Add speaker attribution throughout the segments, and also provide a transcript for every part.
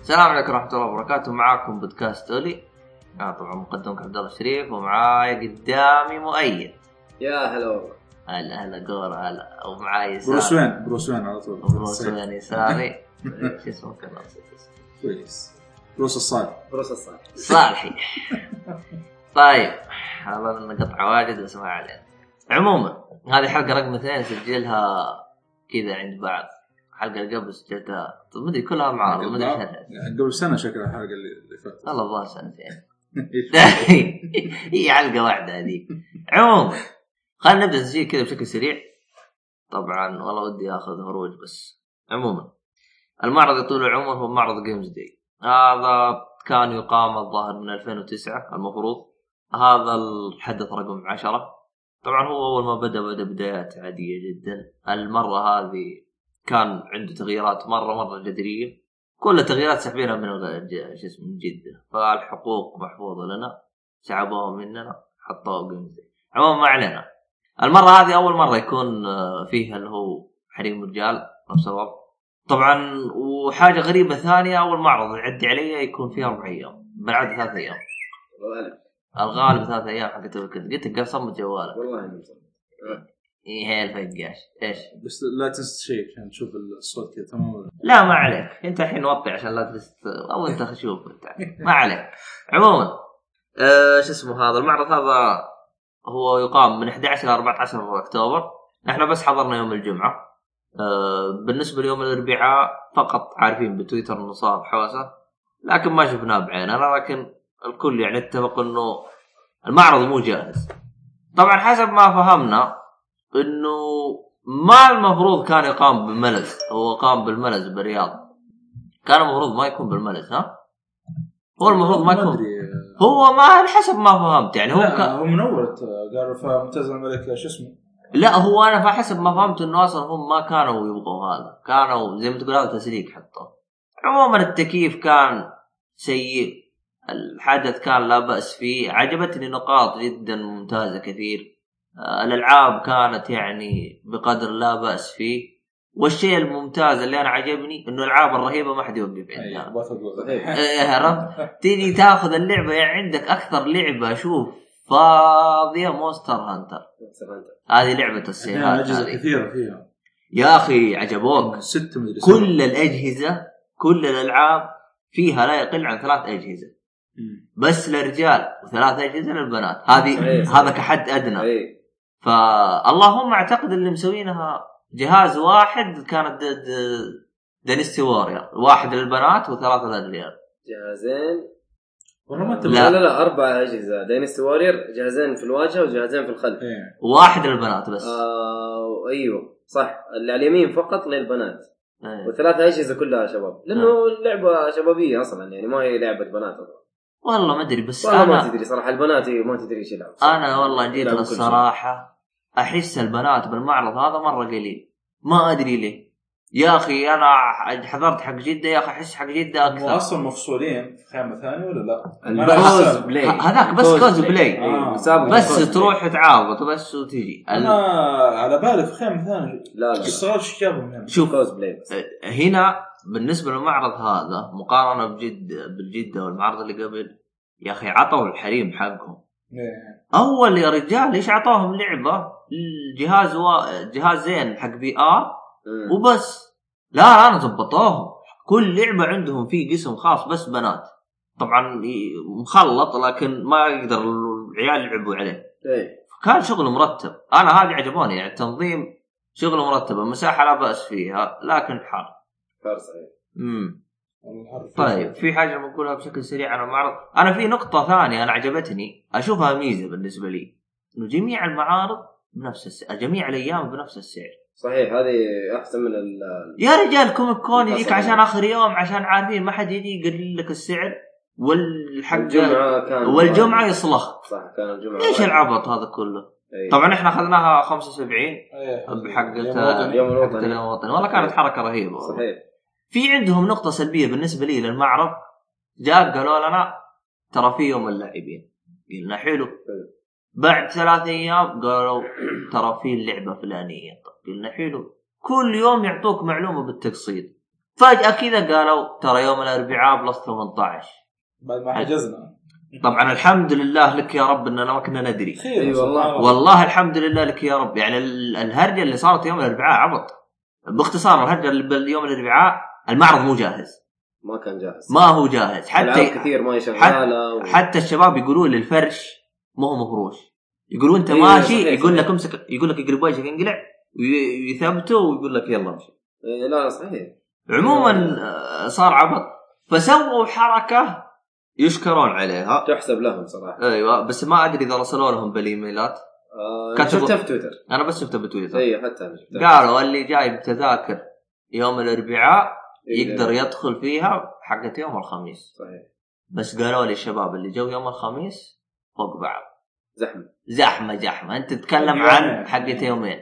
Speaker 1: السلام عليكم ورحمة الله وبركاته معاكم بودكاست آه، اولي انا طبعا مقدمك عبد الله الشريف ومعاي قدامي مؤيد
Speaker 2: يا هلا والله
Speaker 1: هلا هلا جور هلا ومعاي
Speaker 3: بروس
Speaker 1: يساري
Speaker 3: وين بروس وين على طول
Speaker 1: بروس وين يساري شو اسمه كان ناسي اسمه.
Speaker 3: كويس بروس الصالح
Speaker 2: بروس الصالح
Speaker 1: صالحي طيب والله لنا قطعة واجد بس ما علينا عموما هذه حلقة رقم اثنين نسجلها كذا عند بعض الحلقة اللي قبل سجلتها طب مدري كلها معارض مدري ايش هذا.
Speaker 3: يعني قبل سنه شكلها الحلقه اللي اللي فاتت
Speaker 1: والله الظاهر سنتين هي حلقه واحده هذيك عموما خلينا نبدا التسجيل كذا بشكل سريع طبعا والله ودي اخذ هروج بس عموما المعرض يا طول العمر هو معرض جيمز داي هذا كان يقام الظاهر من 2009 المفروض هذا الحدث رقم 10 طبعا هو اول ما بدا بدا بدايات عاديه جدا المره هذه كان عنده تغييرات مره مره جذريه كل التغييرات سحبينها من الغ- ج- شو اسمه من جده فالحقوق محفوظه لنا سحبوها مننا حطوها جيمز داي عموما ما علينا المره هذه اول مره يكون آه، فيها اللي هو حريم الرجال نفس الوضع طبعا وحاجه غريبه ثانيه اول معرض يعدي علي يكون فيه اربع ايام بالعاده ثلاث ايام
Speaker 2: والله
Speaker 1: الغالب ثلاث ايام حقت الويكند قلت لك صمت جوالك
Speaker 2: والله اني مصمم.
Speaker 1: ايه الفقاش ايش
Speaker 3: بس لا تنسى شيء عشان تشوف الصوت كذا تمام ولا لا.
Speaker 1: لا ما عليك انت الحين وطي عشان لا تست او انت شوف انت ما عليك عموما آه شو اسمه هذا المعرض هذا هو يقام من 11 ل 14 اكتوبر احنا بس حضرنا يوم الجمعه آه بالنسبه ليوم الاربعاء فقط عارفين بتويتر انه صار حوسه لكن ما شفناه بعيننا لكن الكل يعني اتفق انه المعرض مو جاهز طبعا حسب ما فهمنا انه ما المفروض كان يقام بالملز هو قام بالملز بالرياض كان المفروض ما يكون بالملز ها هو المفروض ما يكون
Speaker 3: ادري
Speaker 1: هو ما حسب ما فهمت يعني هو
Speaker 3: لا،
Speaker 1: كان
Speaker 3: هو من اول ت- قالوا فممتاز الملك شو اسمه
Speaker 1: لا هو انا فحسب ما فهمت انه اصلا هم ما كانوا يبغوا هذا كانوا زي ما تقول هذا تسليك حطوه عموما التكييف كان سيء الحدث كان لا بأس فيه عجبتني نقاط جدا ممتازة كثير آه، الألعاب كانت يعني بقدر لا بأس فيه والشيء الممتاز اللي أنا عجبني إنه الألعاب الرهيبة ما حد يوقف عندها
Speaker 4: أيوة.
Speaker 3: أي، بثق بثق.
Speaker 2: صحيح.
Speaker 1: إيه، عرفت تيجي تاخذ اللعبه يعني عندك اكثر لعبه شوف فاضيه مونستر هانتر
Speaker 2: مصمم أنت.
Speaker 1: هذه لعبه
Speaker 3: فيها
Speaker 1: السيارات
Speaker 3: اجهزه
Speaker 1: هذه
Speaker 3: كثيره فيها
Speaker 1: يا اخي عجبوك
Speaker 3: ست مدري سبعة.
Speaker 1: كل الاجهزه كل الالعاب فيها لا يقل عن ثلاث اجهزه
Speaker 3: مم.
Speaker 1: بس للرجال وثلاث اجهزه للبنات هذه
Speaker 2: صحيح.
Speaker 1: هذا كحد ادنى
Speaker 2: اي
Speaker 1: فاللهم اعتقد اللي مسوينها جهاز واحد كانت د- د- دانستي وورير واحد للبنات وثلاثه للرجال
Speaker 2: جهازين
Speaker 3: والله ما
Speaker 1: لا.
Speaker 3: انتبه
Speaker 2: لا لا لا اربع اجهزه داينستي وارير جهازين في الواجهه وجهازين في الخلف
Speaker 3: إيه.
Speaker 1: واحد للبنات بس
Speaker 2: آه ايوه صح اللي على اليمين فقط للبنات
Speaker 1: إيه.
Speaker 2: والثلاثه اجهزه كلها شباب لانه
Speaker 1: نعم.
Speaker 2: اللعبه شبابيه اصلا يعني ما هي لعبه بنات اصلا
Speaker 1: والله ما ادري بس
Speaker 2: والله ما
Speaker 1: انا
Speaker 2: تدري صراحه البنات إيه، ما تدري ايش يلعب
Speaker 1: انا والله جيت
Speaker 2: يلعبوا كل
Speaker 1: للصراحه احس البنات بالمعرض هذا مره قليل ما ادري ليه يا اخي انا حضرت حق جده يا اخي احس حق جده
Speaker 3: هم
Speaker 1: اكثر
Speaker 3: اصلا مفصولين في خيمه ثانيه ولا لا؟
Speaker 2: شيء.
Speaker 3: أنا
Speaker 2: الكوز
Speaker 3: حسب.
Speaker 2: بلاي
Speaker 1: ه- هذاك بس كوز بلاي.
Speaker 3: آه.
Speaker 2: مسابقة كوز
Speaker 1: بس
Speaker 2: بلاي.
Speaker 1: تروح تعاوض بس وتجي ال-
Speaker 3: انا على بالي في خيمه ثانيه
Speaker 2: لا لا
Speaker 3: استغربت ايش جابهم هنا
Speaker 1: شوف إيه.
Speaker 2: كوز بلاي بس.
Speaker 1: هنا بالنسبه للمعرض هذا مقارنه بجد بالجده والمعرض اللي قبل يا اخي عطوا الحريم حقهم
Speaker 3: إيه.
Speaker 1: اول يا رجال ايش عطاهم لعبه الجهاز و... جهازين حق بي ار
Speaker 2: مم.
Speaker 1: وبس لا لا انا ضبطوهم كل لعبه عندهم في قسم خاص بس بنات طبعا ي- مخلط لكن ما يقدر العيال يلعبوا عليه
Speaker 2: إيه.
Speaker 1: كان شغل مرتب انا هذه عجبوني يعني التنظيم شغل مرتب المساحه لا باس فيها لكن حر
Speaker 2: حار صحيح
Speaker 1: امم
Speaker 3: والله حرف.
Speaker 1: طيب في حاجه بقولها بشكل سريع عن المعرض انا في نقطه ثانيه انا عجبتني اشوفها ميزه بالنسبه لي انه جميع المعارض بنفس السعر جميع الايام بنفس السعر
Speaker 2: صحيح هذه احسن من ال-
Speaker 1: يا رجال كوميك كون يجيك
Speaker 2: أصلاً.
Speaker 1: عشان اخر يوم عشان عارفين ما حد يجي يقلل لك السعر والحق
Speaker 2: الجمعه كان
Speaker 1: والجمعه يصلخ
Speaker 2: صح كان الجمعه
Speaker 1: ليش العبط هذا كله؟
Speaker 2: إيه.
Speaker 1: طبعا احنا اخذناها 75
Speaker 3: إيه.
Speaker 1: بحق
Speaker 3: يوم
Speaker 1: تا-
Speaker 3: الوطني.
Speaker 2: اليوم
Speaker 1: حق
Speaker 2: الوطني
Speaker 1: اليوم الوطني والله كانت حركه رهيبه والله.
Speaker 2: صحيح
Speaker 1: في عندهم نقطه سلبيه بالنسبه لي للمعرض جاء قالوا لنا ترى في يوم اللاعبين قلنا حلو بعد ثلاث ايام قالوا ترى في اللعبه فلانيه طب قلنا حلو كل يوم يعطوك معلومه بالتقسيط فجاه كذا قالوا ترى يوم الاربعاء بلس 18
Speaker 4: بعد
Speaker 1: إيه.
Speaker 4: ما حجزنا
Speaker 1: طبعا الحمد لله لك يا رب اننا ما كنا ندري
Speaker 4: خير
Speaker 2: أي والله.
Speaker 4: سبحان الله.
Speaker 1: والله الحمد لله لك يا رب يعني ال- الهرجه اللي صارت يوم الاربعاء عبط باختصار الهرجه اللي باليوم الاربعاء المعرض مو جاهز
Speaker 2: ما كان جاهز
Speaker 1: ما هو جاهز
Speaker 2: العاب
Speaker 1: حتى
Speaker 2: كثير ما هي شغاله و-
Speaker 1: حتى الشباب يقولوا لي الفرش مو هو مفروش يقولوا انت
Speaker 2: إيه،
Speaker 1: ماشي
Speaker 2: صحيح،
Speaker 1: يقول لك
Speaker 2: صحيح.
Speaker 1: امسك يقول لك اقلب وجهك انقلع وي- ويثبته ويقول لك يلا امشي
Speaker 2: إيه، لا صحيح إيه.
Speaker 1: عموما آه، صار عبط فسووا حركه يشكرون عليها
Speaker 2: تحسب لهم صراحه
Speaker 1: ايوه بس ما ادري اذا رسلوا لهم بالايميلات
Speaker 2: آه،
Speaker 1: كتبوا-
Speaker 2: شفتها في تويتر
Speaker 1: انا بس شفتها بتويتر
Speaker 2: اي حتى انا إيه، شفتها
Speaker 1: قالوا اللي جايب تذاكر يوم الاربعاء
Speaker 2: إيه.
Speaker 1: يقدر يدخل فيها حقت يوم الخميس
Speaker 2: صحيح
Speaker 1: بس قالوا لي الشباب اللي جو يوم الخميس فوق بعض
Speaker 2: زحمه
Speaker 1: زحمه زحمه انت تتكلم
Speaker 2: نعم.
Speaker 4: يومين.
Speaker 1: عن حقت يومين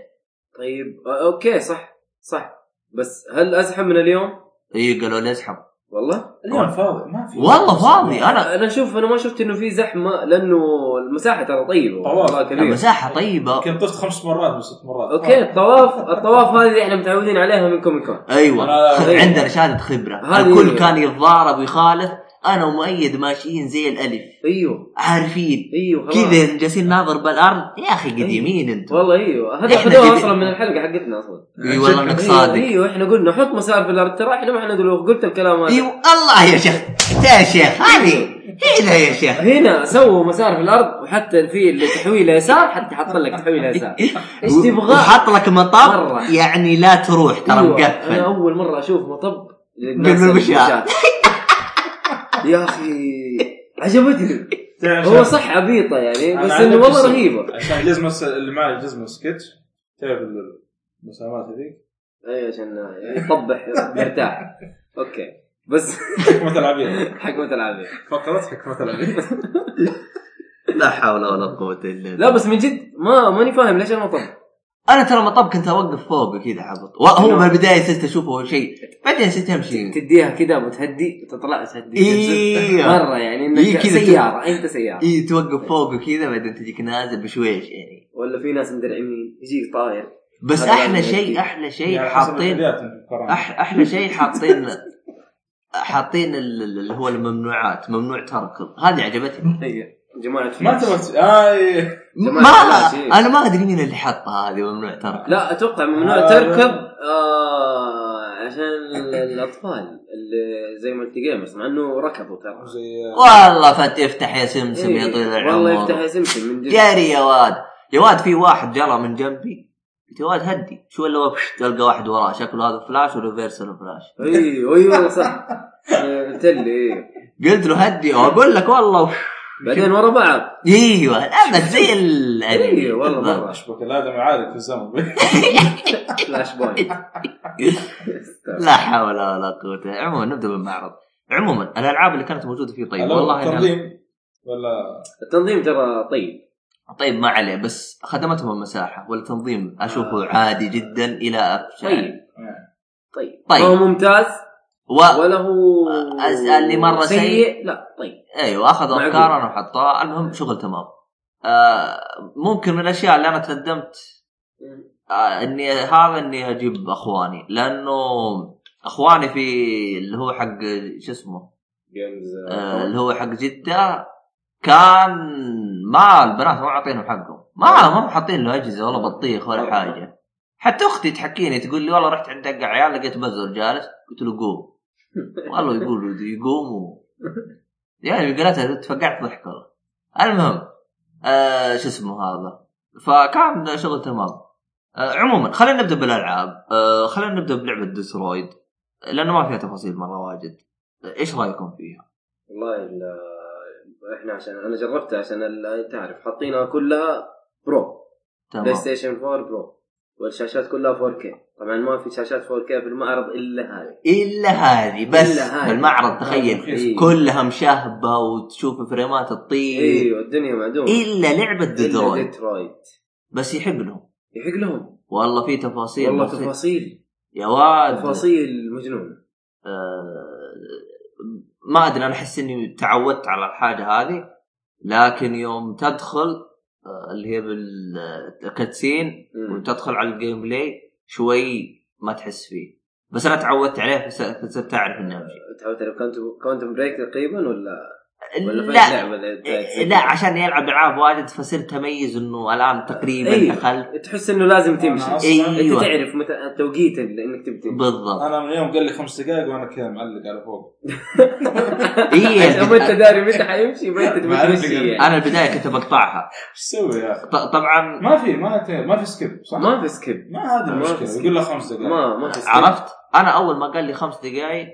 Speaker 2: طيب آه، اوكي صح صح بس هل ازحم من اليوم؟
Speaker 1: اي قالوا لي ازحم
Speaker 2: والله آه،
Speaker 4: اليوم فاضي ما في
Speaker 1: والله فاضي انا
Speaker 2: انا اشوف انا ما شفت انه في زحمه لانه المساحه ترى طيبه
Speaker 4: طواف.
Speaker 2: والله كبير
Speaker 1: المساحه طيبه
Speaker 4: يمكن طفت خمس مرات او ست مرات آه.
Speaker 2: اوكي الطواف الطواف هذه احنا متعودين عليها من كوميك كون
Speaker 1: ايوه
Speaker 4: أنا-
Speaker 1: خ-
Speaker 2: أيوة.
Speaker 1: عندنا شهاده خبره
Speaker 2: هذه-
Speaker 1: الكل كان يتضارب ويخالف انا ومؤيد ماشيين زي الالف
Speaker 2: ايوه
Speaker 1: عارفين
Speaker 2: ايوه خلاص.
Speaker 1: كذا جالسين ناظر بالارض يا اخي قديمين انتم
Speaker 2: إيه. والله ايوه هذا
Speaker 1: إحنا
Speaker 2: اخذوها
Speaker 1: قديم.
Speaker 2: اصلا من الحلقه حقتنا اصلا
Speaker 1: اي والله انك
Speaker 2: أيوة،
Speaker 1: صادق
Speaker 2: ايوه احنا قلنا حط مسار في الارض ترى احنا ما احنا دلوق قلت الكلام
Speaker 1: اي
Speaker 2: هذا
Speaker 1: والله يا شيخ انت يا شيخ هذه هنا يا شيخ
Speaker 2: هنا سووا مسار في الارض وحتى في اللي تحويل يسار حتى حط لك تحويل يسار ايش تبغى؟
Speaker 1: وحط لك مطار
Speaker 2: مرة.
Speaker 1: يعني لا تروح ترى
Speaker 2: أيوة، انا
Speaker 1: مقفل
Speaker 2: اول مره اشوف مطب
Speaker 1: قبل المشاة.
Speaker 2: يا اخي عجبتني
Speaker 4: تعرف
Speaker 2: هو صح عبيطه يعني بس
Speaker 4: أنا عندي
Speaker 2: انه والله
Speaker 4: قصة.
Speaker 2: رهيبه
Speaker 4: عشان الجزمه الس- اللي معي الجزمه سكتش تعرف ال- المسامات هذيك
Speaker 2: اي أيوة، عشان يطبح مرتاح اوكي بس
Speaker 4: حكمه العبيد
Speaker 2: حكمة العابية
Speaker 4: فقره حكمه العبيد
Speaker 1: لا حول ولا قوه الا بالله
Speaker 2: لا بس من جد ما ماني فاهم ليش المطب
Speaker 1: انا ترى مطب كنت اوقف فوق كذا حبط وهو
Speaker 2: نعم.
Speaker 1: بالبدايه صرت اشوفه شيء بعدين صرت امشي
Speaker 2: تديها كذا وتهدي تطلع تهدي
Speaker 1: إيه.
Speaker 2: مره يعني انك
Speaker 1: إيه كذا. إيه.
Speaker 2: سياره انت سياره
Speaker 1: اي توقف فوق وكذا بعدين تجيك نازل بشويش يعني
Speaker 2: ولا في ناس مدرعمين يجيك طاير
Speaker 1: بس
Speaker 2: هذا
Speaker 1: احلى
Speaker 2: يعني
Speaker 1: شيء
Speaker 2: أكيد.
Speaker 1: احلى شيء إيه، حاطين أح احلى شيء حاطين حاطين ال- ال- اللي هو الممنوعات ممنوع تركض هذه عجبتني
Speaker 2: إيه. جماعه فيه.
Speaker 4: ما تبغى اي
Speaker 2: جماعة
Speaker 1: ما
Speaker 2: شيء.
Speaker 1: انا ما ادري مين اللي حطها هذه ممنوع تركض
Speaker 2: لا اتوقع ممنوع
Speaker 4: آه.
Speaker 2: تركض آه عشان ال- الاطفال اللي زي مالتي جيمرز مع انه ركضوا ترى
Speaker 4: زي آه،
Speaker 1: والله فت افتح يا سمسم يا
Speaker 2: إيه،
Speaker 1: طويل العمر
Speaker 2: والله يفتح يا سمسم من جد
Speaker 1: جري يا واد يا واد في واحد جرى من جنبي قلت يا واد هدي شو اللي هو بش- تلقى واحد وراه شكله هذا فلاش وريفرسال فلاش
Speaker 2: ايوه ايوه صح أنا قلت لي إيه.
Speaker 1: قلت له هدي اقول لك والله وش-
Speaker 2: بعدين ورا بعض
Speaker 1: ايوه ابد زي ال
Speaker 2: ايوه والله
Speaker 1: بالضبط.
Speaker 2: مره
Speaker 4: اشبك الادمي عالق في الزمن
Speaker 2: فلاش بوينت
Speaker 1: لا حول ولا قوه عموما نبدا بالمعرض عموما الالعاب اللي كانت موجوده فيه طيب والله إنها-
Speaker 4: تنظيم ولا
Speaker 2: التنظيم ترى طيب
Speaker 1: طيب ما عليه بس خدمتهم المساحه والتنظيم اشوفه عادي جدا الى افشل
Speaker 2: آه. طيب طيب
Speaker 1: طيب.
Speaker 2: طيب هو ممتاز
Speaker 1: و...
Speaker 2: ولا هو
Speaker 1: أز- اللي مرة سيء.
Speaker 2: لا طيب
Speaker 1: ايوه اخذوا
Speaker 2: معقول.
Speaker 1: افكارنا وحطوها المهم شغل تمام آه ممكن من الاشياء اللي انا تندمت آه اني هذا اني اجيب اخواني لانه اخواني في اللي هو حق شو اسمه
Speaker 2: جيمز
Speaker 1: آه اللي هو حق جده كان ما البنات ما عاطينهم حقهم ما ما هم حاطين له اجهزه ولا بطيخ ولا حاجه حتى اختي تحكيني تقول لي والله رحت عند دق عيال لقيت بزر جالس قلت له قوم والله يقول يقوم و... يعني قالتها تفقعت ضحك والله المهم آه شو اسمه هذا فكان شغل تمام آه عموما خلينا نبدا بالالعاب آه خلينا نبدا بلعبه ديسترويد لانه ما فيها تفاصيل مره واجد ايش رايكم فيها؟
Speaker 2: والله ال- احنا عشان انا جربتها عشان ال- تعرف حاطينها كلها برو بلاي
Speaker 1: تمام
Speaker 2: ستيشن 4 برو والشاشات كلها 4K طبعا ما في شاشات 4K في المعرض الا هذه
Speaker 1: الا هذه بس
Speaker 2: إلا هذه.
Speaker 1: المعرض تخيل
Speaker 2: إيه.
Speaker 1: كلها مشهبه وتشوف فريمات تطير
Speaker 2: ايوه الدنيا معدومه
Speaker 1: الا لعبه
Speaker 2: إلا
Speaker 1: ديدرويد
Speaker 2: ديترويت
Speaker 1: بس يحق لهم
Speaker 2: يحق لهم
Speaker 1: والله في تفاصيل
Speaker 2: والله
Speaker 1: مفيد.
Speaker 2: تفاصيل
Speaker 1: يا
Speaker 2: طيب.
Speaker 1: واد
Speaker 2: تفاصيل مجنونه
Speaker 1: آه، ما ادري انا احس اني تعودت على الحاجه هذه لكن يوم تدخل آه، اللي هي بالكاتسين
Speaker 2: مم.
Speaker 1: وتدخل على الجيم بلاي شوي ما تحس فيه بس انا تعودت عليه فس- فصرت اعرف انه اهم شيء
Speaker 2: تعودت على كوانتم كوانتم بريك تقريبا ولا ولا فين
Speaker 1: لا
Speaker 2: اللعبه اللي
Speaker 1: إيه، لا عشان يلعب العاب واجد فصرت اميز انه الان تقريبا
Speaker 2: إيه.
Speaker 1: دخلت
Speaker 2: تحس انه لازم تمشي
Speaker 4: أنا أصلاً-
Speaker 2: انت
Speaker 1: ايوه
Speaker 2: تعرف متى التوقيت اللي انك تبي تمشي
Speaker 1: بالضبط
Speaker 4: انا من يوم قال لي خمس دقائق وانا كذا معلق على فوق
Speaker 1: إيه.
Speaker 2: عشان ما انت داري متى حيمشي ما انت تبي
Speaker 4: ما أعرف
Speaker 2: تمشي
Speaker 4: يعني.
Speaker 2: يعني.
Speaker 1: انا البدايه كنت بقطعها
Speaker 4: ايش تسوي يا اخي؟
Speaker 1: ط- طبعا
Speaker 4: ما في ما ت- ما في سكيب صح؟
Speaker 2: ما في سكيب
Speaker 4: ما هذه
Speaker 2: ما في
Speaker 4: المشكله
Speaker 2: سكيب.
Speaker 4: يقول له خمس دقائق
Speaker 2: ما ما في سكيب
Speaker 1: عرفت انا اول ما قال لي خمس دقائق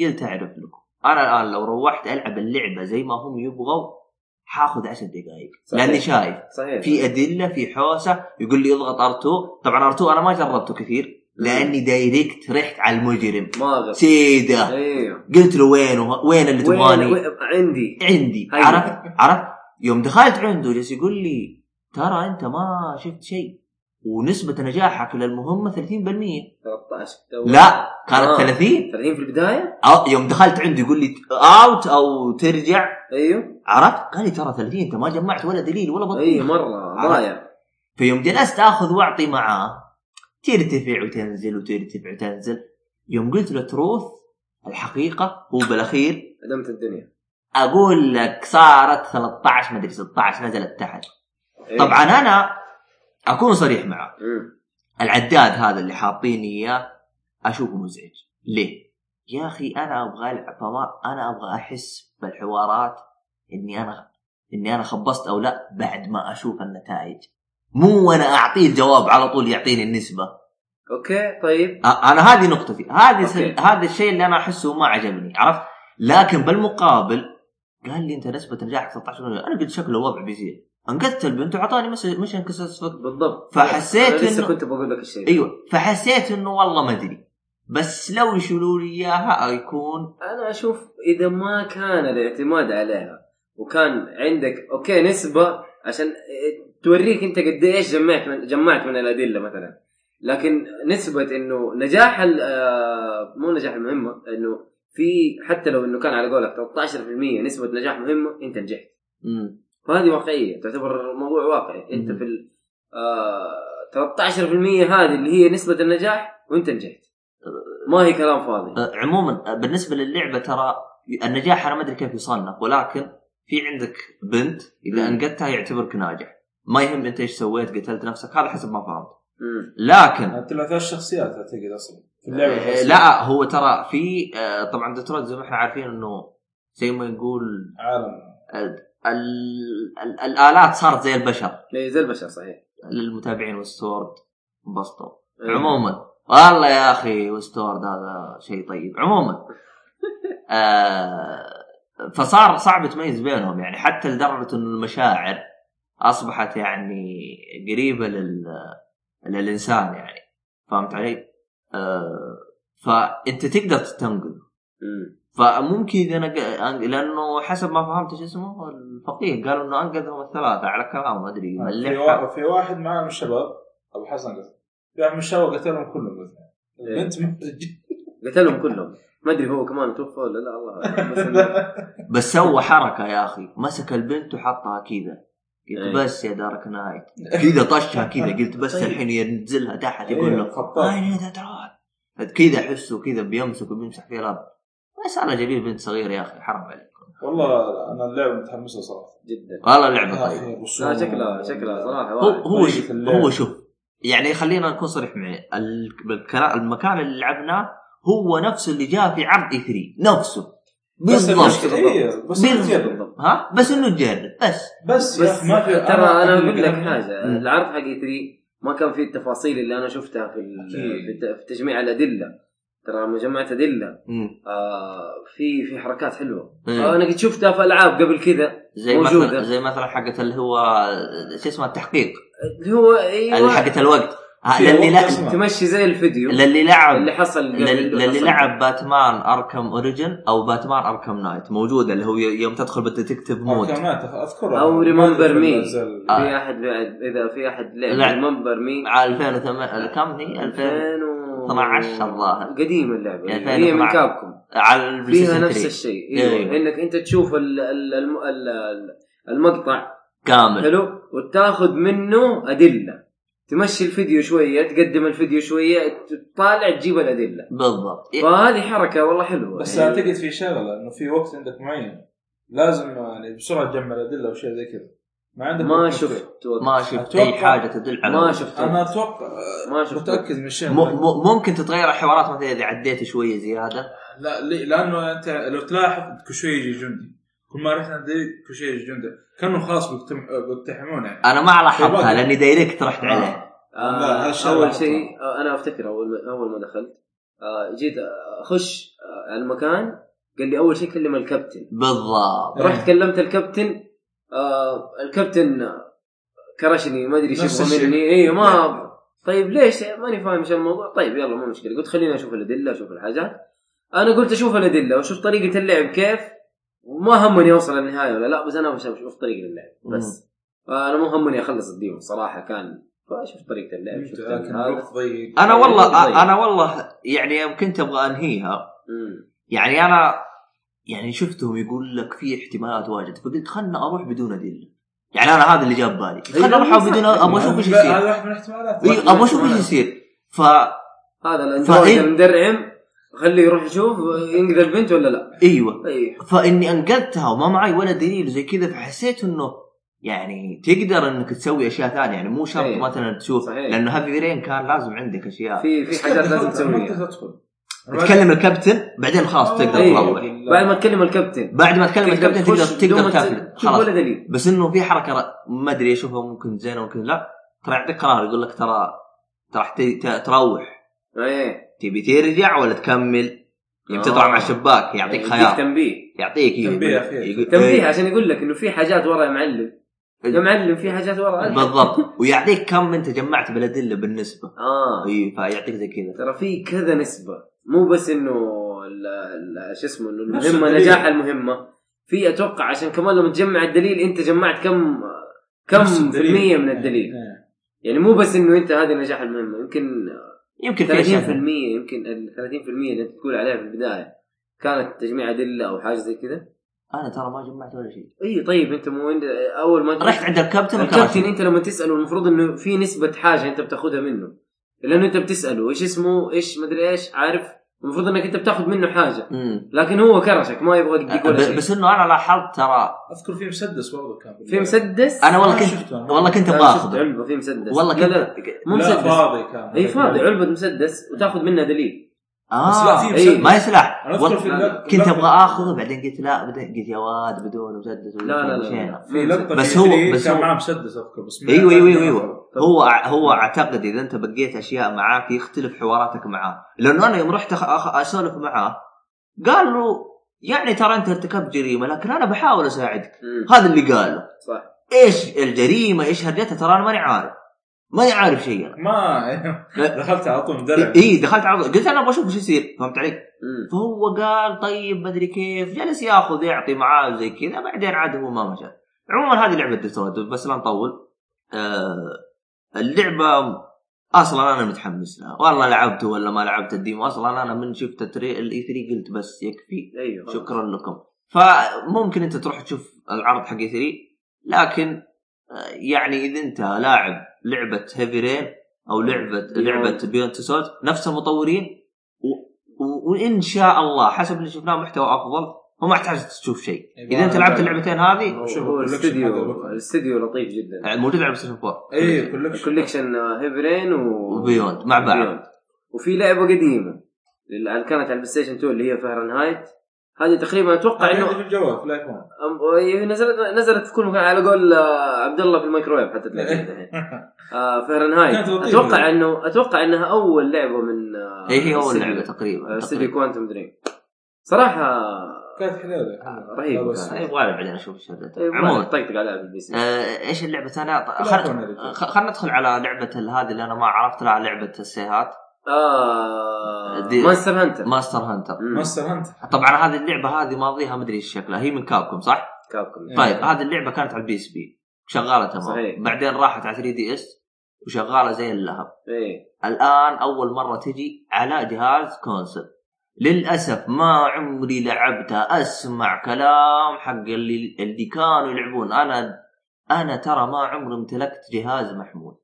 Speaker 1: قلت اعرف لكم انا الان لو روحت العب اللعبه زي ما هم يبغوا حاخذ عشر دقائق
Speaker 2: صحيح.
Speaker 1: لاني شايف
Speaker 2: صحيح
Speaker 1: في ادله في حوسه يقول لي اضغط ار2 طبعا ار2 انا ما جربته كثير لاني دايركت رحت على المجرم
Speaker 2: ما اقدر
Speaker 1: سيده
Speaker 2: ايوه
Speaker 1: قلت له وين وه- وين اللي
Speaker 2: وين
Speaker 1: تبغاني
Speaker 2: وين- عندي
Speaker 1: عندي
Speaker 2: أيوة.
Speaker 1: عرفت عرفت يوم دخلت عنده جالس يقول لي ترى انت ما شفت شيء ونسبه نجاحك للمهمه 30%
Speaker 2: 13
Speaker 1: لا كانت
Speaker 2: آه.
Speaker 1: 30
Speaker 2: 30 في البدايه
Speaker 1: أو يوم دخلت عنده يقول لي اوت او ترجع
Speaker 2: ايوه
Speaker 1: عرفت؟ قال لي ترى 30 انت ما جمعت ولا دليل ولا
Speaker 2: اي
Speaker 1: بطيخ
Speaker 2: مره أيوه، ضايع
Speaker 1: فيوم جلست اخذ واعطي معاه ترتفع وتنزل وترتفع وتنزل يوم قلت له تروث الحقيقه هو بالاخير
Speaker 2: عدمت الدنيا
Speaker 1: اقول لك صارت 13 مدري 16 نزلت تحت
Speaker 2: إيه.
Speaker 1: طبعا انا اكون صريح معاه
Speaker 2: مم.
Speaker 1: العداد هذا اللي حاطيني اياه اشوفه مزعج ليه؟ يا اخي انا ابغى العب فما انا ابغى احس بالحوارات اني انا اني انا خبصت او لا بعد ما اشوف النتائج مو وانا اعطيه الجواب على طول يعطيني النسبه
Speaker 2: اوكي طيب
Speaker 1: أ- انا هذه نقطتي هذه
Speaker 2: أوكي.
Speaker 1: س- هذا الشيء اللي انا احسه ما عجبني عرفت لكن بالمقابل قال لي انت نسبه نجاحك 19 انا قلت شكله وضع بيصير انقذت البنت وعطاني مش ساتسفاكشن
Speaker 2: بالضبط
Speaker 1: فحسيت
Speaker 2: أنا لسه
Speaker 1: إنه-
Speaker 2: كنت بقول لك الشيء
Speaker 1: ايوه فحسيت انه والله ما ادري بس لو يشيلوا لي اياها يكون
Speaker 2: انا اشوف اذا ما كان الاعتماد عليها وكان عندك اوكي نسبه عشان آه، توريك انت قد ايش جمعت من جمعت من الادله مثلا لكن نسبه انه نجاح ال- آه، مو نجاح المهمه انه في حتى لو انه كان على قولك 13% نسبه نجاح مهمه انت نجحت
Speaker 1: مم.
Speaker 2: فهذه واقعيه تعتبر موضوع واقعي انت
Speaker 1: مم.
Speaker 2: في ال آه 13% هذه اللي هي نسبه النجاح وانت نجحت ما هي كلام فاضي
Speaker 1: طيب. آه، عموما آه، بالنسبه للعبه ترى النجاح انا ما ادري كيف يصنف ولكن في عندك بنت اذا
Speaker 2: مم.
Speaker 1: انقذتها يعتبرك ناجح ما يهم انت ايش سويت قتلت نفسك هذا حسب ما فهمت
Speaker 2: مم.
Speaker 1: لكن
Speaker 4: انت ثلاث شخصيات اعتقد اصلا في اللعبه
Speaker 1: آه، لا هو ترى في آه، طبعا ديترويت زي ما احنا عارفين انه زي ما نقول
Speaker 4: عالم
Speaker 1: آه، ال- ال- الالات صارت زي البشر
Speaker 2: إيه، زي البشر صحيح
Speaker 1: للمتابعين والسورد انبسطوا
Speaker 2: إيه.
Speaker 1: عموما والله يا اخي وستورد هذا شيء طيب عموما آه فصار صعب تميز بينهم يعني حتى لدرجه انه المشاعر اصبحت يعني قريبه لل للانسان يعني فهمت علي؟ آه فانت تقدر تنقل
Speaker 2: مم.
Speaker 1: فممكن اذا انا ق- لانه حسب ما فهمت شو اسمه الفقيه قالوا انه انقذهم الثلاثه على كلامه ما ادري
Speaker 4: آه، في,
Speaker 1: ملحها.
Speaker 4: وا- في واحد معاه من الشباب ابو حسن قتل في واحد من الشباب قتلهم كلهم الاثنين
Speaker 2: إيه.
Speaker 1: إيه.
Speaker 4: البنت ما
Speaker 2: قتلهم كلهم ما ادري هو كمان توفى ولا لا الله أعلم. بس إنه-
Speaker 1: بس سوى حركه يا اخي مسك البنت وحطها كذا قلت
Speaker 2: أي.
Speaker 1: بس يا دارك نايت كذا طشها كذا قلت بس
Speaker 4: إيه. طيب.
Speaker 1: الحين ينزلها تحت
Speaker 4: أيوة،
Speaker 1: يقول له
Speaker 4: خطاف.
Speaker 2: آه.
Speaker 1: اين تدرون كذا احسه كذا بيمسك وبيمسح فيه الارض بس انا جميل بنت صغير يا اخي حرام عليك
Speaker 4: والله انا اللعبه متحمس له صراحه
Speaker 2: جدا
Speaker 1: والله
Speaker 4: آه، يا
Speaker 1: اللعبه
Speaker 4: أخي،
Speaker 1: طيبه
Speaker 4: الرسوم
Speaker 2: طيب. لا شكلها شكلها صراحه
Speaker 1: هو
Speaker 2: واحد.
Speaker 1: هو
Speaker 4: طيب
Speaker 1: شوف-
Speaker 4: اللعب.
Speaker 1: هو شوف يعني خلينا نكون صريح معي ال- بالكلا- المكان اللي لعبناه هو نفسه اللي جاء في عرض اي 3 نفسه
Speaker 4: بس
Speaker 1: بالضبط
Speaker 4: المشكلة- إيه، بس تجرب.
Speaker 1: بالضبط ها بس انه تجرب بس
Speaker 4: بس يا
Speaker 2: بس
Speaker 4: اخي ما في
Speaker 2: ترى انا
Speaker 4: اللي
Speaker 2: اقول لك
Speaker 4: قلت-
Speaker 2: حاجه
Speaker 1: مم.
Speaker 2: العرض حق اي 3 ما كان فيه التفاصيل اللي انا شفتها في ال-
Speaker 4: أكيد.
Speaker 2: في الت- في تجميع الادله ترى لما جمعت ادله
Speaker 1: مم.
Speaker 2: آه في في حركات حلوه
Speaker 1: إيه.
Speaker 2: آه انا قد شفتها في العاب قبل كذا
Speaker 1: زي
Speaker 2: موجودة.
Speaker 1: مثلا زي مثلا حقت اللي هو شو اسمه التحقيق
Speaker 2: اللي هو
Speaker 1: اللي
Speaker 2: ايوه
Speaker 1: حقت الوقت ها،
Speaker 4: في
Speaker 1: للي
Speaker 4: وقت
Speaker 1: لعب
Speaker 4: أصلاً.
Speaker 2: تمشي زي الفيديو
Speaker 1: للي لعب
Speaker 2: اللي حصل قبل-
Speaker 1: لل- للي
Speaker 2: حصل.
Speaker 1: لعب باتمان اركم اوريجن او باتمان اركم نايت موجوده اللي هو ي- يوم تدخل بالديتكتيف مود
Speaker 4: أركانات اذكرها
Speaker 2: أو Remember Me.
Speaker 4: زل-
Speaker 1: آه.
Speaker 2: في احد بعد اذا في احد
Speaker 1: لعب.
Speaker 2: لعب منبر مين
Speaker 1: على 2008 كم هي 2000
Speaker 2: 2012
Speaker 1: 12 آه، الظاهر.
Speaker 2: قديمه اللعبه
Speaker 1: يعني
Speaker 2: هي من
Speaker 1: 2012.
Speaker 2: كابكم
Speaker 1: على البلاي
Speaker 2: فيها
Speaker 1: ستيشن
Speaker 2: نفس
Speaker 1: 3.
Speaker 2: الشيء
Speaker 1: أيوة.
Speaker 2: ايوه انك انت تشوف ال- ال- الم- ال- ال- المقطع
Speaker 1: كامل
Speaker 2: حلو وتاخذ منه ادله تمشي الفيديو شويه تقدم الفيديو شويه تطالع تجيب الادله
Speaker 1: بالضبط إيه،
Speaker 2: فهذه حركه والله حلوه
Speaker 4: بس
Speaker 2: يعني.
Speaker 4: اعتقد في شغله انه في وقت عندك معين لازم يعني بسرعه تجمع الادله وشيء زي كذا ما عندك
Speaker 2: ما
Speaker 4: وقت كثير.
Speaker 2: شفت والله.
Speaker 1: ما شفت اي
Speaker 4: أتوقع-
Speaker 1: حاجه تدل على
Speaker 2: ما شفت
Speaker 4: انا اتوقع
Speaker 2: ما شفت
Speaker 4: متاكد من الشيء
Speaker 1: م- م- ممكن تتغير الحوارات مثلا اذا عديت شويه زياده
Speaker 4: لا ليه؟ لانه انت لو تلاحظ كل شوي يجي جندي كل ما رحنا دي كل شيء يجي جندي كانوا خلاص بيقتم- بيقتحمون يعني
Speaker 1: انا ما لاحظتها لاني دايركت رحت عليه
Speaker 2: آه،
Speaker 4: لا، هذا الشيء
Speaker 2: اول
Speaker 4: لاحظته.
Speaker 2: شيء آه، انا افتكر اول ما اول ما دخلت آه، جيت اخش آه، على المكان قال لي اول شيء كلم الكابتن
Speaker 1: بالضبط
Speaker 4: إيه.
Speaker 2: رحت كلمت الكابتن آه، الكابتن كرشني ما ادري
Speaker 4: نفس
Speaker 2: ايش يبغى
Speaker 4: الشيء.
Speaker 2: مني اي
Speaker 4: إيه.
Speaker 2: ما طيب ليش ماني فاهم ايش الموضوع طيب يلا ما مشكله قلت خليني اشوف الادله اشوف الحاجات انا قلت اشوف الادله واشوف طريقه اللعب كيف وما همني اوصل للنهايه ولا لا بس انا بشوف اشوف طريقه اللعب بس انا مو همني اخلص الديون صراحه كان فشفت طريقه اللعب
Speaker 4: انت
Speaker 2: شفت
Speaker 4: لكن
Speaker 2: هذا
Speaker 4: الوقت ضيق
Speaker 1: انا
Speaker 2: طيب.
Speaker 1: والله انا والله يعني يوم كنت ابغى انهيها
Speaker 2: أمم.
Speaker 1: يعني انا يعني شفتهم يقول لك في احتمالات واجد فقلت خلنا اروح بدون ادله يعني انا هذا اللي جاب بالي خلنا
Speaker 2: أيوة،
Speaker 1: اروح
Speaker 2: صح. أيوة،
Speaker 1: بدون ابغى اشوف ايش
Speaker 4: لا،
Speaker 1: يصير
Speaker 4: هذا واحد من الاحتمالات
Speaker 1: إيه، ابغى اشوف ايش يصير ف
Speaker 2: هذا
Speaker 1: فإيه؟
Speaker 2: الاندرويد المدرعم خليه يروح يشوف ينقذ البنت ولا لا طيب،
Speaker 1: ايوه
Speaker 2: اي
Speaker 1: فاني انقذتها وما معي ولا دليل زي كذا فحسيت انه يعني تقدر انك تسوي اشياء ثانيه يعني مو شرط
Speaker 2: إيه.
Speaker 1: مثلا تشوف
Speaker 2: صحيح.
Speaker 1: لانه هافي رين كان لازم عندك اشياء
Speaker 2: في في حاجات لازم تسويها
Speaker 1: تكلم الكابتن بعدين خلاص تقدر
Speaker 2: إيه.
Speaker 1: تروح
Speaker 2: بعد ما تكلم الكابتن
Speaker 1: بعد ما تكلم الكابتن تقدر
Speaker 2: تخش بدون
Speaker 1: تقدر
Speaker 2: ما
Speaker 1: تاكل
Speaker 2: تشوف
Speaker 1: خلاص
Speaker 2: ولا دليل
Speaker 1: بس انه في حركه ر- ما ادري اشوفها ممكن زينه ممكن لا ترى يعطيك قرار يقول لك ترى ترى راح ت- ت- تروح
Speaker 2: ايه
Speaker 1: تبي ترجع ولا تكمل يعني تطلع
Speaker 2: آه.
Speaker 1: مع الشباك يعطيك
Speaker 2: إيه،
Speaker 1: خيار إيه.
Speaker 2: تنبيه
Speaker 1: يعطيك إيه،
Speaker 4: تنبيه
Speaker 1: يقول-
Speaker 4: أخير.
Speaker 1: يقول-
Speaker 2: تنبيه عشان يقول لك انه في حاجات ورا يا معلم يا
Speaker 1: ال-
Speaker 2: معلم في حاجات ورا
Speaker 1: إيه. بالضبط ويعطيك كم انت جمعت بالادله بالنسبه
Speaker 2: اه
Speaker 1: اي إيه، فيعطيك زي كذا
Speaker 2: ترى في كذا نسبه مو بس انه ال- ال- شو اسمه انه
Speaker 4: نفس
Speaker 2: المهمه
Speaker 4: الدليل.
Speaker 2: نجاح المهمه في اتوقع عشان كمان لما تجمع الدليل انت جمعت كم كم في المية من الدليل
Speaker 4: إيه.
Speaker 2: يعني مو بس انه انت هذه نجاح المهمه يمكن
Speaker 1: يمكن
Speaker 2: 30%
Speaker 1: في اشياء
Speaker 2: يمكن ال 30% اللي انت تقول عليها في البدايه كانت تجميع ادله او حاجه زي كذا
Speaker 1: انا ترى ما جمعت ولا شيء
Speaker 2: اي طيب انت مو عند اول ما
Speaker 1: رحت عند الكابتن
Speaker 2: الكابتن
Speaker 1: الكابتن
Speaker 2: انت لما تساله المفروض انه في نسبه حاجه انت بتاخذها منه لانه انت بتساله ايش اسمه ايش مدري ايش عارف المفروض انك انت بتاخذ منه حاجه لكن هو كرشك ما يبغى يديك ولا شيء
Speaker 1: أه، بس انه انا لاحظت ترى
Speaker 4: اذكر في مسدس برضه كان
Speaker 2: في مسدس
Speaker 1: انا والله
Speaker 4: أنا
Speaker 1: كنت
Speaker 4: شفته، أنا
Speaker 1: والله كنت ابغى
Speaker 2: أنا شفت
Speaker 1: اخذه
Speaker 2: علبه في مسدس
Speaker 1: والله
Speaker 2: لا لا
Speaker 1: كنت
Speaker 2: مو
Speaker 4: لا
Speaker 2: مسدس
Speaker 4: فاضي كان
Speaker 2: اي فاضي علبه مسدس وتاخذ منها دليل
Speaker 4: بس لا
Speaker 1: اه
Speaker 4: في
Speaker 2: إيه.
Speaker 4: مسدس
Speaker 1: ما يصلح
Speaker 4: انا
Speaker 1: والله
Speaker 4: اذكر في
Speaker 2: لا، لا.
Speaker 4: لقطة-
Speaker 1: كنت ابغى اخذه بعدين قلت لا بعدين قلت يا واد بدون مسدس
Speaker 2: لا
Speaker 1: ولا
Speaker 2: لا لا,
Speaker 1: شيء.
Speaker 2: لا.
Speaker 4: في لقطه
Speaker 1: بس
Speaker 4: بس
Speaker 1: هو-
Speaker 4: هو
Speaker 1: بس
Speaker 4: بس كان
Speaker 1: هو-
Speaker 4: معاه مسدس اذكر بس ما-
Speaker 1: ايوه ايوه ايوه
Speaker 4: أخذه.
Speaker 1: هو هو اعتقد اذا انت بقيت اشياء معاه يختلف حواراتك معاه لانه انا يوم رحت أخ- أخ- اسولف معاه قال له يعني ترى انت ارتكبت جريمه لكن انا بحاول اساعدك
Speaker 2: مم.
Speaker 1: هذا اللي قاله
Speaker 2: صح
Speaker 1: ايش الجريمه ايش هرجتها ترى انا ماني عارف ماني عارف شيء انا
Speaker 4: ما دخلت على طول مدرع
Speaker 1: اي دخلت عرض قلت انا ابغى اشوف ايش يصير فهمت علي؟
Speaker 2: مم.
Speaker 1: فهو قال طيب مدري كيف جلس ياخذ يعطي معاه زي كذا بعدين عاد هو ما مشى عموما هذه لعبه ديترويد بس لا نطول آه اللعبه اصلا انا متحمس لها والله لعبته ولا ما لعبت الديمو اصلا انا من شفت التري الاي 3 قلت بس يكفي
Speaker 2: ايوه
Speaker 1: شكرا لكم فممكن انت تروح تشوف العرض حق 3 لكن آه، يعني اذا انت لاعب لعبه هيفي رين او لعبه
Speaker 2: Beyond.
Speaker 1: لعبه بيونت سولز نفس المطورين و... و... وان شاء الله حسب اللي شفناه محتوى افضل وما تحتاج تشوف شيء
Speaker 4: أيوة،
Speaker 1: اذا انت
Speaker 4: أنا
Speaker 1: لعبت
Speaker 4: بعد-
Speaker 1: اللعبتين هذه
Speaker 2: هو-
Speaker 4: شوف
Speaker 2: هو
Speaker 4: الكولكشن هذا
Speaker 2: الاستديو
Speaker 4: بكرة.
Speaker 2: الاستديو لطيف جدا
Speaker 4: أيوة.
Speaker 1: آه، موجوده على بلاي 4
Speaker 4: اي كولكشن
Speaker 2: الكوليكشن آه، هيفرين و
Speaker 1: وبيوند مع بعض
Speaker 2: Beyond. وفي لعبه قديمه اللي كانت على البلاي ستيشن 2 اللي هي فهرنهايت هذه تقريبا اتوقع
Speaker 4: طيب،
Speaker 1: طيب.
Speaker 4: عندي في
Speaker 2: انه
Speaker 4: الجوال في الايفون
Speaker 2: أم- هي نزلت نزلت في كل مكان على قول آه، عبد الله في الميكرويف حتى تلاقيها الحين آه،
Speaker 4: إيه. كانت
Speaker 2: فهرنهايت
Speaker 4: لطيفة.
Speaker 2: اتوقع انه اتوقع انها اول لعبه من آه،
Speaker 1: اي هي اول
Speaker 2: استديو-
Speaker 1: لعبه
Speaker 2: آه،
Speaker 1: تقريبا
Speaker 2: استديو
Speaker 1: تقريبا
Speaker 2: كوانتم دريم صراحه
Speaker 4: كانت حلوه
Speaker 1: آه،
Speaker 2: رهيب
Speaker 4: لا بس-
Speaker 2: كان.
Speaker 1: يبغى لي بعدين اشوف ايش هذا.
Speaker 2: طيب، ما
Speaker 1: عموما
Speaker 2: طقطق عليها في البي
Speaker 4: إيه.
Speaker 2: سي
Speaker 1: آه، ايش اللعبه انا
Speaker 4: الآيفون يا رجال.
Speaker 1: خلينا ندخل على لعبه ال- هذه اللي انا ما عرفت لها لعبه السيهات
Speaker 2: آه
Speaker 1: دي-
Speaker 2: ماستر هانتر
Speaker 1: ماستر هانتر
Speaker 2: مم.
Speaker 4: ماستر هانت
Speaker 1: طبعا هذه اللعبه هذه ماضيها مدري ايش شكلها هي من كابكم صح؟
Speaker 2: كابكم
Speaker 4: إيه.
Speaker 1: طيب هذه اللعبه كانت على البي اس بي شغاله تمام
Speaker 2: صحيح.
Speaker 1: بعدين راحت على 3 دي اس وشغاله زي اللهب
Speaker 2: ايه
Speaker 1: الان اول مره تجي على جهاز كونسل للاسف ما عمري لعبتها اسمع كلام حق اللي اللي كانوا يلعبون انا انا ترى ما عمري امتلكت جهاز محمول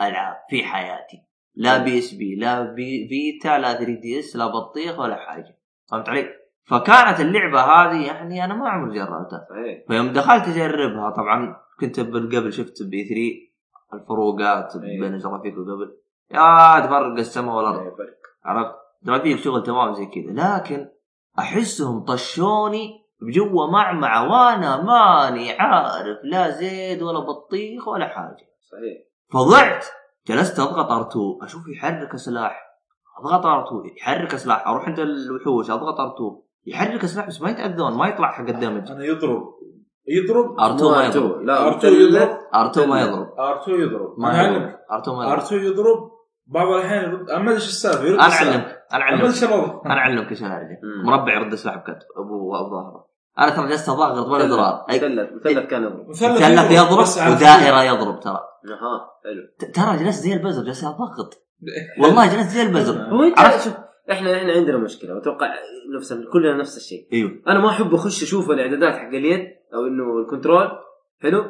Speaker 2: اي
Speaker 1: العاب في حياتي لا بي اس بي لا بي فيتا لا 3 دي اس لا بطيخ ولا حاجه فهمت علي؟ فكانت اللعبه هذه يعني انا ما عمري جربتها
Speaker 2: صحيح
Speaker 1: فيوم دخلت اجربها طبعا كنت قبل شفت بي 3 الفروقات
Speaker 2: أيوة.
Speaker 1: بين الجرافيك وقبل يا تفرق السماء والارض
Speaker 2: إيه، فرق
Speaker 1: عرفت؟ جرافيك شغل تمام زي كذا لكن احسهم طشوني بجوا معمعة وانا ماني عارف لا زيد ولا بطيخ ولا حاجه
Speaker 2: صحيح
Speaker 1: فضعت جلست اضغط ار2 اشوف يحرك سلاح اضغط ار2 يحرك سلاح اروح عند الوحوش اضغط ار2 يحرك سلاح بس ما يتاذون ما يطلع حق الدمج
Speaker 4: انا يضرب يضرب
Speaker 1: ار2
Speaker 2: مو
Speaker 1: ما
Speaker 2: R2.
Speaker 1: يضرب
Speaker 2: لا
Speaker 4: ار2 يضرب
Speaker 1: ار2 ما آه، يضرب
Speaker 4: ار2 يضرب
Speaker 1: ما
Speaker 4: انا اعلمك
Speaker 1: يضرب ار2 ما يضرب
Speaker 4: ار2 يضرب بعض الاحيان يرد انا ما ادري ايش السالفه يرد
Speaker 1: انا
Speaker 4: السلاح.
Speaker 1: اعلمك انا
Speaker 4: انا ما
Speaker 1: اعلمك
Speaker 4: ادري ايش الوضع
Speaker 1: انا اعلمك ايش انا أعلم.
Speaker 2: مم.
Speaker 1: مربع يرد السلاح بكتف ابوه ظهره انا ترى جلست اضغط ولا ضرار أي-
Speaker 2: مثلث مثلث كان يضرب
Speaker 1: مثلث يضرب
Speaker 4: بس على
Speaker 1: ودائره يضرب ترى
Speaker 2: اها آه، حلو
Speaker 1: ت- ترى جلست زي البزر جلست اضغط والله جلست زي البزر
Speaker 2: هو انت
Speaker 1: طيب. عرفت؟
Speaker 2: شوف احنا احنا عندنا مشكله واتوقع نفس كلنا نفس الشيء
Speaker 1: ايوه
Speaker 2: انا ما احب اخش اشوف الاعدادات حق اليد او انه الكنترول حلو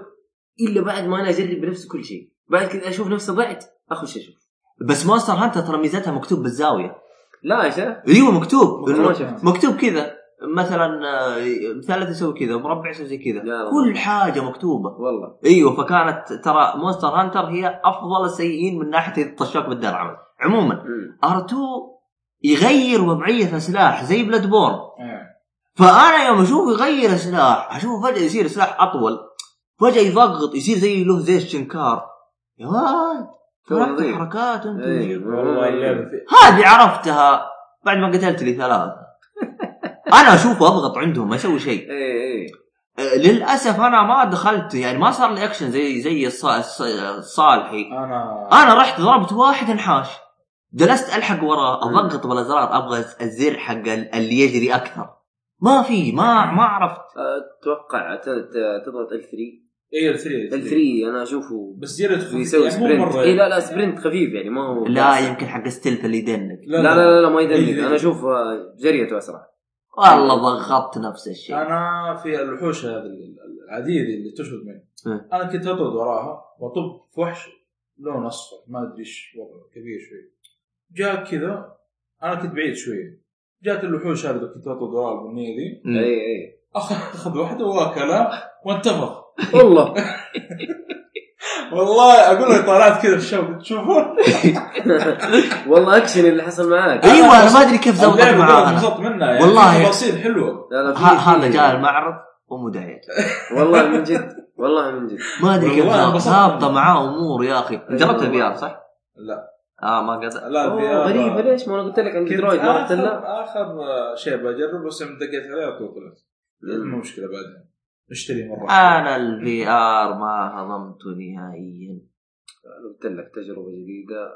Speaker 2: الا بعد ما انا اجرب بنفسي كل شيء بعد كذا اشوف نفسي ضعت اخش اشوف
Speaker 1: بس مونستر هانتر ترى ميزتها مكتوب بالزاويه
Speaker 2: لا يا شيخ
Speaker 1: ايوه مكتوب
Speaker 2: ما
Speaker 1: إنه
Speaker 2: شفت
Speaker 1: مكتوب كذا مثلا آه، مثلث يسوي كذا مربع يسوي زي كذا
Speaker 2: لا والله.
Speaker 1: كل حاجه مكتوبه
Speaker 2: والله
Speaker 1: ايوه فكانت ترى مونستر هانتر هي افضل السيئين من ناحيه الطشاك بالدرع عموما
Speaker 2: مم.
Speaker 1: ار2 يغير وضعيه سلاح زي بلاد بورن
Speaker 4: إيه.
Speaker 1: فانا يوم اشوفه يغير سلاح اشوفه فجاه يصير سلاح اطول فجاه يضغط يصير زي له زي الشنكار يا ولد تركت
Speaker 2: تنظيف.
Speaker 1: حركات انت
Speaker 2: إيه.
Speaker 4: طيب، والله اللعبه في-
Speaker 1: هذه عرفتها بعد ما قتلت لي ثلاثه انا اشوفه اضغط عندهم ما اسوي شيء
Speaker 2: ايه ايه
Speaker 1: أه، للاسف انا ما دخلت يعني ما صار لي اكشن زي زي الص- الص- الصالحي
Speaker 4: انا
Speaker 1: انا رحت ضربت واحد انحاش جلست الحق وراه اضغط بالازرار ابغى الزر حق ال- اللي يجري اكثر ما في ما ما عرفت
Speaker 2: اتوقع ت- ت- تضغط ال3
Speaker 4: اي ال3
Speaker 2: ال3 انا اشوفه
Speaker 4: بس زيادة
Speaker 2: يسوي
Speaker 4: يعني مو
Speaker 2: سبرنت
Speaker 4: مرة
Speaker 2: اي إيه، لا لا سبرنت خفيف يعني ما هو
Speaker 1: لا يمكن حق ستيلث اللي يدنك
Speaker 2: لا لا لا, لا ما يدنك
Speaker 4: إيه.
Speaker 2: انا اشوف آه، جريته اسرع
Speaker 1: والله ضغطت نفس الشيء
Speaker 4: انا في الوحوش هذه ال- العاديه دي اللي تشرد مني
Speaker 1: إيه.
Speaker 4: انا كنت اطرد وراها واطب في وحش لون اصفر ما ادري ايش وضعه كبير شوي جاء كذا انا كنت بعيد شويه جات الوحوش هذه اللي كنت اطرد وراها البنيه دي
Speaker 1: مم.
Speaker 2: اي اي
Speaker 4: اخذ اخذ واحده واكلها وانتفخ
Speaker 2: والله
Speaker 4: والله اقول لك طلعت كذا في الشوق تشوفون
Speaker 2: والله اكشن اللي حصل معاك
Speaker 1: ايوه انا ما ادري كيف زودت
Speaker 4: اللعبة
Speaker 1: معاه
Speaker 4: دي
Speaker 1: أنا.
Speaker 4: انبسطت منها يعني
Speaker 1: والله.
Speaker 4: والله تفاصيل حلوه
Speaker 2: لا لا في-
Speaker 1: ه- هذا
Speaker 2: في-
Speaker 1: جاء المعرض ومدعي
Speaker 2: والله من جد والله من جد
Speaker 1: ما ادري كيف
Speaker 4: والله
Speaker 1: ظابط-
Speaker 4: انبسطت. أيوة.
Speaker 1: ظابطه معاه امور يا اخي جربت
Speaker 2: والله.
Speaker 1: البي ار صح؟
Speaker 4: لا
Speaker 1: اه ما قدر
Speaker 4: لا
Speaker 2: أوه،
Speaker 4: في آراء.
Speaker 2: غريبه ليش ما انا قلت لك عن
Speaker 4: كنت
Speaker 2: درويد ما رحت
Speaker 4: اخر
Speaker 2: الا
Speaker 4: اخر شيء بجرب بس يوم دقيت عليه على طول طلعت مو مشكله بعدها اشتري مره
Speaker 1: انا البي ار ما هضمته نهائيا
Speaker 2: قلت لك تجربه جديده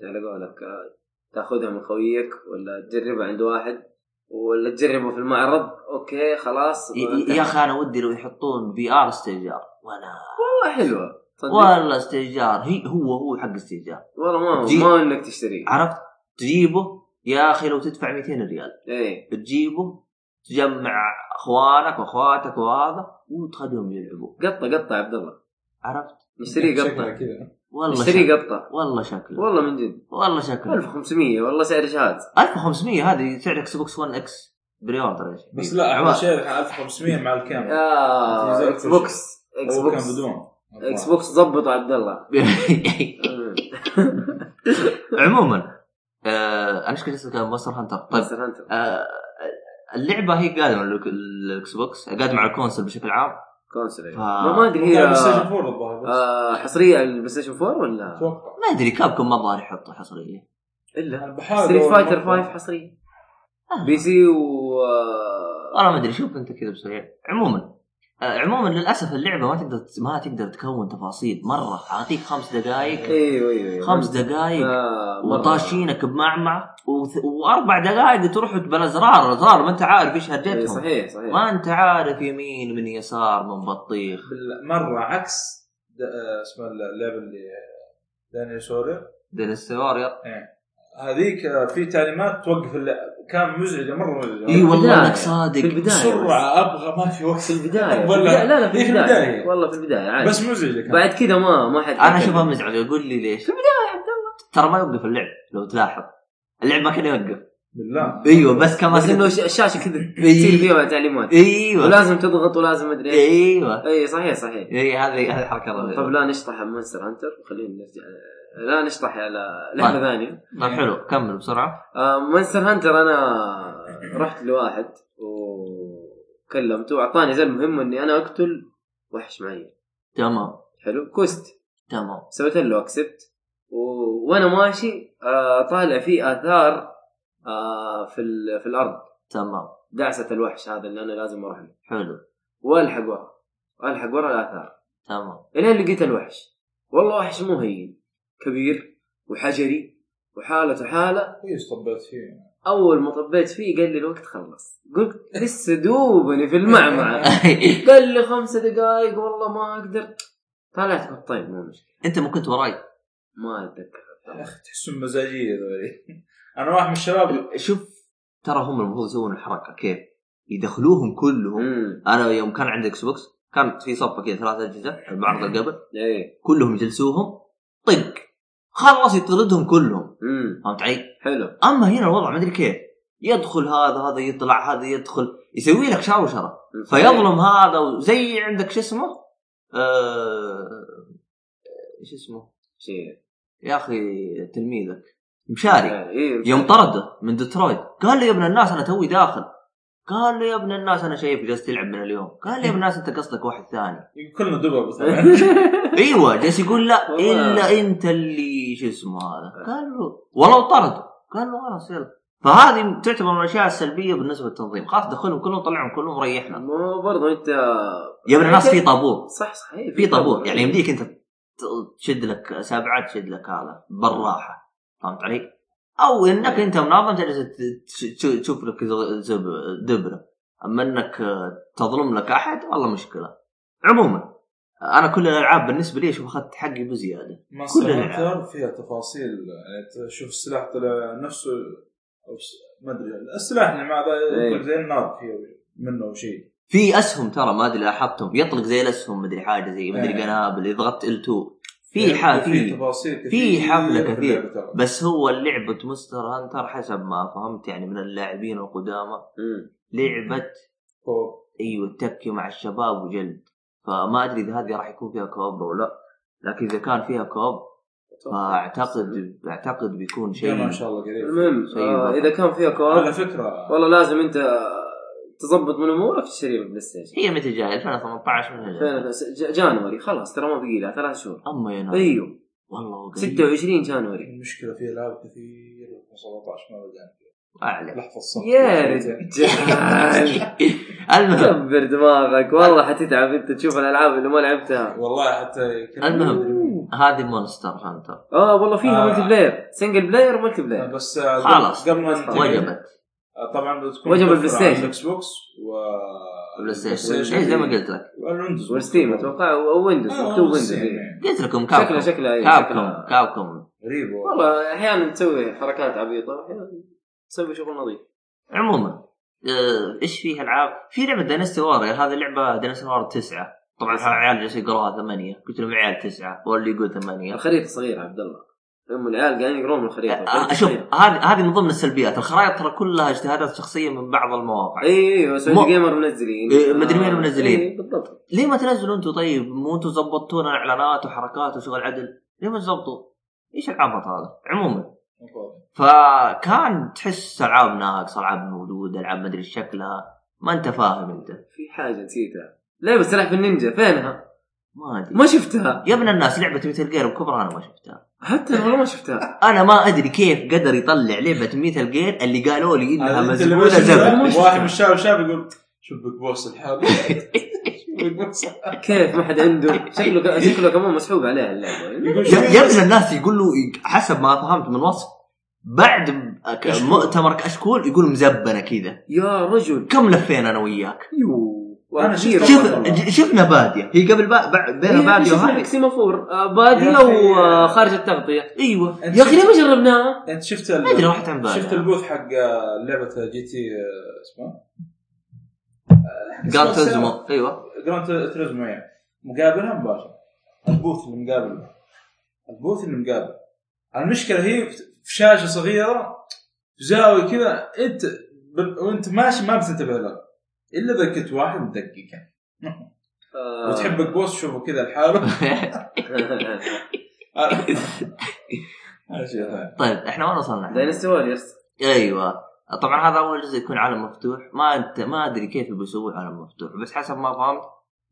Speaker 2: ت- على قولك آه، تاخذها من خويك ولا تجربها عند واحد ولا تجربه في المعرض اوكي خلاص
Speaker 1: ي- ي- يا اخي انا ودي لو يحطون بي ار استئجار ولا
Speaker 2: والله حلوه صدق
Speaker 1: ولا استئجار هي هو هو حق استئجار
Speaker 2: والله ما
Speaker 1: جي-
Speaker 2: ما انك تشتري
Speaker 1: عرفت؟ تجيبه يا اخي لو تدفع 200 ريال
Speaker 2: ايه
Speaker 1: تجيبه تجمع اخوانك واخواتك وهذا وتخليهم يلعبوا
Speaker 2: قطه قطه يا عبد الله
Speaker 1: عرفت؟
Speaker 2: نشتريه
Speaker 4: شكلها
Speaker 2: قطه
Speaker 4: كذا
Speaker 1: يعني والله
Speaker 2: نشتريه
Speaker 1: شكله
Speaker 2: قطه
Speaker 1: والله شكله
Speaker 2: والله من جد
Speaker 1: والله شكله
Speaker 2: 1500 والله سعر شهاد
Speaker 1: 1500 هذه سعر اكس بوكس 1 اكس بري اوردر يا شيخ.
Speaker 4: بس لا
Speaker 1: عمار.
Speaker 4: احلى شيء الحين 1500 مع الكاميرا
Speaker 2: آه، اكس بوكس اكس
Speaker 4: هو كان
Speaker 2: بوكس
Speaker 4: بدون
Speaker 2: اكس بوكس ظبطه عبد الله
Speaker 1: طيب. عموما آه انا ايش كنت أسألك عن مونستر هانتر طيب
Speaker 2: مونستر هانتر
Speaker 1: آه اللعبه هي قادمه على الك- الاكس بوكس قادمه على الكونسل بشكل عام
Speaker 2: كونسل إيه.
Speaker 1: ف-
Speaker 2: ما ما ادري
Speaker 4: هي
Speaker 2: هي
Speaker 4: بلاي ستيشن 4 الظاهر بس.
Speaker 2: آه، حصريه على البلاي ستيشن 4 ولا
Speaker 4: اتوقع
Speaker 1: ما ادري كابكم ما الظاهر يحطوا حصريه
Speaker 2: الا
Speaker 4: انا بحاول
Speaker 2: ستريت
Speaker 4: أول
Speaker 2: فايتر
Speaker 4: مرة.
Speaker 2: 5 حصريه
Speaker 1: آه.
Speaker 2: بي سي و آه،
Speaker 1: والله ما ادري شوف انت كذا بسرعه عموما آه عموما للاسف اللعبه ما تقدر ما تقدر تكون تفاصيل مره اعطيك خمس دقائق
Speaker 2: ايوه ايوه أيوه.
Speaker 1: خمس دقائق
Speaker 2: آه، مرة.
Speaker 1: وطاشينك بمعمعة وث- واربع دقائق تروح بالازرار ازرار ما انت عارف ايش
Speaker 2: إيه،
Speaker 1: هرجتهم
Speaker 2: صحيح صحيح
Speaker 1: ما انت عارف يمين من يسار من بطيخ
Speaker 4: بال- مره عكس د- آه، اسمه اللعبه اللي دانيال سوريا
Speaker 1: دينيس سوارير
Speaker 4: هذيك آه، في تعليمات توقف اللعب كان مزعجه مره مزعجه
Speaker 1: اي والله
Speaker 2: البداية.
Speaker 1: انك صادق
Speaker 2: في البدايه بس.
Speaker 4: بسرعه ابغى ما في وقت
Speaker 2: في البدايه في
Speaker 4: ولا-
Speaker 2: البداية. لا لا في
Speaker 4: إيه، في
Speaker 2: البدايه
Speaker 4: البداية.
Speaker 2: والله في البدايه عادي
Speaker 4: بس مزعجه كان
Speaker 2: بعد كذا ما ما حد
Speaker 1: انا اشوفها مزعجه قول لي ليش في البدايه يا عبد الله ترى ما يوقف اللعب لو تلاحظ اللعب ما كان يوقف
Speaker 4: بالله
Speaker 1: ايوه بس كان
Speaker 2: بس انه
Speaker 1: ما
Speaker 2: ش- الشاشه كذا
Speaker 1: إيه.
Speaker 2: تصير فيها تعليمات
Speaker 1: ايوه
Speaker 2: ولازم تضغط ولازم ادري ايش
Speaker 1: ايوه
Speaker 2: اي صحيح صحيح
Speaker 1: اي إيه، هذه هذه الحركه
Speaker 2: طب
Speaker 1: الرهيبه
Speaker 2: لا نشطح مونستر هانتر وخلينا نرجع لا نشطح على لعبه
Speaker 1: طيب.
Speaker 2: ثانيه
Speaker 1: طب حلو كمل بسرعه
Speaker 2: آه، مونستر هانتر انا رحت لواحد وكلمته واعطاني زي المهمه اني انا اقتل وحش معين
Speaker 1: تمام
Speaker 2: حلو كوست
Speaker 1: تمام
Speaker 2: سويت له اكسبت و... وانا ماشي آه، طالع في اثار آه، في ال... في الارض
Speaker 1: تمام
Speaker 2: دعسه الوحش هذا اللي انا لازم اروح له
Speaker 1: حلو
Speaker 2: والحق ورا والحق ورا الاثار
Speaker 1: تمام
Speaker 2: الين لقيت الوحش والله وحش مو هين كبير وحجري وحالته حاله
Speaker 4: كويس طبيت فيه
Speaker 2: اول ما طبيت فيه قال لي الوقت خلص قلت لسه دوبني في المعمعه قال لي خمسة دقائق والله ما اقدر طلعت قلت طيب مو مشكله
Speaker 1: انت ما كنت وراي
Speaker 2: ما اتذكر
Speaker 4: يا اخي تحسهم مزاجيه ذولي انا واحد من الشباب
Speaker 1: شوف ترى هم المفروض يسوون الحركه كيف يدخلوهم كلهم
Speaker 2: امم
Speaker 1: انا يوم كان عندي اكس بوكس كانت في صفه كذا ثلاث اجهزه المعرض اللي قبل
Speaker 2: ايه
Speaker 1: كلهم يجلسوهم طق خلص يطردهم كلهم
Speaker 2: امم
Speaker 1: فهمت علي؟
Speaker 2: حلو
Speaker 1: اما هنا الوضع ما ادري كيف يدخل هذا هذا يطلع هذا يدخل يسوي لك شاوشره فيظلم هذا وزي عندك شو اسمه؟ آه، شو اسمه؟
Speaker 2: شيء
Speaker 1: يا اخي تلميذك مشاري
Speaker 2: ايه
Speaker 1: يوم طرده من ديترويت قال له يا ابن الناس انا توي داخل قال له يا ابن الناس انا شايف جالس تلعب من اليوم قال له يا ابن الناس انت قصدك واحد ثاني
Speaker 4: كلنا دبر بس
Speaker 1: ايوه جالس يقول لا
Speaker 2: والله.
Speaker 1: الا انت اللي شو اسمه هذا قال له ولو طرده قال له خلاص يلا فهذه تعتبر من الاشياء السلبيه بالنسبه للتنظيم خلاص دخلهم كلهم طلعهم كلهم ريحنا
Speaker 2: ما هو برضه انت
Speaker 1: يا ابن الناس في طابور
Speaker 2: صح صح إيه،
Speaker 1: في طابور يعني يمديك انت ت- تشد لك سبعه تشد لك هذا بالراحه فهمت علي؟ او انك انت منظم جالس ت- تش- تش- تشوف لك ز- زب- دبره اما انك آه، تظلم لك احد والله مشكله عموما انا كل الالعاب بالنسبه لي اشوف اخذت حقي بزياده
Speaker 4: مصر
Speaker 1: كلنا
Speaker 4: اكثر فيها تفاصيل يعني تشوف السلاح طلع نفسه او س- ما ادري السلاح اللي مع ذا
Speaker 2: إيه.
Speaker 4: يطلق زي النار فيه منه او شيء
Speaker 1: في اسهم ترى ما ادري لاحظتهم يطلق زي الاسهم مدري حاجه زي مدري
Speaker 4: إيه.
Speaker 1: قنابل اذا ضغطت ال2 في
Speaker 4: يعني
Speaker 1: حاجه
Speaker 4: في
Speaker 1: في
Speaker 4: تفاصيل كثير
Speaker 1: في حملة
Speaker 4: في
Speaker 1: كثير.
Speaker 4: اللعبة ترى.
Speaker 1: بس هو لعبه مستر هانتر حسب ما فهمت يعني من اللاعبين القدامى
Speaker 2: أمم.
Speaker 1: لعبه
Speaker 4: إيه. كوب.
Speaker 1: ايوه تكي مع الشباب وجلد فما ادري اذا هذه راح يكون فيها كوب او لا لكن اذا كان فيها كوب فاعتقد اعتقد بيكون
Speaker 4: جمع ان
Speaker 1: شيء
Speaker 4: إيه، شاء الله قريب
Speaker 2: المهم
Speaker 1: شيء
Speaker 2: آه
Speaker 1: برضه.
Speaker 2: اذا كان فيها كوارث
Speaker 4: على فكره
Speaker 2: والله لازم انت تظبط من امورك تشتري بلاي ستيشن
Speaker 1: هي متى جايه 2018 من
Speaker 4: إيه.
Speaker 1: هنا
Speaker 2: فين- ج- جانوري خلاص ترى ما بقي لها ثلاث شهور
Speaker 1: اما يا
Speaker 4: إيه.
Speaker 1: ناس
Speaker 2: ايوه
Speaker 1: والله
Speaker 2: 26 جانوري
Speaker 4: المشكله في العاب كثير 17 ما بدأنا
Speaker 1: اعلى
Speaker 4: لحظه الصمت
Speaker 2: يا رجال
Speaker 1: المهم
Speaker 2: كبر دماغك والله حتتعب انت تشوف الالعاب اللي ما لعبتها
Speaker 4: والله حتى كنا-
Speaker 1: المهم. هذه مونستر هانتر
Speaker 2: اه والله فيها
Speaker 4: آه.
Speaker 2: ملتي بلاير سنجل بلاير وملتي بلاير
Speaker 4: بس آه، قبل-
Speaker 1: خلاص. طيب.
Speaker 4: قبل ما ننتهي،
Speaker 1: وجبت
Speaker 4: آه، طبعا بتكون
Speaker 2: وجب
Speaker 4: متوفرة
Speaker 2: البلاي ستيشن.
Speaker 4: على الاكس بوكس و
Speaker 1: بلاي ستيشن
Speaker 4: البلاي
Speaker 1: إيه زي ما قلت لك
Speaker 4: والويندوز
Speaker 2: والستيم اتوقع او ويندوز
Speaker 4: آه،
Speaker 2: مكتوب ويندوز
Speaker 4: والستيم،
Speaker 2: إيه.
Speaker 4: يعني.
Speaker 1: قلت لكم
Speaker 2: شكله
Speaker 1: كابكم
Speaker 2: شكله إيه،
Speaker 1: كابكم
Speaker 2: شكله
Speaker 1: كابكم
Speaker 4: غريب والله
Speaker 2: والله احيانا تسوي حركات عبيطه واحيانا تسوي شغل نظيف
Speaker 1: عموما آه، ايش فيه العاب؟ في لعبه دينستي وارير يعني هذه لعبه دينستي وارير تسعه طبعا العيال جالسين يقروها ثمانيه قلت لهم عيال تسعه واللي يقول ثمانيه
Speaker 2: الخريطه صغيره عبد الله ام العيال قاعدين يقرون من الخريطه
Speaker 1: آه،
Speaker 2: الخريطة إيه،
Speaker 1: شوف
Speaker 2: صغيرة.
Speaker 1: هذه هذه من ضمن السلبيات الخرائط ترى كلها اجتهادات شخصيه من بعض المواقع
Speaker 2: اي ايوه
Speaker 1: مو-
Speaker 2: سعودي جيمر منزلين
Speaker 1: إيه، مدري مين
Speaker 2: آه،
Speaker 1: منزلين.
Speaker 2: إيه، بالضبط
Speaker 1: ليه ما تنزلوا انتم طيب؟ مو انتم زبطتونا اعلانات وحركات وشغل عدل؟ ليه ما تزبطوا؟ ايش العبط هذا؟ عموما فكان تحس العاب ناقصه العاب موجوده العاب مدري شكلها ما انت فاهم انت
Speaker 2: في حاجه نسيتها لعبه سلاحف النينجا فينها؟
Speaker 1: ما ادري
Speaker 2: ما شفتها
Speaker 1: يا ابن الناس لعبه ميتل جير الكبرى انا ما شفتها
Speaker 2: حتى والله ما شفتها
Speaker 1: انا ما ادري كيف قدر يطلع لعبه ميتال جير اللي قالوا لي انها
Speaker 4: هذا آه، أنت اللي
Speaker 1: مزبوله
Speaker 4: ماشي
Speaker 1: زبل
Speaker 4: بالله، واحد من الشباب شاب يقول شوف بيج بوس الحالي بيج بوس.
Speaker 2: كيف ما حد عنده شكله ك- شكله كمان مسحوب عليها اللعبه
Speaker 4: يقول
Speaker 1: يا
Speaker 4: شوف
Speaker 1: يا ابن الناس يقول له حسب ما فهمت من وصف بعد أك- مؤتمر كشكول يقول مزبنه كذا
Speaker 2: يا رجل
Speaker 1: كم لفينا انا وياك
Speaker 2: يو
Speaker 4: أنا شفت
Speaker 1: شوف
Speaker 4: والله.
Speaker 1: ج- شفنا باديه هي قبل با... با- بين باديه
Speaker 2: شفنا
Speaker 1: وهذه
Speaker 2: سيمافور آه،
Speaker 4: يا
Speaker 2: باديه
Speaker 4: أخي.
Speaker 2: وخارج التغطيه
Speaker 1: ايوه
Speaker 4: أنت
Speaker 2: يا اخي ليه
Speaker 4: شفت-
Speaker 2: ما جربناها؟
Speaker 4: انت شفت
Speaker 1: ما ادري راحت عن بالي
Speaker 4: شفت البوث حق لعبه جي تي آه، اسمه
Speaker 1: قال تزمو ايوه
Speaker 4: جراند تريزمو يعني مقابلها مباشر البوث اللي مقابل البوث اللي مقابل المشكله هي في شاشه صغيره في زاويه كذا انت بال- وانت ماشي ما بتنتبه لها الا اذا كنت واحد مدقق يعني
Speaker 2: آه.
Speaker 4: وتحب البوث شوفه كذا لحاله هذا شيء ثاني
Speaker 1: طيب احنا وين وصلنا؟
Speaker 2: داينستي واريورز
Speaker 1: ايوه طبعا هذا اول جزء يكون عالم مفتوح ما انت ما ادري كيف بيسوي عالم مفتوح بس حسب ما فهمت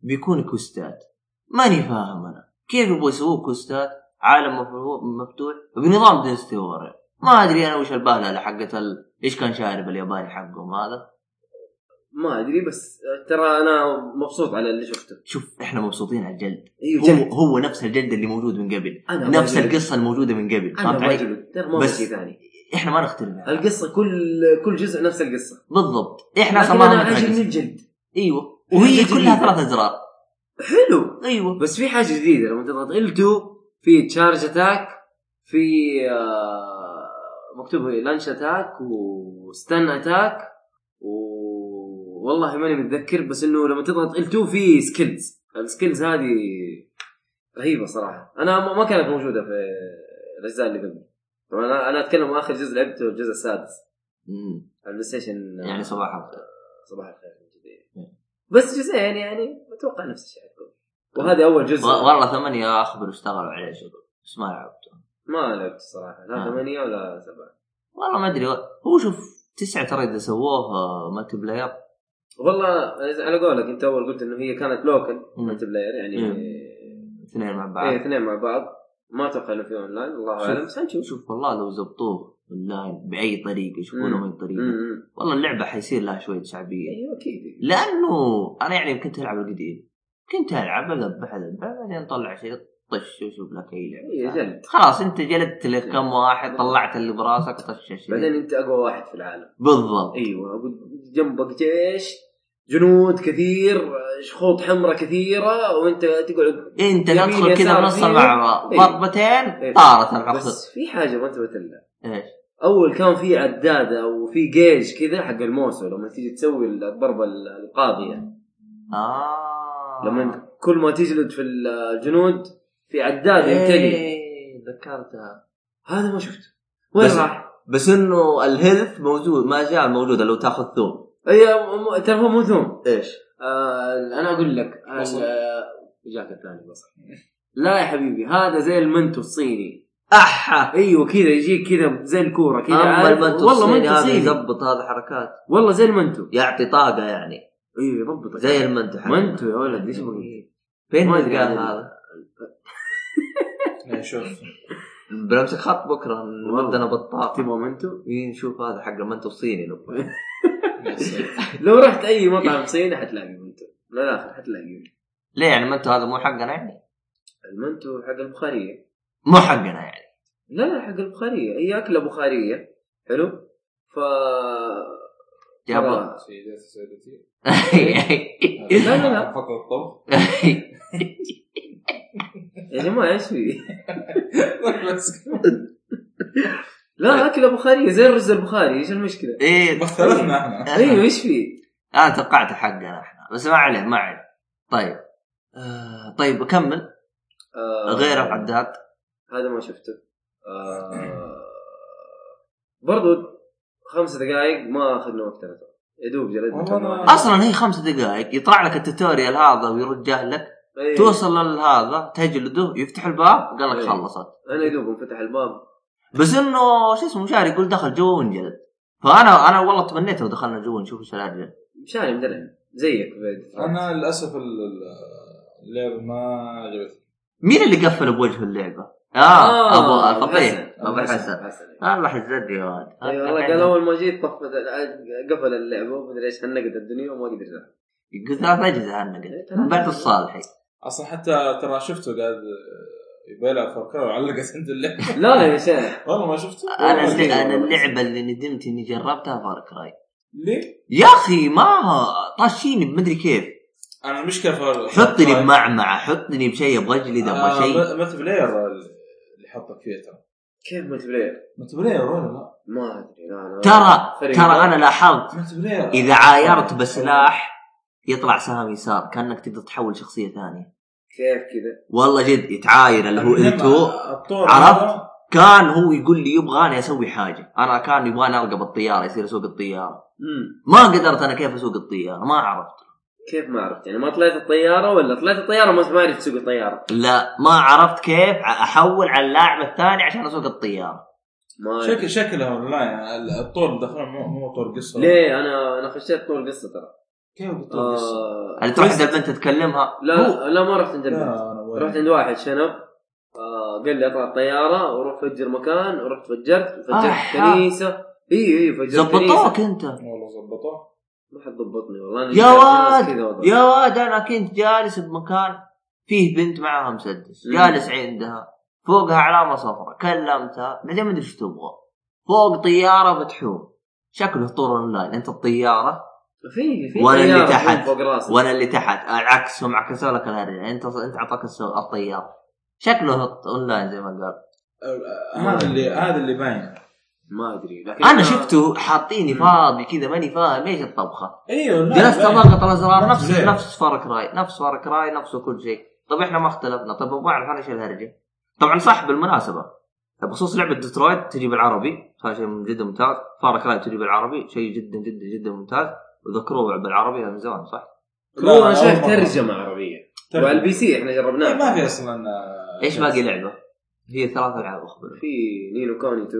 Speaker 1: بيكون كوستات ماني فاهم انا كيف يبغوا يسووا كوستات عالم مف- مفتوح بنظام دينستي وورير ما ادري انا وش البهلله حقت ال... ايش كان شارب الياباني حقهم هذا
Speaker 2: ما ادري بس آه، ترى انا مبسوط على اللي شفته
Speaker 1: شوف احنا مبسوطين على الجلد
Speaker 2: ايوه جلد.
Speaker 1: هو هو نفس الجلد اللي موجود من قبل
Speaker 2: انا
Speaker 1: أيوه، نفس
Speaker 2: ما جلد.
Speaker 1: القصه الموجوده من قبل
Speaker 2: انا
Speaker 1: فهمت
Speaker 2: ما
Speaker 1: علي؟
Speaker 2: جلد ترى ما في
Speaker 1: بس-
Speaker 2: شيء ثاني
Speaker 1: احنا ما نختلف
Speaker 2: القصه كل كل جزء نفس القصه
Speaker 1: بالضبط احنا
Speaker 2: لكن
Speaker 1: اصلا ما
Speaker 2: انا
Speaker 1: نختلف.
Speaker 2: عاجبني الجلد إيوه.
Speaker 1: ايوه وهي
Speaker 2: جديدة.
Speaker 1: كلها ثلاث ازرار
Speaker 2: حلو
Speaker 1: ايوه
Speaker 2: بس في حاجه جديده لما تضغط ال2 في تشارج اتاك في آه، مكتوب لانش اتاك وستن اتاك و والله ماني متذكر بس انه لما تضغط ال2 في سكيلز السكيلز هذه رهيبه صراحه انا ما- ما كانت موجوده في الاجزاء اللي قبل طبعا انا أنا اتكلم اخر جزء لعبته الجزء السادس
Speaker 1: مم.
Speaker 2: على البلاي ستيشن
Speaker 1: يعني صباح الخير.
Speaker 2: صباح الخير من جديد بس جزئين يعني اتوقع نفس الشيء حيكون. وهذا اول جزء
Speaker 1: و- والله ثمانية اخبر اشتغلوا عليه شغل بس ما لعبته
Speaker 2: ما لعبت صراحه لا
Speaker 1: آه.
Speaker 2: ثمانية ولا سبعة
Speaker 1: والله ما ادري هو شوف تسعة ترى اذا سووه آه، مالتي بلاير
Speaker 2: والله على قولك انت اول قلت انه هي كانت لوكل
Speaker 1: مم.
Speaker 2: مالتي بلاير يعني
Speaker 1: مم. اثنين مع بعض
Speaker 2: ايه اثنين مع بعض ما اتوقع انه في اونلاين الله
Speaker 1: شوف.
Speaker 2: اعلم بس هنشوف
Speaker 1: شوف والله لو زبطوه اونلاين باي طريقة يشوفونه
Speaker 2: مم.
Speaker 1: من طريقة
Speaker 2: مم.
Speaker 1: والله اللعبة حيصير لها شوية شعبية
Speaker 2: ايوه اكيد
Speaker 1: لانه انا يعني كنت العب القديم كنت العب اذبح اذبح بعدين طلع شيء طش وشوف لك اي
Speaker 2: هي
Speaker 1: لعبة
Speaker 2: جلد
Speaker 1: خلاص انت جلدت لك كم واحد طلعت اللي براسك طش
Speaker 2: بعدين
Speaker 1: الشيء
Speaker 2: انت اقوى واحد في العالم
Speaker 1: بالضبط
Speaker 2: ايوه أقول جنبك جيش جنود كثير خطوط حمراء كثيره وانت تقعد
Speaker 1: انت
Speaker 2: يمين
Speaker 1: إيه، تدخل كذا
Speaker 2: يسار
Speaker 1: نص
Speaker 2: يمين.
Speaker 1: مع
Speaker 2: إيه.
Speaker 1: ضربتين
Speaker 2: إيه.
Speaker 1: طارت العقد
Speaker 2: بس في حاجه ما انتبهت لها
Speaker 1: ايش
Speaker 2: اول كان في عداده وفي جيش كذا حق الموسو لما تيجي تسوي الضربه القاضيه
Speaker 1: اه
Speaker 2: لما كل ما تجلد في الجنود في عداد ينتقل
Speaker 1: إيه، ذكرتها
Speaker 2: هذا ما شفته وين
Speaker 1: بس-
Speaker 2: راح؟
Speaker 1: بس انه الهيلث موجود ما جاء موجود لو تاخذ ثوم
Speaker 2: اي م- م- إيه، ترى هو مو ثوم
Speaker 1: ايش؟
Speaker 2: آه انا اقول لك آه،
Speaker 4: بصل.
Speaker 2: جاك الثاني بصل لا يا حبيبي هذا زي المنتو الصيني
Speaker 1: احا
Speaker 2: ايوه كذا يجيك كذا زي الكوره كذا
Speaker 1: اما
Speaker 2: عارف؟
Speaker 1: المنتو
Speaker 2: والله
Speaker 1: الصيني
Speaker 2: منتو
Speaker 1: هذا
Speaker 2: صيني
Speaker 1: يضبط هذا حركات
Speaker 2: والله زي المنتو
Speaker 1: يعطي طاقه يعني
Speaker 2: ايوه يضبط
Speaker 1: زي المنتو إيه. حقنا.
Speaker 2: منتو يا ولد ايش بقى؟
Speaker 1: فين
Speaker 2: ما
Speaker 1: قال
Speaker 2: أدري عن-
Speaker 1: هذا؟
Speaker 4: لا، شوف
Speaker 1: بنمسك خط بكره نودنا بطاط
Speaker 2: تبغى منتو؟
Speaker 1: إيه، نشوف هذا حق المنتو الصيني نبغى.
Speaker 4: يا ساتر.
Speaker 2: لو رحت اي
Speaker 1: إيه.
Speaker 2: مطعم صيني حتلاقي منتو لا لا حتلاقي
Speaker 1: ليه يعني المنتو هذا مو حقنا يعني؟
Speaker 2: المنتو حق البخاريه
Speaker 1: مو حقنا يعني
Speaker 2: لا لا حق البخاريه هي اكله بخاريه حلو ف آه،
Speaker 1: جابوا
Speaker 4: سيداتي سيدتي
Speaker 2: لا، لا، لا.
Speaker 4: فقط الطبخ
Speaker 2: يا جماعه ايش في؟
Speaker 4: بس
Speaker 1: طيب.
Speaker 2: لا اكله بخاريه زي الرز البخاري ايش المشكله؟
Speaker 1: ايه
Speaker 4: مثلتنا احنا
Speaker 2: ايوه ايش في؟
Speaker 1: انا آه، توقعت حقنا احنا بس ما عليه ما عليه طيب آه طيب كمل
Speaker 2: آه
Speaker 1: غير العداد
Speaker 2: هذا ما شفته آه برضو خمس دقائق ما اخذنا وقتنا ترى. يا دوب
Speaker 4: والله
Speaker 2: جلدنا
Speaker 4: أنا-
Speaker 1: اصلا هي خمس دقائق يطلع لك التوتوريال هذا ويرجع لك
Speaker 2: أيوه.
Speaker 1: توصل لهذا تجلده يفتح الباب قال لك
Speaker 2: إيه.
Speaker 1: خلصت
Speaker 2: انا يا دوب انفتح الباب
Speaker 1: بس انه شو اسمه مشاري يقول دخل جوا وانجلد فانا انا والله تمنيت لو دخلنا جوا نشوف ايش الاجل
Speaker 2: مشاري مدلع زيك بعد.
Speaker 4: انا للاسف ال- ال- اللعبه ما عجبتني
Speaker 1: مين اللي قفل بوجه اللعبه؟ اه,
Speaker 2: آه،
Speaker 1: ابو الفقيه ابو حسن
Speaker 2: حسن
Speaker 1: الله حزتني يا ولد
Speaker 2: اي والله أيوة، قال اول ما جيت طفت ال- قفل اللعبه ومدري ايش هنقت الدنيا وما قدر يلعب.
Speaker 1: يقول ثلاث اجهزه هالنقل بعد الصالحي
Speaker 4: اصلا حتى ترى شفته قاعد يبغى يلعب فكر وعلقت عند اللعبه
Speaker 2: لا لا يا شيخ
Speaker 4: والله ما شفته
Speaker 1: انا
Speaker 4: والله
Speaker 1: اللي-
Speaker 4: ما
Speaker 1: انا
Speaker 4: شفته.
Speaker 1: اللعبه اللي ندمت اني جربتها فار كراي
Speaker 4: ليه؟
Speaker 1: يا اخي ما طاشيني بمدري كيف
Speaker 4: انا المشكله في آه،
Speaker 1: حطني بمعمعه حطني بشيء ابغى اجلد ابغى شيء
Speaker 4: مت بلاير اللي حطك فيه ترى
Speaker 2: كيف ملتي بلاير؟
Speaker 4: مت بلاير ولا لا؟
Speaker 2: ما ادري لا لا
Speaker 1: ترى
Speaker 2: فريق.
Speaker 1: ترى انا لاحظت
Speaker 4: مت بلاير
Speaker 1: اذا عايرت بسلاح يطلع سهم يسار كانك تقدر تحول شخصيه ثانيه
Speaker 2: كيف كذا؟
Speaker 1: والله جد يتعاير اللي هو التو
Speaker 4: الطور
Speaker 1: عرفت؟
Speaker 4: هذا
Speaker 1: كان هو يقول لي يبغاني اسوي حاجه انا كان يبغاني اركب الطياره يصير اسوق الطياره
Speaker 2: امم
Speaker 1: ما قدرت انا كيف اسوق الطياره ما عرفت
Speaker 2: كيف ما عرفت يعني ما طلعت الطياره ولا طلعت الطياره ما ما عرفت تسوق الطياره
Speaker 1: لا ما عرفت كيف احول على اللاعب الثاني عشان اسوق الطياره
Speaker 2: ما أدري.
Speaker 4: شكل شكله اونلاين الطور مدخله مو مو طور قصه
Speaker 2: ليه انا انا خشيت طول القصه ترى
Speaker 4: كيف طور قصه؟
Speaker 1: اللي
Speaker 2: آه...
Speaker 1: يعني تروح عند البنت تكلمها هو-
Speaker 2: لا لا ما رحت عند
Speaker 1: آه،
Speaker 2: البنت
Speaker 4: لا، أنا وين.
Speaker 2: رحت عند واحد شنب آه قال لي اطلع الطياره وروح فجر مكان ورحت فجرت
Speaker 1: آه،
Speaker 2: وفجرت
Speaker 1: آه.
Speaker 2: كنيسه اي اي فجرت كنيسه
Speaker 1: زبطوك انت
Speaker 4: والله ظبطوه
Speaker 2: ما حد ضبطني والله أنا
Speaker 1: يا
Speaker 2: جالس
Speaker 1: واد،
Speaker 2: كذا وضع.
Speaker 1: يا واد انا كنت جالس بمكان فيه بنت معاها مسدس
Speaker 2: مم.
Speaker 1: جالس عندها فوقها علامه صفراء كلمتها بعدين ما ادري ايش تبغى فوق طياره بتحوم شكله طور اونلاين انت الطياره
Speaker 2: في في
Speaker 1: ولا اللي
Speaker 2: طيارة
Speaker 1: تحت.
Speaker 2: فوق راسي
Speaker 1: وانا اللي تحت العكس هم عكسوا لك الهرجه انت انت اعطاك السو- الطيار شكله هط- اونلاين زي ما قال
Speaker 4: هذا اللي هذا اللي باين
Speaker 2: ما ادري لكن
Speaker 1: انا شفته حاطيني
Speaker 2: مم.
Speaker 1: فاضي كذا ماني فاهم ايش الطبخه
Speaker 4: ايوه لا،
Speaker 1: جلست
Speaker 4: باين.
Speaker 1: اضغط الازرار نفس
Speaker 4: زين.
Speaker 1: نفس فرق راي نفس فرق راي نفسه كل شيء طب احنا ما اختلفنا طيب، طب ابغى اعرف انا ايش الهرجه طبعا صح بالمناسبه طيب، بخصوص لعبه ديترويت تجي بالعربي هذا شيء جدا ممتاز فارك راي تجي بالعربي شيء جدا جدا جدا ممتاز وذكروه بالعربي من زمان صح؟
Speaker 2: كرو
Speaker 4: لا،
Speaker 2: انا شايف
Speaker 4: أول مرة.
Speaker 2: ترجمه عربيه
Speaker 4: ترجمة.
Speaker 2: وعلى البي سي احنا
Speaker 4: إيه،
Speaker 2: جربناها
Speaker 4: ما في اصلا آه،
Speaker 1: ايش
Speaker 4: شيء.
Speaker 1: باقي لعبه؟ هي ثلاث العاب اخبرني
Speaker 2: في نينو كوني 2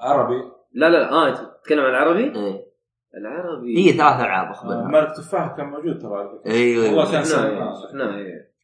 Speaker 4: عربي
Speaker 2: لا لا لا اه أنت تتكلم عن العربي؟
Speaker 1: ايه
Speaker 2: العربي
Speaker 1: هي ثلاث العاب
Speaker 4: آه،
Speaker 1: اخبرنا
Speaker 4: ملك تفاح كان موجود ترى على فكرة.
Speaker 1: ايوه
Speaker 4: والله
Speaker 1: أيوة.
Speaker 4: كان
Speaker 2: شفناها
Speaker 4: سنة.
Speaker 2: إيه، شفناها إيه.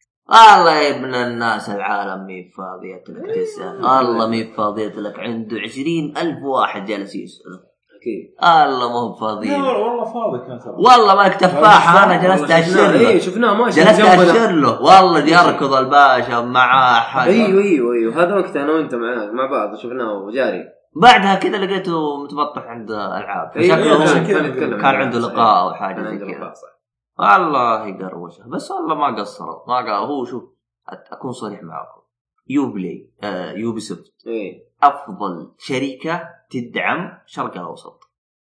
Speaker 1: الله يا ابن الناس العالم مي فاضية لك
Speaker 2: إيه.
Speaker 1: تسأل الله مي فاضية لك عنده عشرين ألف واحد جالس يسأل
Speaker 2: اكيد
Speaker 1: الله ما هو
Speaker 4: لا
Speaker 1: فاضي
Speaker 4: والله والله فاضي كان ترى
Speaker 1: والله مالك تفاحة أنا جلست
Speaker 2: والله شفناها،
Speaker 1: أشر
Speaker 2: ايه
Speaker 1: له
Speaker 2: شفناها ماشي
Speaker 1: جلست
Speaker 2: جنبنا.
Speaker 1: أشر له والله يركض الباشا معاه حاجة
Speaker 2: ايوه ايوه ايوه هذا وقت انا وانت معاك مع بعض شفناه وجاري
Speaker 1: بعدها كذا لقيته متبطح عند ألعاب
Speaker 2: أيوة،
Speaker 1: شكله
Speaker 2: عشان
Speaker 1: هو
Speaker 4: كان-
Speaker 2: كذا
Speaker 4: كان
Speaker 2: نتكلم
Speaker 1: كان
Speaker 2: عنه.
Speaker 1: عنده
Speaker 2: صحيح.
Speaker 1: لقاء أو حاجة
Speaker 2: كان
Speaker 1: زي
Speaker 2: عنده
Speaker 1: كذا
Speaker 2: لقاء صح
Speaker 1: والله قروشه بس والله ما قصرت ما قال هو شوف أت- اكون صريح معاكم يوبلي آه يوبي سوفت
Speaker 2: ايه
Speaker 1: افضل شركه تدعم الشرق الاوسط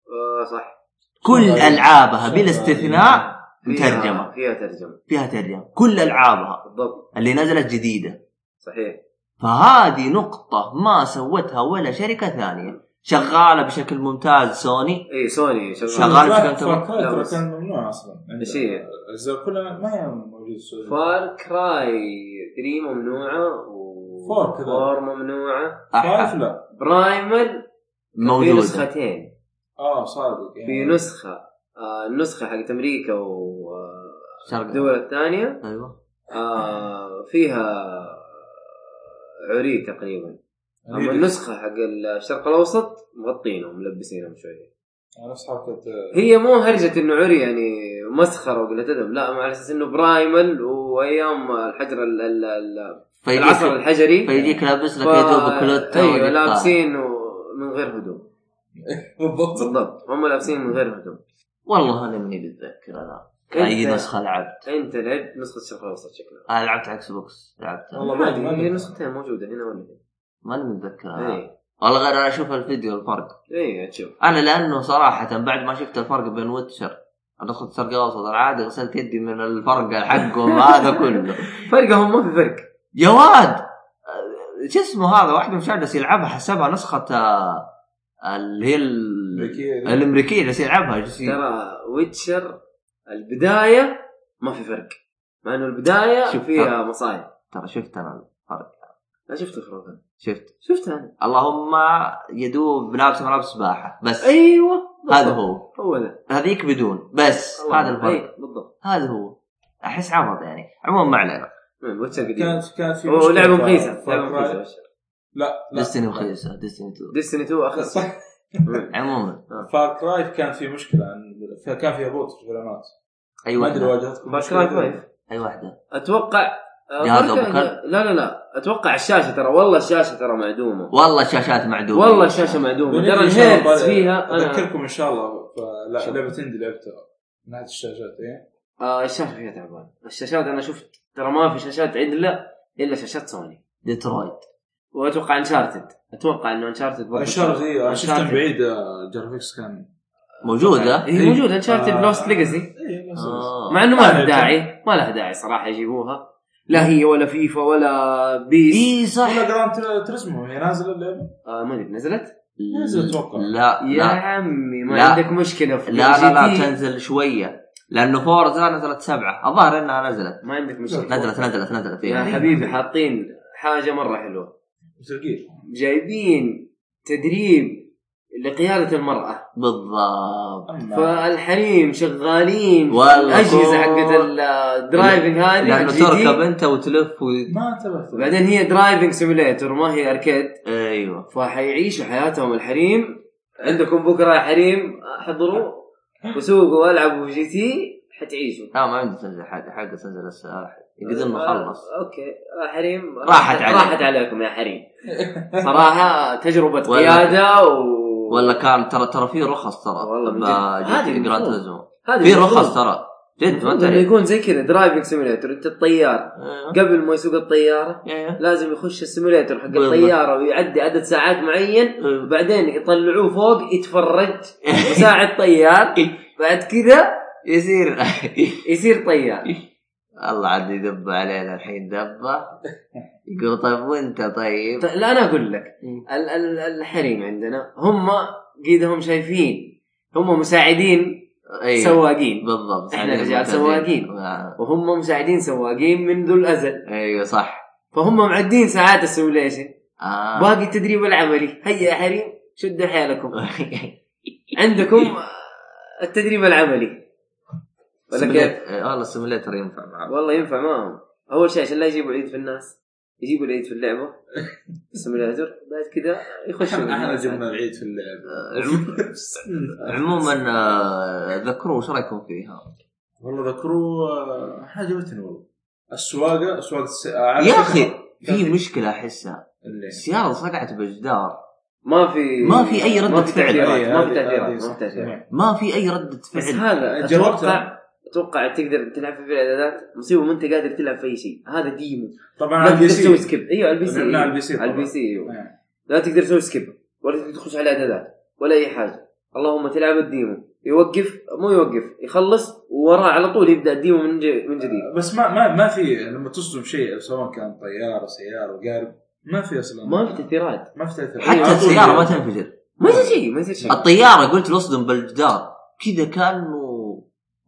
Speaker 2: آه صح
Speaker 1: كل
Speaker 4: والله.
Speaker 1: العابها
Speaker 4: والله.
Speaker 1: بلا استثناء
Speaker 2: فيها-
Speaker 1: مترجمه
Speaker 2: فيها ترجمه
Speaker 1: فيها ترجمه كل العابها
Speaker 2: بالضبط
Speaker 1: اللي نزلت جديده
Speaker 2: صحيح
Speaker 1: فهذه نقطه ما سوتها ولا شركه ثانيه شغاله بشكل ممتاز سوني
Speaker 2: اي سوني إيه، شغال
Speaker 1: شغال.
Speaker 4: فار-
Speaker 1: كان تبع-
Speaker 4: فار كراي
Speaker 2: لا،
Speaker 4: ترى
Speaker 2: بس-
Speaker 4: كان ممنوع اصلا عند-
Speaker 2: إيش هي؟
Speaker 4: الاجزاء كلها ما هي موجوده السعوديه
Speaker 2: فار كراي 3 ممنوعه و
Speaker 4: فور كذا.
Speaker 2: فور ممنوعه
Speaker 4: فايف لا
Speaker 2: برايمل في
Speaker 1: موجوده
Speaker 2: نسختين
Speaker 4: اه صادق
Speaker 2: في
Speaker 4: يعني
Speaker 2: نسخه آه النسخه حقت آه، امريكا
Speaker 1: شرق.
Speaker 2: والدول الثانيه
Speaker 1: ايوه
Speaker 2: آه فيها عري تقريبا اما
Speaker 4: أمريكا.
Speaker 2: النسخه حق الشرق الاوسط مغطينهم ملبسينهم شويه
Speaker 4: نفس حركه آه،
Speaker 2: هي مو هرجه انه عري يعني مسخره وقله ادب لا مع اساس انه برايمل وايام الحجر ال- ال- ال- العصر
Speaker 1: فيجيك
Speaker 2: الحجري
Speaker 1: فيجيك لابس لك
Speaker 2: ف-
Speaker 1: يا دوب كلوتا
Speaker 2: ايوه
Speaker 1: وجبتها.
Speaker 2: لابسين و- من غير هدوم
Speaker 4: بالضبط
Speaker 2: بالضبط هم لابسين من غير هدوم
Speaker 1: والله انا مني بتذكر انا اي
Speaker 2: أنت-
Speaker 1: نسخه لعبت
Speaker 2: انت لعبت نسخه الشرق الاوسط شكلها
Speaker 1: انا لعبت على اكس بوكس لعبتها
Speaker 4: والله ما
Speaker 2: عادي،
Speaker 4: أدري.
Speaker 2: هي نسختين موجوده هنا ولا
Speaker 1: ماني متذكرها
Speaker 2: هنا
Speaker 1: والله غير انا اشوف الفيديو الفرق
Speaker 2: اي إيه، تشوف
Speaker 1: انا لانه صراحه بعد ما شفت الفرق بين ويتشر نسخة الشرق الاوسط العادي غسلت يدي من الفرق حقهم هذا كله
Speaker 2: فرقهم ما في فرق
Speaker 1: يا واد آه، شو اسمه هذا واحد مش جالس يلعبها حسبها نسخة آه، اللي هي ال-
Speaker 4: أمريكية دي.
Speaker 1: الامريكية جالس يلعبها جالس ي-
Speaker 2: ترى ويتشر البدايه ما في فرق مع انه البدايه
Speaker 1: شوف،
Speaker 2: فيها
Speaker 1: ترى-
Speaker 2: مصايب
Speaker 1: ترى شفت انا الفرق
Speaker 2: لا شفت فروضا
Speaker 1: شفت
Speaker 2: شفتها انا
Speaker 1: اللهم يدوب لابس ملابس سباحة بس
Speaker 2: ايوه
Speaker 1: هذا
Speaker 2: بالضبط.
Speaker 1: هو
Speaker 2: هو ذا
Speaker 1: هذيك بدون بس
Speaker 2: الله
Speaker 1: هذا الفرق
Speaker 2: أي، إيه، بالضبط
Speaker 1: هذا هو احس عبط يعني عموما ما علينا
Speaker 2: مم، ويتشر قديم
Speaker 4: كانت كانت في
Speaker 2: هو لعبه
Speaker 4: مشكلة
Speaker 2: مخيسه
Speaker 4: فار
Speaker 2: لعبه
Speaker 4: كراي.
Speaker 2: مخيسه ويتشر.
Speaker 4: لا لا
Speaker 1: ديستني رخيصه ديستني 2
Speaker 2: ديستني 2 اخس
Speaker 4: صح
Speaker 1: عموما
Speaker 4: فار كراي كان في مشكله عن- كان فيها بوت في العلامات
Speaker 1: اي
Speaker 4: ما ادري
Speaker 1: واحده
Speaker 4: واجهتكم
Speaker 2: فار كراي
Speaker 4: مشكلة؟
Speaker 2: 5
Speaker 1: اي واحده
Speaker 2: اتوقع آه،
Speaker 1: جهاز
Speaker 2: مركز-
Speaker 1: أبو كلب.
Speaker 2: لا لا لا اتوقع الشاشه ترى والله الشاشه ترى معدومه
Speaker 1: والله الشاشات معدومه
Speaker 2: والله الشاشه معدومه ترى
Speaker 4: إن شاء الله
Speaker 2: الهيرتز
Speaker 4: بل-
Speaker 2: فيها انا
Speaker 4: اذكركم ان شاء الله ف- لا- لعبه اندي لعبتها من ناحيه الشاشات ايه
Speaker 2: آه الشاشه فيها تعبان الشاشات انا شفت ترى ما في شاشات عدله الا شاشات سوني
Speaker 1: ديترويت
Speaker 2: واتوقع انشارتد اتوقع انه انشارتد برضه
Speaker 4: الشارج إيه، انا شفتها من
Speaker 2: Uncharted.
Speaker 4: بعيد آه، الجرافيكس كان
Speaker 1: موجوده
Speaker 2: هي
Speaker 4: إيه.
Speaker 2: موجوده انشارتد لوست ليجاسي
Speaker 4: اي
Speaker 1: آه.
Speaker 2: مع انه ما
Speaker 4: إيه، آه،
Speaker 2: لها
Speaker 4: جد.
Speaker 2: داعي ما لها داعي صراحه يجيبوها لا هي ولا فيفا ولا بيس
Speaker 1: اي إيه، صح
Speaker 4: ولا جراند تريزمو هي نازله اللعبه
Speaker 2: آه ما ادري نزلت
Speaker 4: نزل أتوقع.
Speaker 1: لا
Speaker 2: يا
Speaker 1: لا
Speaker 2: عمي ما
Speaker 1: لا.
Speaker 2: عندك مشكله في
Speaker 1: لا لا, لا
Speaker 2: GTA.
Speaker 1: تنزل شويه لانه فورزا نزلت سبعه الظاهر انها نزلت
Speaker 2: ما عندك مشكله
Speaker 1: نزلت نزلت نزلت
Speaker 2: يا
Speaker 1: إيه.
Speaker 2: حبيبي حاطين حاجه مره حلوه
Speaker 4: مثل جير
Speaker 2: جايبين تدريب لقياده المراه
Speaker 1: بالضبط
Speaker 2: فالحريم شغالين
Speaker 1: نعم.
Speaker 2: في
Speaker 1: والله
Speaker 2: الاجهزه
Speaker 1: كل-
Speaker 2: حقت الدرايفنج هذه
Speaker 1: لانه
Speaker 2: الجي تي.
Speaker 1: تركب انت وتلف و...
Speaker 4: ما انتبهت
Speaker 2: بعدين هي درايفنج سيميليتر ما هي اركيد
Speaker 1: ايوه
Speaker 2: فحيعيشوا حياتهم الحريم عندكم بكره يا حريم احضروا وسوقوا والعبوا جي تي حتعيشوا
Speaker 1: لا ما عندي تنزل حاجه حاجه تنزل السلاح يقدر ما خلص
Speaker 2: آه، اوكي آه، حريم
Speaker 1: راحت عليكم.
Speaker 2: راحت عليكم يا حريم صراحه تجربه
Speaker 1: ولا-
Speaker 2: قياده و
Speaker 1: ولا كان ترى ترى في رخص ترى
Speaker 2: والله من جد. هذه
Speaker 1: جد جراند
Speaker 2: المفروض.
Speaker 1: تلزمو
Speaker 2: هذه
Speaker 1: في
Speaker 2: المفروض-
Speaker 1: رخص ترى جد ما
Speaker 2: المفروض إنه
Speaker 1: تعرف
Speaker 2: يكون زي كذا درايفنج سيميليتر انت الطيار
Speaker 1: إيه.
Speaker 2: قبل ما يسوق الطياره
Speaker 1: إيه.
Speaker 2: لازم يخش السيميليتر حق
Speaker 1: بالضبط.
Speaker 2: الطياره ويعدي عدد ساعات معين وبعدين يطلعوه فوق يتفرج مساعد طيار بعد كذا
Speaker 1: يصير
Speaker 2: يصير طيار
Speaker 1: الله عاد يدب علينا الحين دبه يقول طيب وانت طيب
Speaker 2: ط- لا انا اقول لك
Speaker 1: مم.
Speaker 2: ال- ال- الحريم عندنا هم قيد هم شايفين هم مساعدين
Speaker 1: أيوه.
Speaker 2: سواقين
Speaker 1: بالضبط
Speaker 2: إحنا
Speaker 1: يعني
Speaker 2: رجال
Speaker 1: معتادين.
Speaker 2: سواقين.
Speaker 1: آه.
Speaker 2: وهم مساعدين سواقين منذ الازل
Speaker 1: ايوه صح
Speaker 2: فهم معدين ساعات السيموليشن
Speaker 1: آه.
Speaker 2: باقي التدريب العملي هيا يا حريم شدوا حيلكم عندكم التدريب العملي ولا كيف؟
Speaker 1: سيميليت- إيه، والله السيميليتر ينفع معه
Speaker 2: والله ينفع معهم اول شيء عشان لا يجيبوا العيد في الناس يجيبوا العيد في اللعبه السيموليتر بعد كذا يخشوا
Speaker 4: احنا
Speaker 2: بالناس.
Speaker 4: جبنا العيد في اللعبه
Speaker 1: عموما آه، ذكروا وش رايكم فيها؟
Speaker 4: والله ذكروه عجبتني والله السواقه السواقه الس... آه، على
Speaker 1: يا
Speaker 4: فكرة-
Speaker 1: اخي في مشكله احسها
Speaker 4: اللي-
Speaker 1: السياره صقعت بجدار
Speaker 2: ما في
Speaker 1: ما في أي ردة
Speaker 2: ما في
Speaker 1: فعل.
Speaker 2: تأثيرات
Speaker 4: أي،
Speaker 2: ما في
Speaker 4: هذه-
Speaker 2: تأثيرات
Speaker 4: هذه
Speaker 2: ما في
Speaker 4: أيوة، صح.
Speaker 2: تأثيرات
Speaker 1: ما في اي رده
Speaker 2: بس
Speaker 1: فعل
Speaker 2: هذا
Speaker 4: جاوبت
Speaker 2: اتوقع اتوقع تقدر تلعب في الاعدادات مصيبه ما انت قادر تلعب في اي شيء هذا ديمو
Speaker 4: طبعا
Speaker 2: ما
Speaker 4: على
Speaker 2: تقدر
Speaker 4: البي
Speaker 2: تسوي
Speaker 4: سي
Speaker 2: سكيب ايوه على البي سي
Speaker 4: لا، على البي سي
Speaker 2: على البي
Speaker 4: طبعاً.
Speaker 2: سي ايوه
Speaker 4: إيه.
Speaker 2: لا تقدر تسوي سكيب ولا تقدر تخش على الاعدادات ولا اي حاجه اللهم تلعب الديمو يوقف مو يوقف يخلص ووراه على طول يبدا الديمو من ج- من جديد
Speaker 4: بس ما ما ما في لما تصدم شيء سواء كان طياره سياره وقارب ما في اصلا
Speaker 2: ما في تأثيرات
Speaker 4: ما في تاثير
Speaker 1: حتى السياره ما تنفجر
Speaker 2: أيوه. ما يصير شيء ما يصير شيء
Speaker 1: الطياره قلت لصدم بالجدار كذا كانه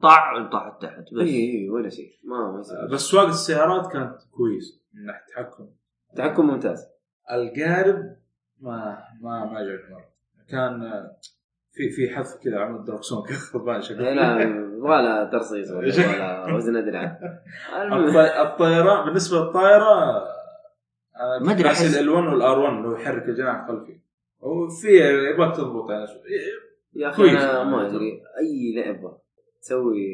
Speaker 1: طع طاح تحت
Speaker 2: اي
Speaker 1: بس
Speaker 2: اي ولا شيء ما ما يصير
Speaker 4: بس سواقه السيارات كانت كويس من ناحيه التحكم
Speaker 2: تحكم ممتاز
Speaker 4: القارب ما ما ما عجبني مره كان آه، في في حذف كذا عمل الدركسون كذا خربان شكله
Speaker 2: لا ولا ترصيص ولا ولا وزن ادرع المهم
Speaker 4: الطي- الطائره بالنسبه للطائره أنا
Speaker 1: ما أدري،
Speaker 4: كنت ناسي
Speaker 1: أحس-
Speaker 4: ال1 والار1 اللي هو يحرك الجناح الخلفي وفي يبغاك تضبط يعني شو-
Speaker 2: يا اخي
Speaker 4: كويس.
Speaker 2: انا ما ادري اي لعبه تسوي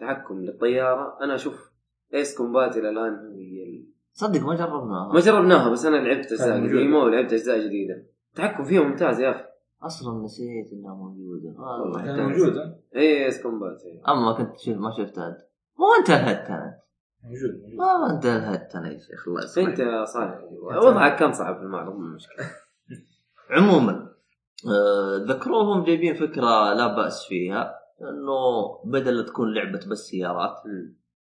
Speaker 2: تحكم للطياره انا اشوف ايس كومبات الى الان هي
Speaker 1: صدق ما جربناها
Speaker 2: ما جربناها بس انا لعبت اجزاء
Speaker 4: كان موجود.
Speaker 2: قديمه ولعبت اجزاء جديده التحكم فيها ممتاز يا اخي
Speaker 1: اصلا نسيت انها موجوده
Speaker 2: والله.
Speaker 1: والله
Speaker 4: كان موجود ها؟
Speaker 2: اي ايس إيه، كومبات إي.
Speaker 1: اما كنت شوف ما شفتها انت مو انت الهدت انا
Speaker 4: موجود موجود
Speaker 1: ما انت الهدت انا يا شيخ الله
Speaker 2: انت
Speaker 1: يسلمك
Speaker 2: يا صالح يعني. وضعك كان صعب في المعرض مو مشكله
Speaker 1: عموما آه، ذكروهم جايبين فكره لا باس فيها انه بدل تكون لعبه بس سيارات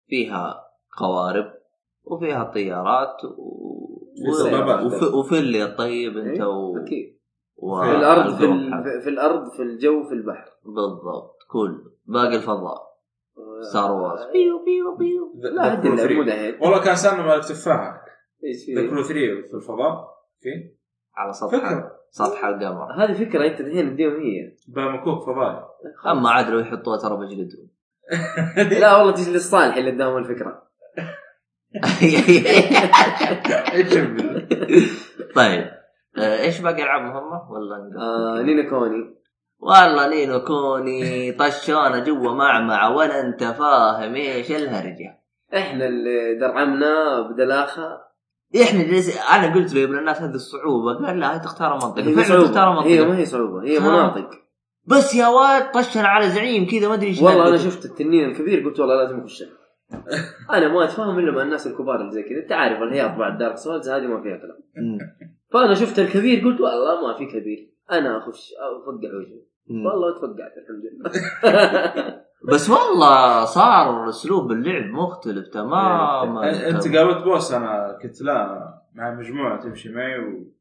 Speaker 1: فيها قوارب وفيها طيارات و...
Speaker 4: في
Speaker 1: و-
Speaker 4: سبابات.
Speaker 1: وف... وفل الطيب انت طيب و...
Speaker 2: اكيد
Speaker 1: و...
Speaker 2: في الارض في,
Speaker 1: الجو
Speaker 2: ال...
Speaker 1: حق.
Speaker 2: في- في الارض في الجو في البحر
Speaker 1: بالضبط كل باقي الفضاء ستار وورز
Speaker 2: بيو بيو بيو
Speaker 4: ذ-
Speaker 2: آه، أيوة، لا
Speaker 4: ذكروا
Speaker 2: هدي
Speaker 4: فريق.
Speaker 2: مو لهيد
Speaker 4: والله كان سالنا مال التفاحه
Speaker 2: ايش فيه؟
Speaker 4: ذكروا 3 في الفضاء في
Speaker 1: على سطح
Speaker 4: فكره
Speaker 1: سطح القمر
Speaker 2: هذه فكره انت الحين تديهم هي
Speaker 4: بامكوك فضائي
Speaker 1: اما عاد لو يحطوها ترى بجلدهم
Speaker 2: لا والله تجي للصالح اللي اداهم الفكره
Speaker 4: ايش بالله
Speaker 1: طيب آه، ايش باقي العاب مهمه ولا نقفل
Speaker 2: آه
Speaker 1: كذا؟
Speaker 2: نينا كوني
Speaker 1: والله نينو كوني طشانه جوا معمعه ولا انت فاهم ايش الهرجه
Speaker 2: احنا اللي درعمنا بدلاخه
Speaker 1: احنا جلس انا قلت لابن الناس هذه الصعوبه قال لا هي تختار منطقه
Speaker 2: هي
Speaker 1: فعلا
Speaker 2: صعوبة.
Speaker 1: تختار
Speaker 2: هي ما
Speaker 1: منطقه
Speaker 2: هي صعوبه هي
Speaker 1: آه.
Speaker 2: مناطق
Speaker 1: بس يا واد طشر على زعيم كذا ما ادري ايش
Speaker 2: والله انا
Speaker 1: نبته.
Speaker 2: شفت التنين الكبير قلت والله لازم اخشه انا ما اتفاهم الا مع الناس الكبار اللي زي كذا انت عارف الهياط بعد دارك سولز هذه ما فيها كلام
Speaker 1: مم.
Speaker 2: فانا شفت الكبير قلت والله ما في كبير انا اخش افقع وجهي
Speaker 1: مم. طيب.
Speaker 2: والله تفقعت الحمد لله
Speaker 1: بس والله صار اسلوب اللعب مختلف تماما
Speaker 2: إيه،
Speaker 4: أن- انت يعني قابلت بوس انا كنت لا مع مجموعه تمشي معي و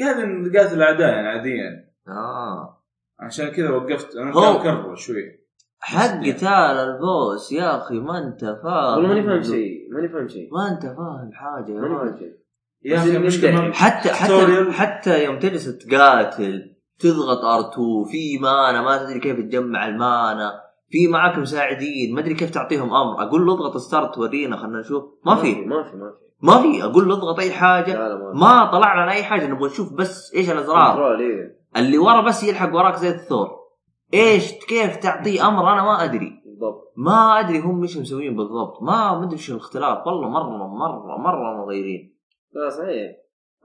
Speaker 4: قاعد نقاتل الاعداء يعني عاديا
Speaker 1: آه.
Speaker 4: عشان كذا وقفت انا
Speaker 1: هو-
Speaker 4: كان كرر شوي
Speaker 1: حق قتال البوس يا اخي ما انت فاهم
Speaker 2: والله ماني فاهم شيء ماني فاهم شيء
Speaker 1: ما انت فاهم حاجه يا
Speaker 2: ماني
Speaker 1: راجل
Speaker 2: فاهم شيء
Speaker 4: يا
Speaker 2: بس
Speaker 4: اخي المشكله
Speaker 2: نبدأ.
Speaker 1: حتى حتى
Speaker 4: Tutorial.
Speaker 1: حتى يوم تجلس تقاتل تضغط ار2 في مانا ما تدري كيف تجمع المانا في معاك مساعدين ما ادري كيف تعطيهم امر اقول له اضغط ستارت تورينا خلينا نشوف ما في
Speaker 2: ما في ما في
Speaker 1: ما في اقول له اضغط اي حاجه
Speaker 2: لا لا ما في
Speaker 1: ما طلع لنا اي حاجه نبغى نشوف بس ايش الازرار
Speaker 2: كنترول ايه
Speaker 1: اللي ورا بس يلحق وراك زي الثور ايش كيف تعطيه امر انا ما ادري
Speaker 2: بالضبط
Speaker 1: ما ادري هم ايش مسويين بالضبط ما ما ادري ايش الاختلاف والله مره مره مره مغيرين
Speaker 2: لا صحيح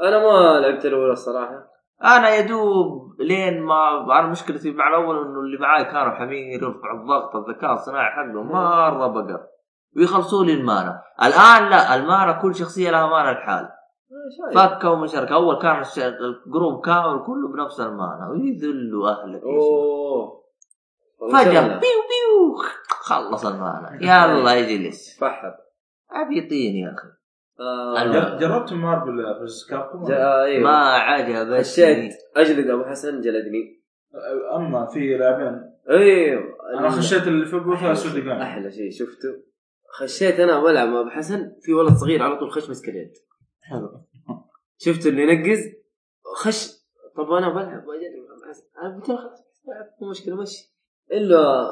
Speaker 2: انا ما لعبت الاولى الصراحه
Speaker 1: انا يدوب لين ما انا مشكلتي مع الاول انه اللي معاي كانوا حمير يرفع الضغط الذكاء الصناعي حقهم مره بقر ويخلصوا لي المانا الان لا المانا كل شخصيه لها مانا الحال
Speaker 2: آه، شايف.
Speaker 1: فكوا من شركه اول كان الش- الجروب كامل كله بنفس المانا ويذلوا اهلك يا شيخ.
Speaker 2: اوه والله
Speaker 1: فجاه بيو
Speaker 2: شغلة.
Speaker 1: بيو خلص المانا يلا يجلس
Speaker 2: فحط
Speaker 1: عبيطين يا اخي
Speaker 2: آه،
Speaker 1: الجر-
Speaker 4: جر- جربت مارفل فيرسس كابكوم
Speaker 2: جاء ايوه
Speaker 1: ما عجبتني
Speaker 2: خشيت اجلد ابو حسن جلدني
Speaker 4: اما في لاعبين
Speaker 2: ايوه
Speaker 4: انا خشيت اللي في بوث
Speaker 2: أحلى
Speaker 4: اسود
Speaker 2: شيء-
Speaker 4: دقائق
Speaker 2: احلى شيء شفته خشيت انا بلعب مع ابو حسن في ولد صغير على طول خش مسك اليد
Speaker 4: حلو
Speaker 2: شفت اللي ينقز خش طب انا بلعب وأجري مع أبو حسن. انا قلت له خلاص بلعب، مو مشكله مشي الا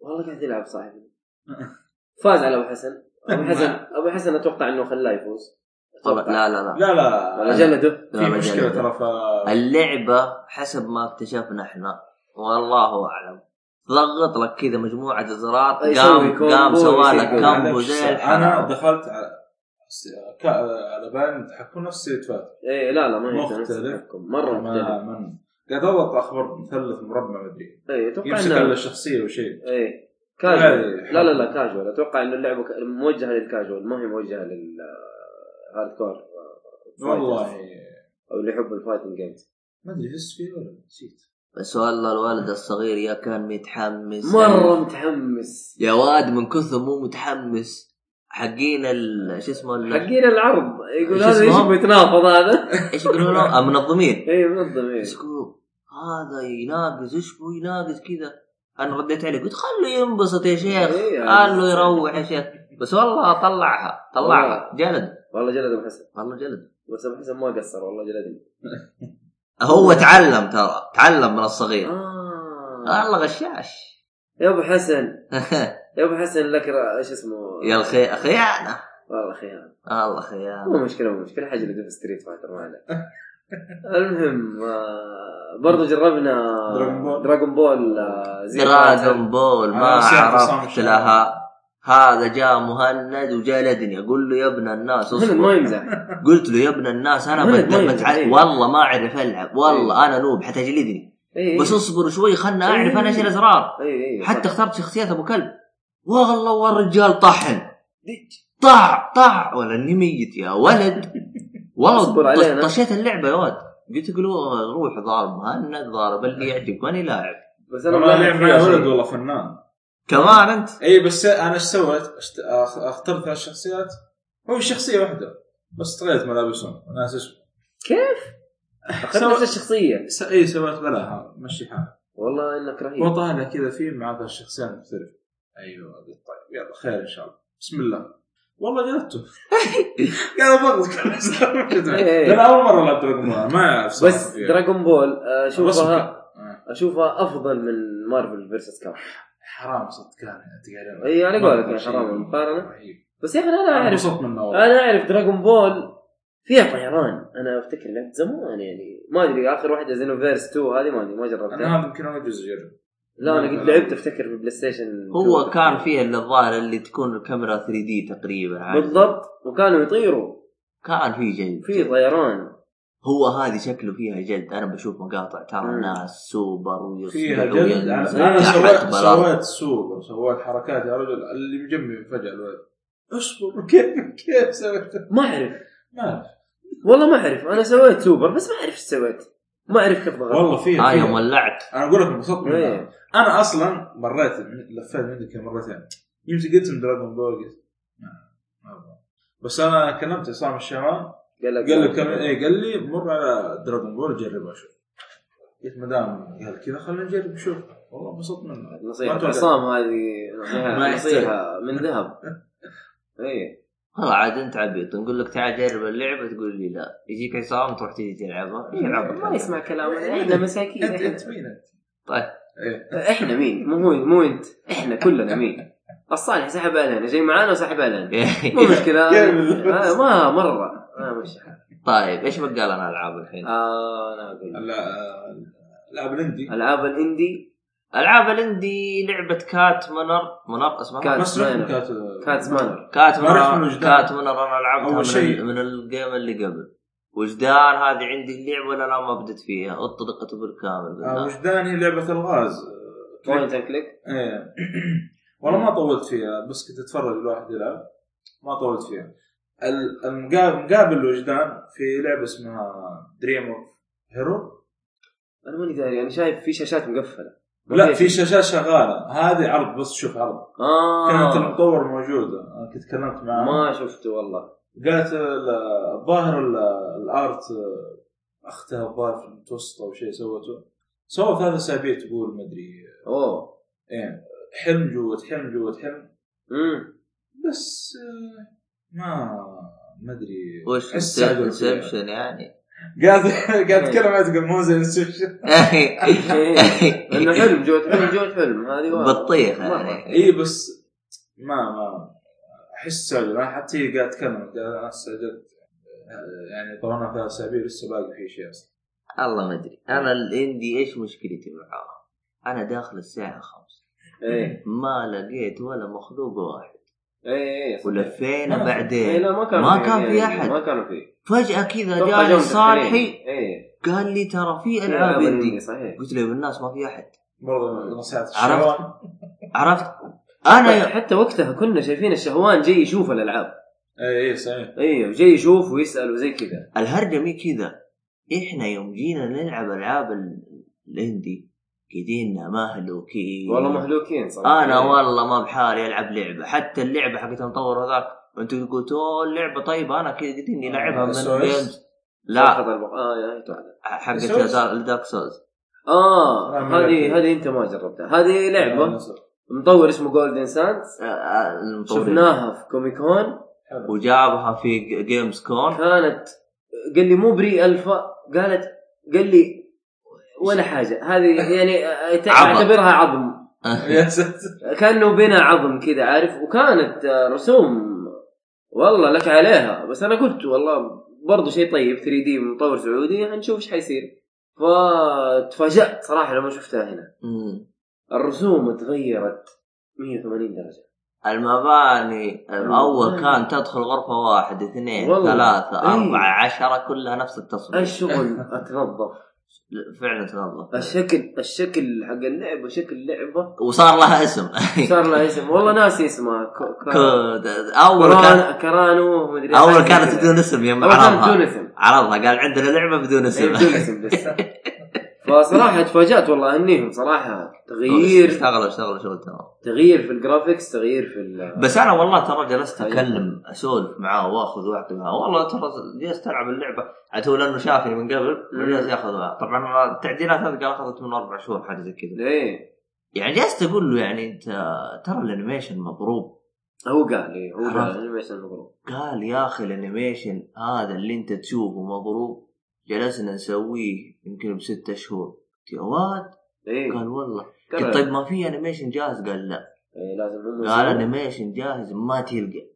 Speaker 2: والله قاعد يلعب صاحبي فاز على ابو حسن ابو حسن ابو حسن اتوقع انه خلاه يفوز
Speaker 1: طبعا لا لا لا
Speaker 4: لا لا
Speaker 2: ولا جلده
Speaker 1: لا،
Speaker 4: في
Speaker 1: ما
Speaker 4: مشكله
Speaker 1: جلد.
Speaker 4: ترى ف
Speaker 1: اللعبة حسب ما اكتشفنا احنا والله اعلم ضغط لك كذا مجموعة زرار قام
Speaker 2: أي سوي كومبو،
Speaker 1: قام سوى لك
Speaker 2: يسوي
Speaker 1: كامبو
Speaker 4: معلش،
Speaker 1: زي
Speaker 4: انا
Speaker 1: الحلاوة
Speaker 4: دخلت على كا- على بان تحكم نفس ستريت فايتر
Speaker 2: ايه لا لا ما يقدر
Speaker 4: مختلف.
Speaker 2: يتحكم مره مختلف
Speaker 4: ما- من- قاعد اضغط اخضر مثلث مربع مدري
Speaker 2: ايه اتوقع
Speaker 4: يمسك
Speaker 2: انه
Speaker 4: الا الشخصيه وشيء
Speaker 2: ايه
Speaker 4: هذه
Speaker 2: كاجوال لا لا لا
Speaker 4: حرب.
Speaker 2: كاجوال اتوقع انه اللعبه ك- موجهه للكاجوال ما هي موجهه لل آه، هارد كور
Speaker 4: والله
Speaker 2: او اللي يحب الفايتنج جيمز
Speaker 4: ما ادري احس فيه ولا نسيت
Speaker 1: بس والله الولد الصغير يا كان متحمس
Speaker 2: مره متحمس
Speaker 1: يا واد من كثر مو متحمس حقين ال- شو اسمه ال-
Speaker 2: حقين العرض يقول
Speaker 1: إيش
Speaker 2: هذا
Speaker 1: اسمه؟
Speaker 2: ايش بيتنافض هذا
Speaker 1: ايش يقولوا له؟ المنظمين
Speaker 2: اي منظم ايه
Speaker 1: بس يقولوا هذا يناقز ايش هو يناقز كذا انا رديت عليه قلت خله ينبسط يا شيخ
Speaker 2: إيه يعني.
Speaker 1: خله يروح يا شيخ بس والله طلعها طلعها جلد
Speaker 2: والله جلد ابو حسن
Speaker 1: والله جلد
Speaker 2: بس ابو حسن ما قصر والله جلدني
Speaker 1: هو تعلم ترى تعلم من الصغير
Speaker 2: آه.
Speaker 1: والله غشاش
Speaker 2: يا ابو حسن يا ابو حسن لك را- ايش اسمه
Speaker 1: يا الخي خيانه
Speaker 2: والله خيانه
Speaker 1: والله خيانه
Speaker 2: مو مشكله مو مشكله حاجه اللي في ستريت فايتر ما عليك المهم آه، برضو جربنا
Speaker 4: دراغون بول.
Speaker 2: دراغون بول آه، زي
Speaker 1: دراغون بول ما
Speaker 4: أنا نسيت أصلاً
Speaker 1: عرفت
Speaker 4: مش
Speaker 1: لها هذا جاء مهند وجلدني اقول له يا ابن الناس
Speaker 2: هند
Speaker 1: اصبر
Speaker 2: ما يمزح
Speaker 1: قلت له يا ابن الناس انا
Speaker 2: مهند
Speaker 1: بت-
Speaker 2: مهند،
Speaker 1: بتع-
Speaker 2: إيه.
Speaker 1: والله ما اعرف العب والله انا نوب حتجلدني
Speaker 2: إيه،
Speaker 1: بس
Speaker 2: إيه.
Speaker 1: اصبر شوي خلنا اعرف
Speaker 2: إيه.
Speaker 1: انا ايش الازرار
Speaker 2: إيه، إيه،
Speaker 1: حتى
Speaker 2: صح.
Speaker 1: اخترت شخصيات ابو كلب والله والرجال طحن طع طع ولا اني ميت يا ولد
Speaker 2: اصبر
Speaker 1: والله
Speaker 2: علينا.
Speaker 1: طش- طشيت اللعبه يا ولد قلت له روح ضارب مهند ضارب اللي يعجبك ماني لاعب
Speaker 2: بس انا
Speaker 4: انا
Speaker 2: ما
Speaker 4: ما لعب
Speaker 2: لعب
Speaker 4: معي
Speaker 2: فيها
Speaker 4: ولد
Speaker 2: شيء.
Speaker 4: والله فنان
Speaker 1: كمان انت
Speaker 4: اي بس انا ايش سويت؟ اشت- أخ- اخترت ثلاث شخصيات هو شخصيه واحده بس تغيرت ملابسهم ناس اسمه
Speaker 2: كيف؟ اخذت نفس الشخصيه
Speaker 4: س- اي سويت بلاها مشي حالها
Speaker 2: والله انك رهيب
Speaker 4: وطها لها كذا في مع هذا الشخصين مختلف ايوه قلت طيب يلا خير ان شاء الله بسم الله والله جلدته قال بغض كل
Speaker 2: إيه.
Speaker 4: انا اول مره العب دراجون بول ما اعرف صراحة
Speaker 2: بس
Speaker 4: فيها.
Speaker 2: دراغون بول آه،
Speaker 4: رسم
Speaker 2: اشوفها
Speaker 4: كان.
Speaker 2: اشوفها افضل من مارفل فيرسس كاب
Speaker 4: حرام صدق كان تقريبا
Speaker 2: إيه، على قولك يا حرام المقارنة.
Speaker 4: رهيب.
Speaker 2: بس يا اخي انا
Speaker 4: انا
Speaker 2: اعرف
Speaker 4: انبسطت منه والله
Speaker 2: انا اعرف دراغون بول فيها طيران انا افتكر لعبت زمان يعني ما ادري اخر واحده زينوفيرس 2 هذه ما ادري ما
Speaker 4: انا
Speaker 2: جربتها
Speaker 4: هذا يمكن اول جزء اجرب
Speaker 2: لا انا قد لعبت افتكر في بلاي ستيشن
Speaker 1: هو كان فيها اللي الظاهر اللي تكون الكاميرا 3 دي تقريبا عارف؟
Speaker 2: بالضبط وكانوا يطيروا
Speaker 1: كان في جلد
Speaker 2: في طيران
Speaker 1: هو هذه شكله فيها جلد انا بشوف مقاطع ترى
Speaker 2: مم.
Speaker 1: ناس سوبر ويصيحوا
Speaker 4: فيها جلد
Speaker 1: وينزلوا.
Speaker 4: انا أنا
Speaker 1: أحمد
Speaker 4: سويت
Speaker 1: بلاط.
Speaker 4: سويت سوبر سويت حركات يا رجل اللي بجنبي فجاه الولد اصبر كيف كيف سويتها؟
Speaker 2: ما اعرف
Speaker 4: ما أعرف.
Speaker 2: والله ما اعرف انا سويت سوبر بس ما اعرف ايش سويت ما اعرف كيف ضغطت
Speaker 4: والله فيها
Speaker 1: اه
Speaker 4: فيها.
Speaker 1: يوم ولعت
Speaker 4: انا اقول لك انبسطت منها
Speaker 2: إيه.
Speaker 4: انا اصلا مريت لفيت منك مرتين يمسك اسم دراجون بول قلت ما- ما أبغى. بس انا كلمت عصام الشعران
Speaker 2: قال لك
Speaker 4: قال لي كم إيه. اي قال لي مر على دراجون بول جربها شوف قلت ما دام قال كذا خلينا نجرب شوف والله انبسطت منها ما
Speaker 2: نصيحة
Speaker 4: أتوقع.
Speaker 2: عصام هذه
Speaker 4: ما
Speaker 2: نصيحة- نصيحة من ذهب إيه. اي
Speaker 1: والله عاد انت عبيط نقول لك تعال جرب اللعبه تقول لي لا يجيك عصام تروح تيجي تلعبها
Speaker 4: إيه،
Speaker 1: إيش العبك
Speaker 2: إيه، ما يسمع كلامنا احنا مساكين
Speaker 4: انت
Speaker 2: إحنا-
Speaker 4: انت مين انت؟
Speaker 1: طيب
Speaker 4: إيه.
Speaker 2: احنا مين مو هو مو انت احنا كلنا مين الصالح سحب علينا جاي معانا وسحب علينا
Speaker 4: إيه.
Speaker 2: مو مشكلة
Speaker 4: كمل.
Speaker 2: آه، ما مرة آه، ما مش حال.
Speaker 1: طيب ايش بقى لنا العاب الحين؟
Speaker 2: آه، انا اقول
Speaker 4: لا لا بلندي
Speaker 2: العاب الاندي
Speaker 1: العاب الاندي لعبه كات منر منر اسمها
Speaker 2: كات-
Speaker 4: بس رحت
Speaker 2: مانر.
Speaker 4: كات
Speaker 2: كاتس مانر
Speaker 1: كات
Speaker 4: ما رحت من
Speaker 1: منر
Speaker 4: وجدان.
Speaker 1: كات منر انا لعبتها
Speaker 4: أول
Speaker 1: من,
Speaker 4: شيء.
Speaker 1: ال- من الجيم اللي قبل وجدان هذه عندي اللعبه ولا لا ما بدت فيها اطلقت بالكامل
Speaker 4: آه،
Speaker 1: بالله.
Speaker 4: وجدان هي لعبه الغاز
Speaker 2: بوينت اند كليك
Speaker 4: ايه والله ما طولت فيها بس كنت اتفرج الواحد يلعب ما طولت فيها ال- المقا- مقابل الوجدان في لعبه اسمها دريم اوف هيرو
Speaker 2: انا ماني داري انا شايف في شاشات مقفلة ما
Speaker 4: لا في شاشات شغاله هذه عرض بس شوف عرض كانت
Speaker 2: اه
Speaker 4: المطور موجوده أنا كنت تكلمت معه
Speaker 2: ما شفته والله
Speaker 4: قالت ال- الظاهر ال- الارت اختها الظاهر في المتوسط او شيء سوته سووا ثلاث اسابيع تقول مدري
Speaker 2: اوه
Speaker 4: ايه حلم جوة حلم جوة حلم
Speaker 2: امم
Speaker 4: بس آه، ما ما ادري
Speaker 1: وش
Speaker 4: السالفة
Speaker 1: انسبشن يعني
Speaker 4: فيها. قاعد قاعد اتكلم عن تقول مو زي انسبشن
Speaker 2: انه حلم جوة حلم جوة حلم هذه واضحة.
Speaker 1: بطيخ
Speaker 2: مرة.
Speaker 1: يعني
Speaker 4: اي بس ما ما احس سجل انا حتى هي قاعد اتكلم قاعد انا سجلت آه، يعني طلعنا ثلاث اسابيع لسه باقي في شيء اصلا
Speaker 1: الله ما ادري
Speaker 2: إيه.
Speaker 1: انا الاندي ايش مشكلتي معاها؟ انا داخل الساعه 5
Speaker 2: ايه
Speaker 1: ما لقيت ولا مخلوق واحد
Speaker 2: ايه ايه صح.
Speaker 1: ولفينا
Speaker 4: ما-
Speaker 2: إيه،
Speaker 1: بعدين
Speaker 2: لا ما كان
Speaker 1: ما كان في
Speaker 2: يعني،
Speaker 1: أحد.
Speaker 2: ما كانوا في
Speaker 1: فجاه كذا
Speaker 2: توقع
Speaker 1: جاني
Speaker 2: جوهم
Speaker 1: صالحي
Speaker 2: تفكيرين. ايه
Speaker 1: قال لي ترى
Speaker 2: إيه،
Speaker 1: في العاب
Speaker 2: العاب الاندي
Speaker 1: اندي
Speaker 2: صحيح
Speaker 1: قلت له بالناس ما في احد
Speaker 4: برضه نصيحه
Speaker 1: عرفت.
Speaker 4: الشباب
Speaker 1: عرفت انا
Speaker 2: حتى وقتها كنا شايفين الشهوان جاي يشوف الالعاب
Speaker 4: اي اي صحيح
Speaker 2: ايوه جاي يشوف ويسال وزي كذا
Speaker 1: الهرجه مي كذا احنا يوم جينا نلعب العاب ال- الاندي قدينا مهلوكين
Speaker 2: والله مهلوكين صراحه
Speaker 1: انا إيه. والله ما بحالي العب لعبه حتى اللعبه حقت المطور هذاك انتم قلتوا "أوه، اللعبه طيبه انا كذا قد اني
Speaker 2: آه،
Speaker 1: لعبها من
Speaker 4: سويس؟
Speaker 1: جيمز لا
Speaker 2: فقط البق- اه يا توعد.
Speaker 1: حقت
Speaker 4: سويس؟
Speaker 1: دارك سولز
Speaker 2: اه
Speaker 4: أنا ما آه،
Speaker 2: هذه
Speaker 4: لعبتها.
Speaker 2: هذه انت ما جربتها هذه لعبه
Speaker 4: نصر.
Speaker 2: مطور اسمه جولدن ساندز
Speaker 1: آه، آه، المطورين.
Speaker 2: شفناها في كوميك كون
Speaker 4: حلو
Speaker 1: وجابها في جيمز كون
Speaker 2: كانت قال لي مو بري الفا قالت قال لي ولا حاجه هذه يعني أعت-
Speaker 1: عظم.
Speaker 2: اعتبرها عظم
Speaker 4: يا ساتر
Speaker 2: كانه بنى عظم كذا عارف وكانت آه، رسوم والله لك عليها بس انا قلت والله برضو شيء طيب 3 دي مطور سعودي هنشوف ايش حيصير فتفاجات صراحه لما شفتها هنا
Speaker 1: مم.
Speaker 2: الرسوم تغيرت 180 درجه
Speaker 1: المباني اول
Speaker 2: المباني.
Speaker 1: كان تدخل غرفه واحد اثنين
Speaker 2: والله.
Speaker 1: ثلاثه
Speaker 2: أي.
Speaker 1: اربعه عشره كلها نفس التصميم
Speaker 2: الشغل اتنظف
Speaker 1: فعلا تنظف
Speaker 2: الشكل الشكل حق اللعبه شكل لعبه
Speaker 1: وصار لها اسم
Speaker 2: صار لها اسم والله ناسي اسمها ك- ك-
Speaker 1: كود- اول كان
Speaker 2: كران- كرانو مدري
Speaker 1: اول
Speaker 2: حاجة
Speaker 1: كانت
Speaker 2: كذا.
Speaker 1: بدون اسم يوم
Speaker 2: اول كانت
Speaker 1: عرضها
Speaker 2: بدون اسم
Speaker 1: عرضها قال عندنا لعبه بدون
Speaker 2: إيه،
Speaker 1: اسم
Speaker 2: بدون اسم بس فصراحه تفاجات والله انيهم صراحه تغيير
Speaker 1: اشتغلوا اشتغلوا شغل تمام
Speaker 2: تغيير في الجرافيكس تغيير في ال-
Speaker 1: بس انا والله ترى جلست
Speaker 2: أيوة.
Speaker 1: اكلم اسولف معاه واخذ واعطي معاه والله ترى جلست العب اللعبه عاد هو لانه شافني من قبل جلس ياخذ ويعطي. طبعا أنا التعديلات هذه قال اخذت من اربع شهور حاجه زي كذا
Speaker 2: ايه
Speaker 1: يعني جلست اقول له يعني انت ترى الانيميشن مضروب
Speaker 2: هو قال ايه هو
Speaker 1: عرفت.
Speaker 2: قال الانيميشن مضروب
Speaker 1: قال يا اخي الانيميشن هذا اللي انت تشوفه مضروب جلسنا نسويه يمكن بستة شهور قلت يا واد
Speaker 2: ايه
Speaker 1: قال والله
Speaker 2: كرر.
Speaker 1: قلت طيب ما في انيميشن جاهز قال لا
Speaker 2: إيه، لازم هم
Speaker 1: قال
Speaker 2: يسوون.
Speaker 1: انيميشن جاهز ما تلقى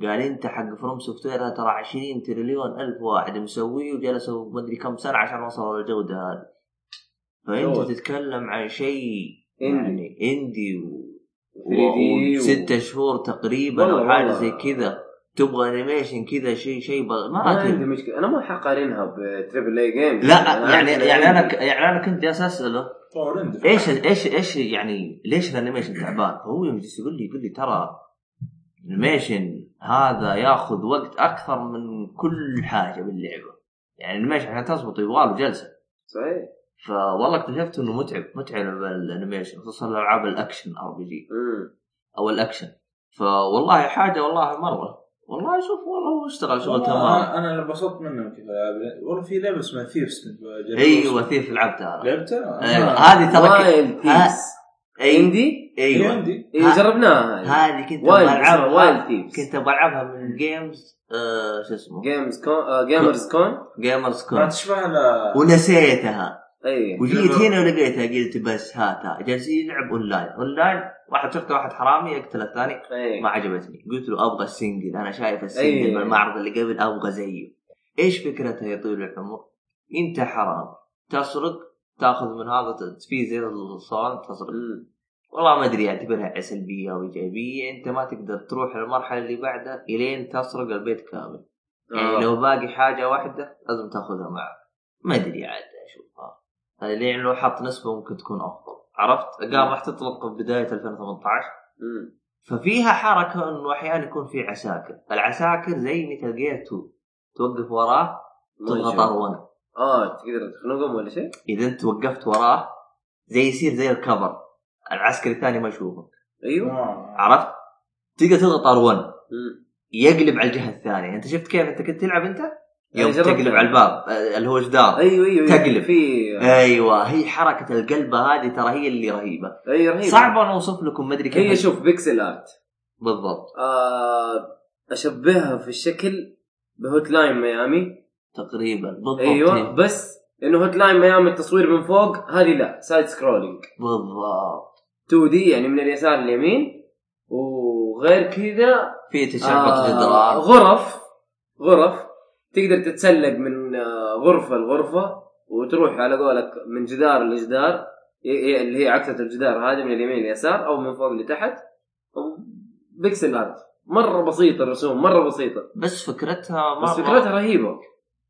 Speaker 1: قال انت حق فروم سوفت وير ترى 20 تريليون الف واحد مسويه وجلسوا ما ادري كم سنه عشان وصلوا للجوده هذه فانت
Speaker 2: أوه.
Speaker 1: تتكلم عن شيء
Speaker 2: اندي
Speaker 1: يعني اندي و...
Speaker 2: 3D و-
Speaker 1: وستة شهور تقريبا او
Speaker 2: والله
Speaker 1: حاجه
Speaker 2: والله.
Speaker 1: زي كذا تبغى انيميشن كذا شيء شيء بغ... ما
Speaker 2: ما عندي
Speaker 1: ادري
Speaker 2: مشكله انا ما حقارنها بتريبل اي جيم
Speaker 1: لا يعني يعني انا ك... يعني انا كنت جالس اساله
Speaker 4: طور عندك
Speaker 1: ايش ايش ايش يعني ليش الانيميشن تعبان؟ هو يوم جالس يقول لي يقول لي ترى الانيميشن هذا ياخذ وقت اكثر من كل حاجه باللعبه يعني الانيميشن عشان تظبط يبغى له جلسه
Speaker 2: صحيح
Speaker 1: فوالله اكتشفت انه متعب متعب الانيميشن خصوصا الالعاب الاكشن ار بي جي
Speaker 2: مم.
Speaker 1: او الاكشن فوالله حاجه والله مره والله شوف والله هو اشتغل شغل تمام
Speaker 4: انا انا انبسطت منهم كذا والله في لعبه اسمها ثيفس كنت بجربها.
Speaker 1: ايوه ثيف لعبتها انا
Speaker 4: لعبتها؟
Speaker 1: أيوة،
Speaker 4: آه.
Speaker 1: هذه ترى آه، أيوة،
Speaker 2: وايلد ثيفز
Speaker 1: اي
Speaker 2: اندي
Speaker 4: ايوه
Speaker 1: ايوه
Speaker 4: عندي
Speaker 2: إيه،
Speaker 1: إيه. ها-
Speaker 2: جربناها هذه.
Speaker 1: هذه كنت
Speaker 2: وايلد
Speaker 1: بلعبها
Speaker 2: وايلد ثيفز
Speaker 1: كنت بلعبها من جيمز آه شو اسمه
Speaker 2: جيمز كون آه، جيمرز كون
Speaker 1: جيمرز
Speaker 4: ما
Speaker 1: كون
Speaker 4: تشبه لا
Speaker 1: ونسيتها
Speaker 2: اي
Speaker 1: وجيت هنا ولقيتها قلت بس هاتها جالسين يلعب اونلاين اونلاين واحد شفت واحد حرامي يقتل الثاني
Speaker 2: إي.
Speaker 1: ما عجبتني قلت له ابغى السنجل انا شايف
Speaker 2: أي.
Speaker 1: السنجل بالمعرض اللي قبل ابغى زيه ايش فكرتها يا طويل العمر انت حرام تسرق تاخذ من هذا في زي الصوان تسرق
Speaker 2: مم.
Speaker 1: والله ما ادري اعتبرها سلبيه او ايجابيه انت ما تقدر تروح للمرحله اللي بعدها الين تسرق البيت كامل يعني
Speaker 2: آه.
Speaker 1: لو باقي حاجه واحده لازم تاخذها معك ما ادري عاد اشوفها لان يعني لو حط نسبه ممكن تكون افضل عرفت؟ قام راح تطلق بدايه 2018
Speaker 2: مم.
Speaker 1: ففيها حركه انه احيانا يكون في عساكر، العساكر زي مثل جير 2 توقف وراه تبغى طرونه،
Speaker 2: اه تقدر تخنقهم ولا شيء؟
Speaker 1: اذا انت وقفت وراه زي يصير زي الكفر العسكري الثاني ما يشوفه،
Speaker 2: ايوه
Speaker 4: آه.
Speaker 1: عرفت؟ تقدر تضغط ار1
Speaker 2: مم.
Speaker 1: يقلب على الجهه الثانيه، انت شفت كيف انت كنت تلعب انت؟ يوم
Speaker 2: أنا جربت-
Speaker 1: تقلب على الباب آه، اللي هو جدار
Speaker 2: ايوه ايوه
Speaker 1: تقلب.
Speaker 2: في
Speaker 1: ايوه هي حركه القلبه هذه ترى هي اللي رهيبه
Speaker 2: اي رهيبه
Speaker 1: صعب انا اوصف لكم ما ادري كيف
Speaker 2: إيه، هي أيوة. شوف بيكسل ارت
Speaker 1: بالضبط
Speaker 2: آه اشبهها في الشكل بهوت لاين ميامي
Speaker 1: تقريبا بالضبط
Speaker 2: ايوه بس انه هوت لاين ميامي التصوير من فوق هذه لا سايد سكرولينج
Speaker 1: بالضبط
Speaker 2: 2 دي يعني من اليسار لليمين وغير كذا آه،
Speaker 1: في تشعبط جدران
Speaker 2: غرف غرف تقدر تتسلق من آه، غرفه لغرفه وتروح على قولك من جدار لجدار ي- ي- اللي هي عكسة الجدار هذه من اليمين لليسار او من فوق لتحت بيكسل ارت مره بسيطه الرسوم مره بسيطه
Speaker 1: بس فكرتها
Speaker 2: بس
Speaker 1: مره
Speaker 2: فكرتها رهيبه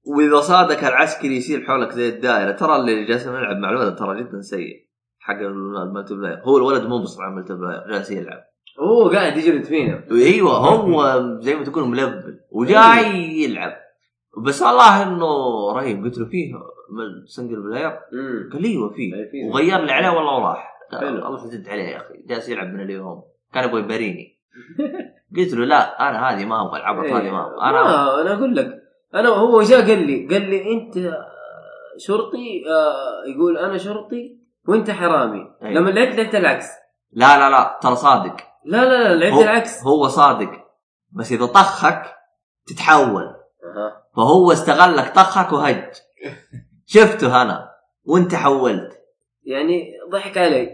Speaker 1: واذا صادك العسكري يصير حولك زي الدائره ترى اللي جالس نلعب مع الولد ترى جدا سيء حق الملتي بلاير هو الولد مبصر على الملتي بلاير جالس يلعب
Speaker 2: هو قاعد يجلد فينا
Speaker 1: ايوه هو زي ما تقول ملبل
Speaker 2: أيوه.
Speaker 1: وجاي يلعب بس والله انه رهيب قلت له فيه سنجل بلاير
Speaker 2: امم
Speaker 1: قال لي ايوه فيه
Speaker 2: أي فيه.
Speaker 1: وغير لي عليه والله وراح
Speaker 2: حلو.
Speaker 1: الله جد عليه يا اخي جالس يلعب من اليوم كان يبغى يباريني قلت له لا انا هذه ما ابغى العبط
Speaker 2: إيه.
Speaker 1: هذه ما ابغى انا
Speaker 2: انا انا اقول لك انا هو جاء قال لي قال لي انت شرطي آه، يقول انا شرطي وانت حرامي
Speaker 1: أيوة.
Speaker 2: لما لعبت لعبت العكس
Speaker 1: لا لا لا ترى صادق
Speaker 2: لا لا لا لعبت
Speaker 1: هو,
Speaker 2: العكس
Speaker 1: هو صادق بس اذا طخك تتحول
Speaker 2: أها.
Speaker 1: فهو استغلك طخك وهج شفته انا وانت حولت
Speaker 2: يعني ضحك علي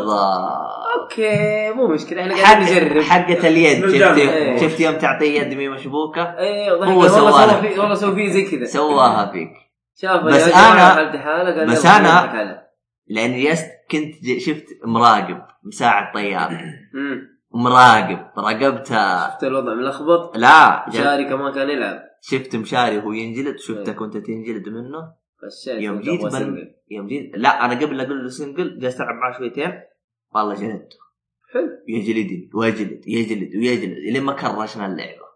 Speaker 1: بالضبط
Speaker 2: اوكي مو مشكله احنا
Speaker 1: حق
Speaker 2: قاعدين نجرب
Speaker 1: حقة اليد
Speaker 4: بالجنب.
Speaker 1: شفت
Speaker 2: أيوة.
Speaker 1: يوم- شفت يوم تعطيه يد مي مشبوكه
Speaker 2: ايه ضحك
Speaker 1: هو
Speaker 2: والله
Speaker 1: سوى
Speaker 2: سوى
Speaker 1: لك.
Speaker 2: فيه والله سوى فيه زي كذا
Speaker 1: سواها فيك
Speaker 2: شاف
Speaker 1: بس
Speaker 2: يا
Speaker 1: أنا-
Speaker 2: جماعة حالتي حالة قال
Speaker 1: بس
Speaker 2: يلا
Speaker 1: أنا-
Speaker 2: ضحك علي.
Speaker 1: لاني جلست كنت ج- شفت مراقب مساعد طيار
Speaker 2: أمم.
Speaker 1: مراقب راقبته
Speaker 2: شفت الوضع ملخبط
Speaker 1: لا جا-
Speaker 2: شاري كمان كان يلعب
Speaker 1: شفت مشاري وهو ينجلد شفتك وانت تنجلد منه
Speaker 2: خشيت
Speaker 1: يوم
Speaker 2: وأنت
Speaker 1: جيت
Speaker 2: أبغى
Speaker 1: بل-
Speaker 2: أسلم.
Speaker 1: يوم جيت لا انا قبل لا اقول له سنجل جلست العب معاه شويتين والله جلدته
Speaker 2: حلو
Speaker 1: يجلدني ويجلد يجلد ويجلد لين ما كرشنا اللعبه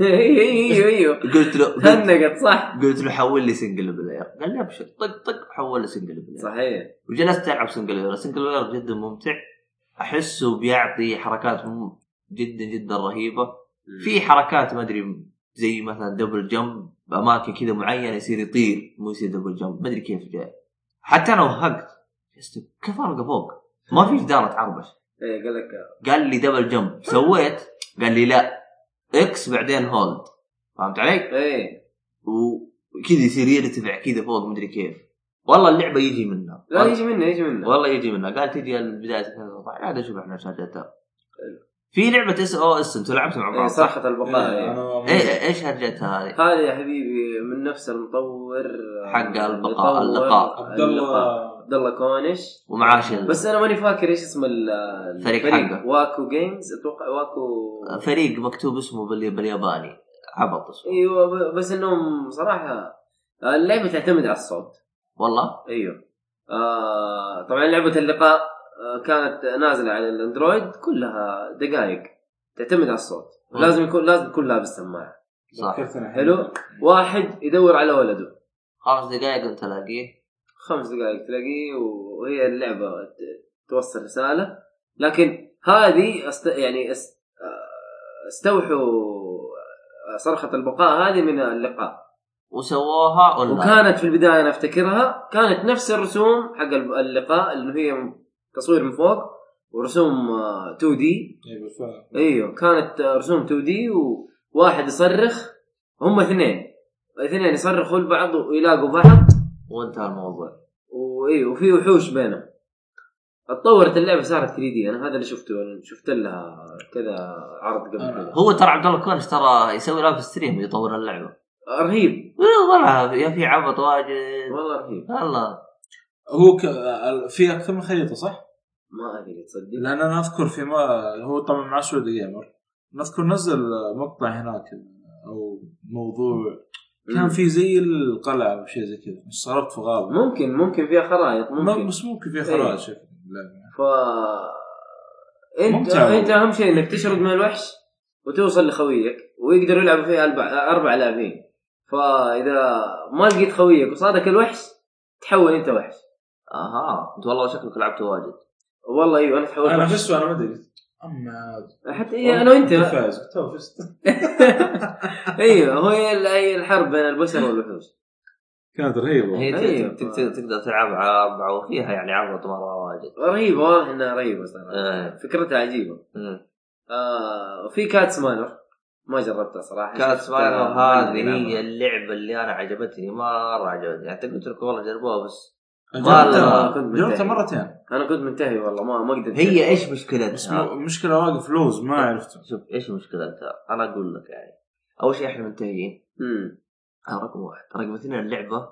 Speaker 2: ايوه ايوه
Speaker 1: قلت له قلت,
Speaker 2: هنقت صح
Speaker 1: قلت له حول لي سنجل بلاير قال لي ابشر طق طق حول لي سنجل بلاير
Speaker 2: صحيح
Speaker 1: وجلست العب سنجل بلاير سنجل بلاير جدا ممتع احسه بيعطي حركات مم- جدا جدا رهيبه في حركات ما ادري زي مثلا دبل جمب باماكن كذا معينه يصير يطير مو يصير دبل جمب ما ادري كيف جاي حتى انا وهقت قلت كيف ارقى فوق؟ ما في جدار اتعربش
Speaker 2: ايه قال لك
Speaker 1: قال لي دبل جمب سويت قال لي لا اكس بعدين هولد فهمت علي؟
Speaker 2: ايه
Speaker 1: وكذا يصير يرتفع كذا فوق ما ادري كيف والله اللعبه يجي منها
Speaker 2: لا يجي منه يجي منه
Speaker 1: والله يجي منها قال تجي بدايه 2017 عاد اشوف احنا شغلتها في لعبه اس او اس انتوا لعبتوا مع
Speaker 2: إيه،
Speaker 1: بعض صح؟
Speaker 2: صرخة البقاء
Speaker 4: إيه،
Speaker 2: إيه.
Speaker 4: أنا-
Speaker 1: ايه ايش هرجتها هذه؟
Speaker 2: هذا يا حبيبي من نفس المطور آه،
Speaker 1: حق
Speaker 2: اللي
Speaker 1: البقاء،
Speaker 2: طور
Speaker 1: اللقاء.
Speaker 4: عبد الله
Speaker 2: عبد الله كونش
Speaker 1: ومعاه شيء
Speaker 2: بس انا ماني فاكر ايش اسم ال- الفريق
Speaker 1: حقه. آه.
Speaker 2: واكو جيمز اتوقع واكو
Speaker 1: فريق مكتوب اسمه بال- بالياباني عبط اسمه
Speaker 2: ايوه ب- بس انهم صراحه اللعبه تعتمد على الصوت
Speaker 1: والله
Speaker 2: ايوه آه طبعا لعبه اللقاء آه، كانت نازله على الاندرويد كلها دقائق تعتمد على الصوت
Speaker 1: مم.
Speaker 2: لازم يكون لازم يكون لابس سماعه
Speaker 1: صح
Speaker 4: ذكرتنا
Speaker 2: حلو واحد يدور على ولده
Speaker 1: خمس دقائق انت تلاقيه
Speaker 2: خمس دقائق تلاقيه وهي اللعبه ت- توصل رساله لكن هذه أست... يعني أس... آه، استوحوا صرخه البقاء هذه من اللقاء
Speaker 1: وسووها اون
Speaker 2: وكانت في البدايه انا افتكرها كانت نفس الرسوم حق الب- اللقاء اللي هي تصوير من فوق ورسوم 2 دي
Speaker 3: إيه، بالفعل.
Speaker 2: ايوه كانت آه، رسوم 2 دي وواحد يصرخ هم اثنين اثنين يصرخوا لبعض ويلاقوا بعض
Speaker 1: وانتهى الموضوع
Speaker 2: وايوه وفي وحوش بينهم اتطورت اللعبه صارت 3 دي انا هذا اللي شفته أنا شفت لها كذا عرض قبل
Speaker 4: آه.
Speaker 2: كذا
Speaker 1: هو ترى عبد الله كونش ترى يسوي لايف ستريم يطور اللعبه
Speaker 2: رهيب
Speaker 1: إيه، والله يا في عبط واجد
Speaker 2: والله رهيب
Speaker 1: والله
Speaker 4: هو ك... ال- في اكثر من خريطه صح؟
Speaker 2: ما ادري تصدق
Speaker 4: لان انا اذكر في ما هو طبعا مع سعودي جيمر نذكر نزل مقطع هناك او موضوع كان
Speaker 2: مم.
Speaker 4: في زي القلعه او شيء زي كذا صارت في غابه
Speaker 2: ممكن ممكن فيها خرايط
Speaker 4: ما-
Speaker 2: ممكن
Speaker 4: بس ممكن في
Speaker 2: إيه.
Speaker 4: خرائط شكل لا.
Speaker 2: ف انت
Speaker 4: ممتع.
Speaker 2: انت اهم شيء انك تشرد من الوحش وتوصل لخويك ويقدروا يلعبوا فيها اربع اربع لاعبين فاذا ما لقيت خويك وصادك الوحش تحول انت وحش
Speaker 1: اها آه، انت والله شكلك لعبت واجد
Speaker 2: والله ايوه انا تحولت
Speaker 4: انا
Speaker 2: وحش
Speaker 4: فزت وانا ما ادري اما عاد.
Speaker 2: حتى إيه انا وانت
Speaker 4: فاز تو فزت
Speaker 2: ايوه هو هي ال- هي الحرب بين البشر والوحوش
Speaker 4: كانت رهيبه
Speaker 1: هي ت-
Speaker 2: أيوة.
Speaker 1: ت- إيه، تقدر تقدر تلعب على اربعه وفيها يعني عبط مره واجد
Speaker 2: رهيبه واضح انها رهيبه صراحه
Speaker 1: إيه.
Speaker 2: فكرتها عجيبه
Speaker 1: مم.
Speaker 2: آه وفي كات سمايلر ما جربتها صراحه
Speaker 1: كانت
Speaker 2: شفت-
Speaker 1: سبايرال
Speaker 2: آه،
Speaker 1: هذه
Speaker 2: نلعبها.
Speaker 1: هي اللعبه اللي انا عجبتني مره عجبتني يعني قلت لكم والله جربوها بس
Speaker 2: والله
Speaker 4: جربتها
Speaker 2: كنت منتهي.
Speaker 4: جربتها مرتين
Speaker 2: انا كنت منتهي والله ما ما قدرت
Speaker 1: هي إيه؟ ايش
Speaker 4: بس
Speaker 2: آه.
Speaker 1: مشكلتها؟
Speaker 4: م- مشكله واقف لوز ما عرفته
Speaker 1: شوف ايش مشكلتها؟ انا اقول لك يعني اول شيء احنا منتهيين
Speaker 2: مم.
Speaker 1: هذا رقم واحد، رقم اثنين اللعبه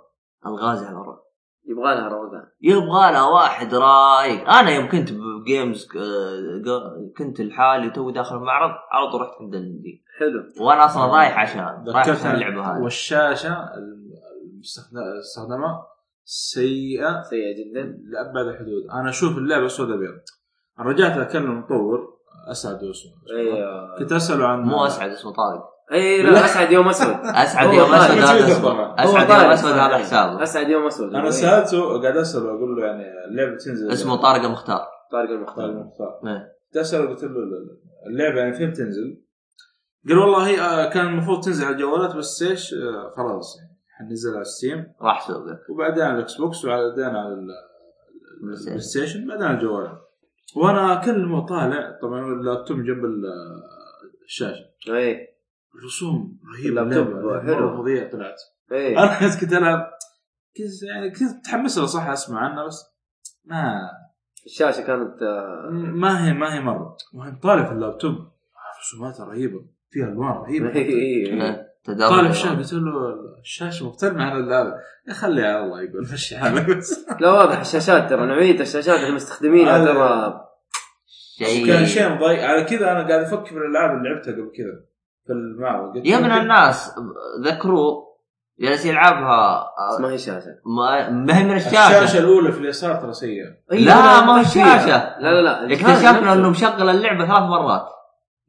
Speaker 1: الغاز على الرعب
Speaker 2: يبغى لها روقان
Speaker 1: يبغى لها واحد رايق، انا يوم كنت بجيمز آه، جو- كنت لحالي توي داخل المعرض على طول رحت عند الدي
Speaker 2: حلو
Speaker 1: وانا اصلا رايح عشان رايح عشان اللعبه
Speaker 4: ذكرتها
Speaker 1: هذه
Speaker 4: والشاشه المستخد- المستخدمه سيئه
Speaker 2: سيئه جدا
Speaker 4: لابعد الحدود انا اشوف اللعبه اسود ابيض انا رجعت اكلم المطور اسعد واسمه
Speaker 2: ايوه
Speaker 4: كنت اساله عن
Speaker 1: مو اسعد اسمه طارق
Speaker 2: اي إيه، لا اسعد يوم اسود
Speaker 1: اسعد
Speaker 2: هو
Speaker 1: يوم
Speaker 2: طارق.
Speaker 1: اسود
Speaker 4: هو
Speaker 1: هذا اسمه
Speaker 4: طارق.
Speaker 1: اسعد
Speaker 2: طارق
Speaker 1: يوم اسود
Speaker 2: صراحة.
Speaker 1: هذا حسابه
Speaker 2: اسعد يوم إيه، اسود
Speaker 4: انا
Speaker 2: هو
Speaker 4: سالته قاعد اساله اقول له يعني اللعبه تنزل
Speaker 1: اسمه طارق المختار
Speaker 2: طارق
Speaker 4: طارق
Speaker 2: المختار
Speaker 4: المختار
Speaker 1: إيه.
Speaker 4: كنت اساله قلت له اللعبه يعني فين تنزل؟ قال والله هي آه، كان المفروض تنزل على الجوالات بس ايش آه، خلاص يعني حنزلها على ستيم
Speaker 1: راح سوقه
Speaker 2: إيه.
Speaker 4: وبعدين على الاكس بوكس وبعدين على ال-
Speaker 1: بلاي ستيشن.
Speaker 4: البلاي ستيشن بعدين على الجوال وانا اكلمه طالع طبعا اللابتوب جنب ال- الشاشه
Speaker 2: اي
Speaker 4: رسوم رهيبه
Speaker 2: اللابتوب
Speaker 4: اللعبة.
Speaker 2: حلو. إيه.
Speaker 4: مرة فظيع طلعت
Speaker 2: اي
Speaker 4: انا كنت العب كنت يعني كنت متحمس له صح اسمع عنها بس ما
Speaker 2: الشاشه كانت آه،
Speaker 4: ما هي ما هي مره وهم طالع في اللابتوب رسوماتها رهيبه فيها الوان
Speaker 2: إي،
Speaker 4: رهيبه
Speaker 2: إي، إي.
Speaker 1: إيه. تدرج
Speaker 4: طالع في الشاشه قلت له الشاشه مختلفه عن اللعبه يا خلي على الله يقول مشي حالك بس
Speaker 2: لا واضح الشاشات ترى نوعيه الشاشات اللي مستخدمينها
Speaker 4: هذا-
Speaker 2: ترى
Speaker 1: شيء
Speaker 4: وكان شيء مضايق على كذا انا قاعد افكر في الالعاب اللي لعبتها قبل كذا في المعرض قلت
Speaker 1: يا ابن
Speaker 4: يمكن-
Speaker 1: الناس ذكروه جالس يلعبها آه،
Speaker 2: ما هي شاشه
Speaker 1: ما ما هي من
Speaker 4: الشاشه
Speaker 1: الشاشه
Speaker 4: الاولى في اليسار ترى سيئه
Speaker 2: أيوة،
Speaker 1: لا،
Speaker 2: أنا
Speaker 1: ما هي
Speaker 2: فكرت فيها.
Speaker 1: شاشة.
Speaker 2: لا لا لا الجهاز
Speaker 1: اكتشفنا
Speaker 2: نفسه.
Speaker 1: انه مشغل اللعبه ثلاث مرات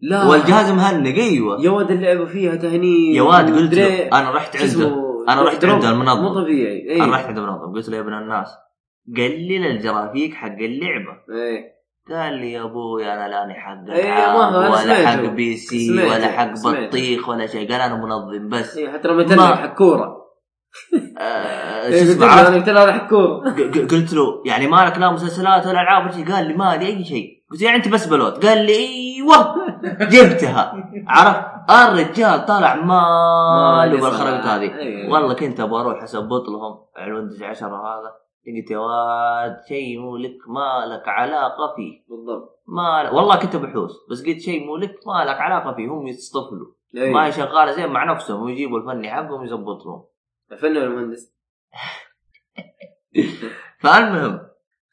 Speaker 2: لا
Speaker 1: والجهاز مهنج ايوه
Speaker 2: يا واد اللعبه فيها تهنيد
Speaker 1: يا واد قلت
Speaker 2: ومدري-
Speaker 1: له انا رحت
Speaker 2: شو اسمه؟
Speaker 1: عنده أنا رحت
Speaker 2: دروب.
Speaker 1: عند المنظم.
Speaker 2: مو طبيعي إيه.
Speaker 1: انا
Speaker 2: اي
Speaker 1: رحت عند المنظم قلت له يا ابن الناس قلل الجرافيك حق اللعبه
Speaker 2: ايه
Speaker 1: قال لي يا ابوي انا لاني حق
Speaker 2: إيه،
Speaker 1: ألعاب
Speaker 2: ما هو أنا
Speaker 1: ولا
Speaker 2: سمعته.
Speaker 1: حق بي سي
Speaker 2: سمعته،
Speaker 1: ولا حق
Speaker 2: سمعته. إيه.
Speaker 1: بطيخ ولا شيء قال انا منظم بس
Speaker 2: اي حتى لما تلعب
Speaker 1: ما-
Speaker 2: حق كوره
Speaker 1: آه، شو
Speaker 2: إيه، قلت
Speaker 1: اسمه
Speaker 2: له
Speaker 1: عرفت؟
Speaker 2: انا قلت له حق كوره
Speaker 1: ق- ق- قلت له يعني مالك لا مسلسلات ولا العاب ولا شيء؟ قال لي مالي اي شيء قلت يعني انت بس بلوت قال لي ايوه جبتها عرفت الرجال طلع ماله بالخرابيط هذه
Speaker 2: إيه.
Speaker 1: والله كنت ابغى اروح اثبط لهم على الويندوز 10 هذا قلت يا واد شيء مو لك ما لك علاقه فيه
Speaker 2: بالضبط
Speaker 1: ما لك. والله كنت بحوس بس قلت شيء مو لك ما لك علاقه فيه هم يستطفلوا
Speaker 2: إيه.
Speaker 1: ما هي شغاله زين مع نفسهم ويجيبوا الفني حقهم يزبط لهم
Speaker 2: الفني ولا المهندس؟
Speaker 1: فالمهم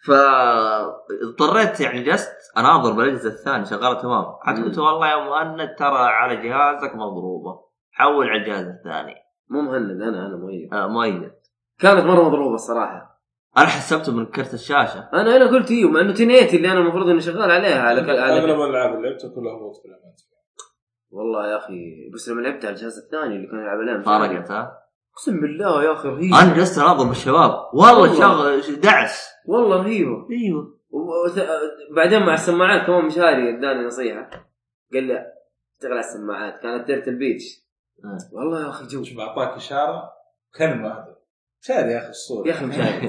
Speaker 1: فاضطريت يعني جلست اناظر بالاجهزه الثانيه شغاله تمام عاد قلت
Speaker 2: مم.
Speaker 1: والله يا مهند ترى على جهازك مضروبه حول على الجهاز الثاني
Speaker 2: مو مهند انا انا مؤيد
Speaker 1: آه مؤيد
Speaker 2: كانت مره مضروبه الصراحه
Speaker 1: انا حسبته من كرت الشاشه
Speaker 2: انا انا قلت ايوه مع انه تنيتي اللي انا المفروض اني شغال عليها على كل على
Speaker 4: اغلب الالعاب اللي لعبتها كلها هبوط في الأمان.
Speaker 2: والله يا اخي بس لما لعبت على الجهاز الثاني اللي كان يلعب عليه مش عارف.
Speaker 1: فرقت ها
Speaker 2: اقسم بالله يا اخي رهيبه
Speaker 1: انا جلست اناظر بالشباب والله شغل دعس
Speaker 2: والله رهيبه
Speaker 1: ايوه
Speaker 2: و- وث- بعدين مع السماعات كمان مشاري اداني نصيحه قال لي اشتغل على السماعات كانت تيرت البيتش
Speaker 1: آه.
Speaker 2: والله يا اخي جو
Speaker 4: شوف اعطاك اشاره كلمه واحده شاري يا إيه. اخي الصوره
Speaker 2: يا اخي مشاري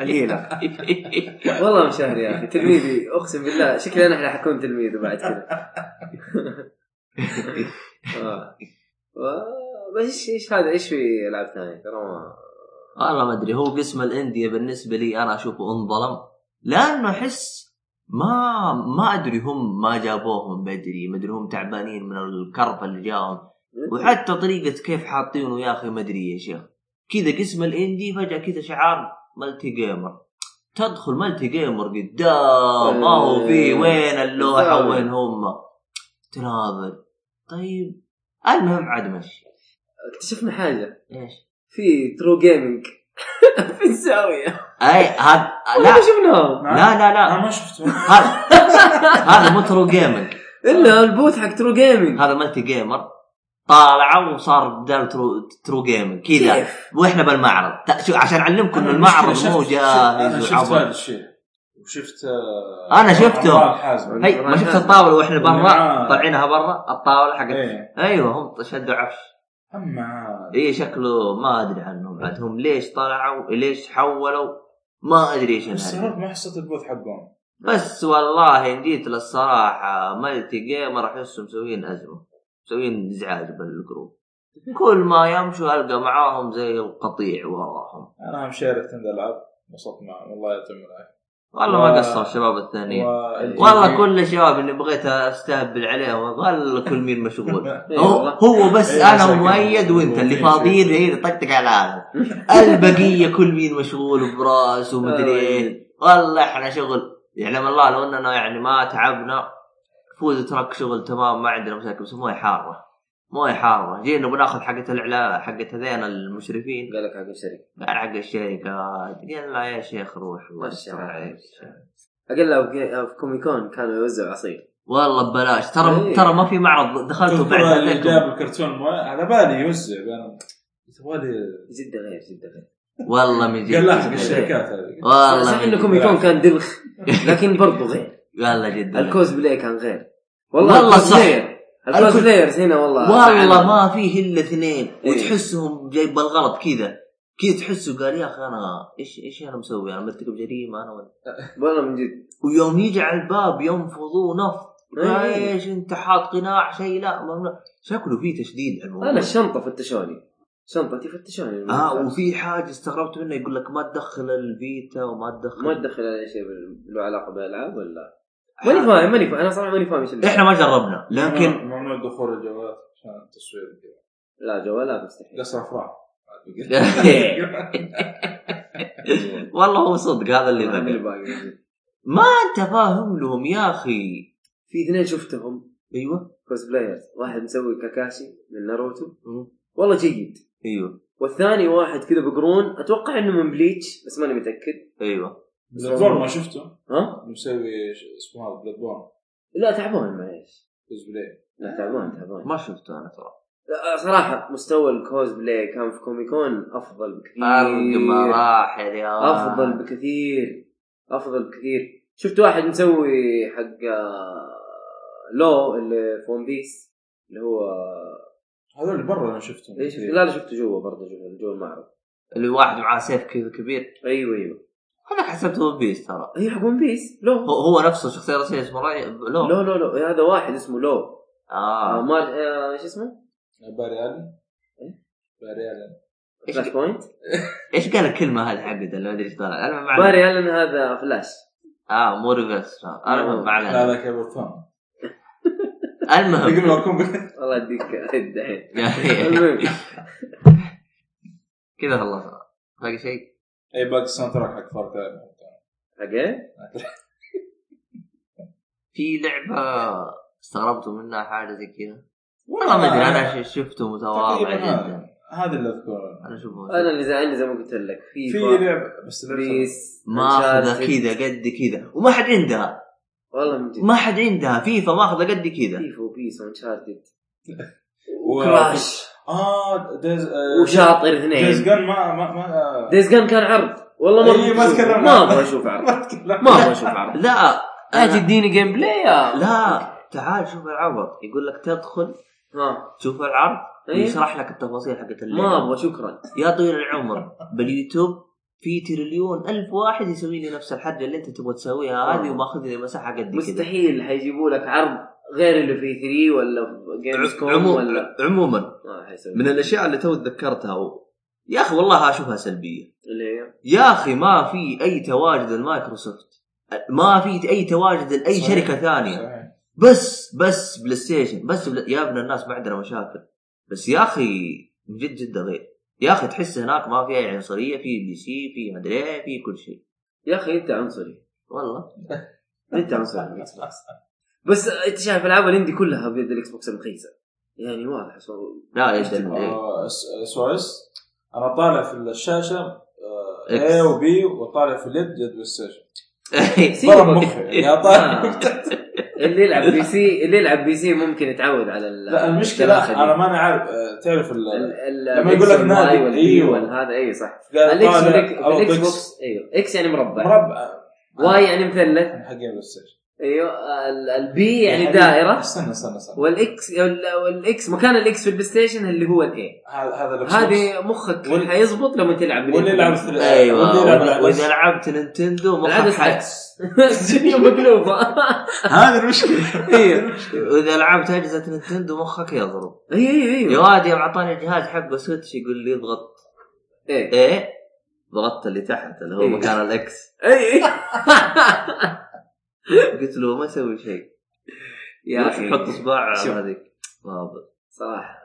Speaker 2: الهيله والله مشاري يا اخي تلميذي اقسم بالله شكلي انا راح اكون تلميذه بعد كذا آه. و- بس إيش- ايش هذا ايش في العاب ثانيه ترى ما
Speaker 1: والله ما ادري هو قسم الانديه بالنسبه لي انا اشوفه انظلم لانه احس ما ما ادري هم ما جابوه من بدري ما ادري هم تعبانين من الكرف اللي جاهم وحتى طريقه كيف حاطينه يا اخي ما ادري يا شيخ كذا قسم الاندي فجاه كذا شعار ملتي جيمر تدخل ملتي جيمر قدام ما هو في وين اللوحه وين هم تناظر طيب المهم عاد مشي
Speaker 2: اكتشفنا حاجه
Speaker 1: ايش
Speaker 2: في ترو جيمنج في الزاويه
Speaker 1: اي هذا
Speaker 2: لا
Speaker 1: لا
Speaker 2: ما شفناها
Speaker 1: لا لا لا
Speaker 4: انا ما شفته
Speaker 1: هذا هذا مو ترو جيمنج
Speaker 2: الا البوث حق ترو جيمنج
Speaker 1: هذا ملتي جيمر طالعه وصار بدال ترو ترو جيمنج كذا
Speaker 2: كيف
Speaker 1: واحنا بالمعرض تا- شو عشان اعلمكم انه
Speaker 4: أنا
Speaker 1: المعرض
Speaker 4: المشكلة
Speaker 1: مو
Speaker 4: شفت- شفت- انا
Speaker 1: جاهز
Speaker 4: شفت هذا
Speaker 1: وعبر.
Speaker 4: الشيء وشفت آه،
Speaker 1: أنا شفته.
Speaker 4: أنوار الحازم
Speaker 1: هي ما شفت الطاوله واحنا برا
Speaker 4: والنعال.
Speaker 1: طالعينها برا الطاوله حقت
Speaker 4: ايه
Speaker 1: ايوه هم شدوا عفش
Speaker 4: اما عاد.
Speaker 1: اي شكله ما ادري عنهم بعد هم ليش طلعوا ليش حولوا ما ادري ايش
Speaker 4: بس
Speaker 1: الهرجة.
Speaker 4: صارت ما حصلت البوث حقهم
Speaker 1: بس والله إن جيت للصراحة ملتي جيمر أحسهم مسويين أزمة مسويين إزعاج بالجروب كل ما يمشوا ألقى معاهم زي القطيع وراهم
Speaker 4: انا هم شاركت عند العاب انبسطت معهم والله يعطيهم العافيه
Speaker 1: والله ما
Speaker 4: و-
Speaker 1: قصروا الشباب الثانيين
Speaker 4: و-
Speaker 1: والله كل الشباب اللي بغيت استهبل عليهم والله كل مين مشغول
Speaker 2: إيه
Speaker 1: هو,
Speaker 2: والله.
Speaker 1: هو بس
Speaker 4: إيه،
Speaker 1: انا
Speaker 4: شكله.
Speaker 1: ومؤيد وانت اللي
Speaker 4: إيه.
Speaker 1: فاضيين هي طقطق على هذا البقيه كل مين مشغول براس ومدري ايه والله احنا شغل يعلم الله لو اننا يعني ما تعبنا فوز ترك شغل تمام ما عندنا مشاكل بس مويه حاره مويه حاره جينا بناخذ حقه الاعلام حقه هذين المشرفين
Speaker 2: قال لك حق الشركه
Speaker 1: قال حق الشركات قلنا يا شيخ روح الله يستر عليك.
Speaker 2: اقل في كوميكون كانوا يوزعوا عصير
Speaker 1: والله ببلاش ترى
Speaker 2: إيه.
Speaker 1: ترى ما في معرض دخلته
Speaker 4: تذكر
Speaker 1: بعد
Speaker 4: اللي
Speaker 1: هذاك.
Speaker 4: جاب الكرتون مو- على بالي يوزع انا تبغالي
Speaker 2: جدا غير جدا غير
Speaker 1: والله من جد
Speaker 4: قال لحق الشركات هذه
Speaker 1: آه،
Speaker 2: صح
Speaker 1: والله من
Speaker 2: انه
Speaker 1: جد.
Speaker 2: كوميكون كان دلخ لكن برضو غير
Speaker 1: والله جدا
Speaker 2: الكوز بلاي كان غير
Speaker 1: والله صح.
Speaker 2: الكوزبلاير- الكوزبلايرز هنا والله
Speaker 1: والله ما فيه الا اثنين
Speaker 2: إيه.
Speaker 1: وتحسهم جايب الغلط كذا كذا تحسه قال يا اخي انا ايش ايش انا مسوي انا مرتكب جريمه انا ولا
Speaker 2: والله من جد
Speaker 1: ويوم يجي على الباب ينفضوه نفض
Speaker 2: إيه.
Speaker 1: ايش انت حاط قناع شيء لا ممنوع شكله فيه تشديد على الموضوع
Speaker 2: انا الشنطه فتشوني شنطتي فتشوني
Speaker 1: اه وفي حاجه استغربت منها يقول لك ما تدخل الفيتا وما تدخل
Speaker 2: ما تدخل اي شيء له علاقه بالالعاب ولا
Speaker 1: آه.
Speaker 2: ماني فاهم ماني فاهم انا صراحه ماني فاهم ايش اللي-
Speaker 1: احنا ما جربنا لكن
Speaker 4: ممنوع دخول الجوالات عشان التصوير وكذا.
Speaker 2: لا جوالات مستحيل
Speaker 4: قصر افراح
Speaker 1: إيه. والله هو صدق هذا اللي
Speaker 2: أنا من
Speaker 1: بقى
Speaker 2: الباقي.
Speaker 1: ما انت فاهم لهم يا اخي
Speaker 2: في اثنين شفتهم
Speaker 1: ايوه
Speaker 2: كوزبلايرز واحد مسوي كاكاشي من ناروتو
Speaker 1: مم.
Speaker 2: والله جيد
Speaker 1: ايوه
Speaker 2: والثاني واحد كذا بقرون اتوقع انه من بليتش بس ماني متاكد
Speaker 1: ايوه
Speaker 4: بلاتفورم ما شفته
Speaker 2: ها؟
Speaker 4: مسوي ش- اسمه هذا إيه؟ بلاتفورم
Speaker 2: لا تعبان معليش
Speaker 4: كوزبلاي
Speaker 2: لا تعبان تعبان
Speaker 1: ما شفته انا ترى
Speaker 2: لا، صراحه مستوى الكوز بلاي كان في كوميكون افضل
Speaker 4: إيه.
Speaker 1: فرق
Speaker 2: بكثير
Speaker 1: مراحل يا
Speaker 2: افضل بكثير افضل بكثير شفت واحد مسوي حق آه، لو اللي في ون بيس اللي هو
Speaker 4: هذول اللي برا انا شفتهم إيه.
Speaker 2: ايش لا لا شفته جوا برضه جوا جوا المعرض
Speaker 1: اللي واحد معاه سيف كذا كبير
Speaker 2: ايوه ايوه
Speaker 1: هذاك حسبته ون بيس ترى
Speaker 2: هي حق ون بيس لو
Speaker 1: هو, هو نفسه الشخصيه الرئيسيه اسمه راي لو
Speaker 2: لو لو لو هذا واحد اسمه لو آه.
Speaker 1: اه
Speaker 2: مار آه، ايش اسمه؟
Speaker 4: باري الن باري الن
Speaker 1: إيش-
Speaker 2: فلاش بوينت
Speaker 1: ايش قال الكلمه هذه حقته اللي ما ادري ايش طلع المهم ما علينا.
Speaker 2: باري الن هذا فلاش
Speaker 1: اه مو ريفرس المهم ما
Speaker 4: لا
Speaker 1: علينا
Speaker 4: لا كيبل ثون
Speaker 1: المهم
Speaker 4: يقول لكم
Speaker 2: الله يديك الدحين
Speaker 1: يا أخي.
Speaker 2: المهم
Speaker 1: كذا خلصنا باقي شيء
Speaker 4: اي إيه، باقي الساوند تراك حق فار كراي
Speaker 2: حق ايه؟
Speaker 1: في لعبه استغربتوا منها حاجه زي كذا والله ما ادري
Speaker 2: آه.
Speaker 1: انا ش- شفته متواضع
Speaker 4: تقريباً هذا.
Speaker 1: جدا
Speaker 4: هذا اللي اذكره
Speaker 1: انا اشوفه
Speaker 2: انا اللي زعلني زي ما قلت لك
Speaker 4: في
Speaker 2: فيفا
Speaker 4: لعبه بس لعبة
Speaker 2: بيس
Speaker 1: ماخذه
Speaker 2: Uncharted.
Speaker 1: كذا قد كذا وما حد عندها
Speaker 2: والله من جد
Speaker 1: ما حد عندها فيفا ماخذه قد كذا
Speaker 2: فيفا وبيس وانشارتد
Speaker 4: و-
Speaker 2: كراش
Speaker 4: اه دايز
Speaker 2: وشاطر
Speaker 4: دايز
Speaker 2: اثنين
Speaker 4: جان ما ما ما
Speaker 2: دايز جان كان عرض والله ما
Speaker 4: إيه،
Speaker 2: أبغى أشوفه. ما
Speaker 4: ما تكلمنا عنه.
Speaker 2: ابغى اشوف عرض
Speaker 4: ما أتكلم.
Speaker 2: ما ابغى اشوف عرض
Speaker 1: لا
Speaker 2: لا تديني جيم بلاي يا
Speaker 1: لا تعال شوف العرض يقول لك تدخل
Speaker 2: ها
Speaker 1: تشوف العرض
Speaker 2: إيه.
Speaker 1: ويشرح لك التفاصيل حقت اللعبه
Speaker 2: ما ابغى شكرا
Speaker 1: يا طويل العمر باليوتيوب في تريليون ألف واحد يسوي لي نفس الحاجة اللي أنت تبغى تسويها هذه
Speaker 2: آه.
Speaker 1: وماخذ لي مساحة قد كذا
Speaker 2: مستحيل حيجيبوا لك عرض غير اللي في 3 ولا في جيمز كوم ولا
Speaker 1: عموما
Speaker 2: آه،
Speaker 1: عموما
Speaker 2: ما حيسوي
Speaker 1: من الأشياء اللي تو تذكرتها و... يا أخي والله أشوفها سلبية
Speaker 2: اللي هي
Speaker 1: يا أخي ما في أي تواجد لمايكروسوفت ما في أي تواجد لأي
Speaker 4: صحيح.
Speaker 1: شركة ثانية
Speaker 4: صحيح.
Speaker 1: بس بس بلاي ستيشن بس بلا... يا ابن الناس ما عندنا مشاكل بس يا اخي من جد جد غير يا اخي تحس هناك ما في اي عنصريه في بي سي في مدري إيه، في كل شيء
Speaker 2: يا اخي انت عنصري
Speaker 1: والله
Speaker 2: انت عنصري بس انت شايف العاب الاندي كلها بيد الاكس بوكس المخيسه يعني واضح صار-
Speaker 1: لا ايش إيه.
Speaker 4: آه، س- سويس انا طالع في آه، الشاشه
Speaker 1: إكس.
Speaker 4: اي وبي وطالع في اليد يد بلاي ستيشن ضرب
Speaker 2: سيبك.
Speaker 4: مخي يا طالع
Speaker 2: اللي يلعب بي سي اللي يلعب بي سي ممكن يتعود على ال-
Speaker 4: لا المشكله
Speaker 2: الدراخة
Speaker 4: انا
Speaker 2: دي.
Speaker 4: ماني عارف آه، تعرف ال-
Speaker 2: ال- ال-
Speaker 4: لما يقول لك
Speaker 2: الإكس والواي
Speaker 4: نادي،
Speaker 2: والبي
Speaker 4: أيوة.
Speaker 2: والهذا اي أيوه صح
Speaker 4: قال
Speaker 2: الاكس
Speaker 4: طالع
Speaker 2: والإك-
Speaker 4: أو
Speaker 2: الاكس
Speaker 4: إكس.
Speaker 2: بوكس ايوه اكس يعني مربع
Speaker 4: مربع
Speaker 2: واي يعني مثلث
Speaker 4: حق بلاي ستيشن
Speaker 2: ايوه ال- البي يعني
Speaker 4: حق-
Speaker 2: دائره
Speaker 4: استنى استنى استنى
Speaker 2: والاكس وال- والاكس مكان الاكس في البلاي ستيشن اللي هو الاي
Speaker 4: هذا هذا الإكس بوكس.
Speaker 2: هذه أيوة، مخك
Speaker 4: وال-
Speaker 2: حيظبط لما تلعب بال-
Speaker 4: واللي يلعب في-
Speaker 1: ايوه
Speaker 4: واللي يلعب على-
Speaker 1: وإذا- واذا لعبت نينتندو مخك
Speaker 2: العدس
Speaker 1: حد
Speaker 2: الدنيا مقلوبه
Speaker 4: هذه المشكله
Speaker 2: ايوه
Speaker 1: واذا لعبت اجهزه نينتندو مخك يضرب
Speaker 2: ايوه ايوه
Speaker 1: يا واد يوم اعطاني الجهاز حقه سويتش يقول لي اضغط
Speaker 2: ايه
Speaker 1: ايه ضغطت اللي تحت اللي هو
Speaker 2: إيه.
Speaker 1: مكان الاكس
Speaker 2: اي
Speaker 1: قلت له ما اسوي شيء
Speaker 2: يا اخي
Speaker 1: حط صباع
Speaker 2: شوف.
Speaker 1: على هذيك
Speaker 2: صراحه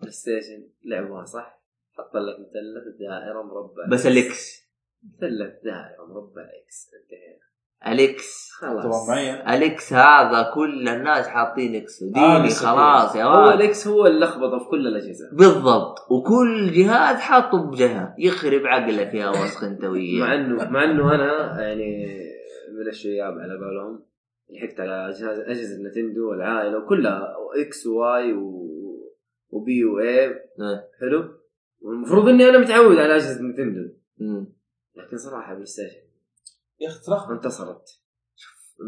Speaker 2: بلاي ستيشن لعبوها صح حط لك مثلث دائره مربع
Speaker 1: بس الاكس
Speaker 2: مثلث دائره مربع اكس انتهينا
Speaker 1: الاكس
Speaker 4: طبعا
Speaker 2: خلاص
Speaker 4: معين
Speaker 1: الاكس هذا كل الناس حاطين اكس
Speaker 4: آه،
Speaker 1: ديني
Speaker 4: لسه
Speaker 1: خلاص يا
Speaker 2: هو
Speaker 1: ولد
Speaker 2: الاكس هو اللخبطه في كل الاجهزه
Speaker 1: بالضبط وكل جهاز حاطه بجهه يخرب عقلك يا وسخ انت
Speaker 2: مع
Speaker 1: وياه
Speaker 2: انه مع انه انا يعني من الشياب على قولهم لحقت على جهاز اجهزه نتندو والعائله وكلها اكس وواي و- وبي واي
Speaker 1: إيه.
Speaker 2: حلو والمفروض اني انا متعود على اجهزه نتندو
Speaker 1: مم.
Speaker 2: لكن صراحه بلاي ستيشن
Speaker 4: يا اخي تلخبط
Speaker 2: انتصرت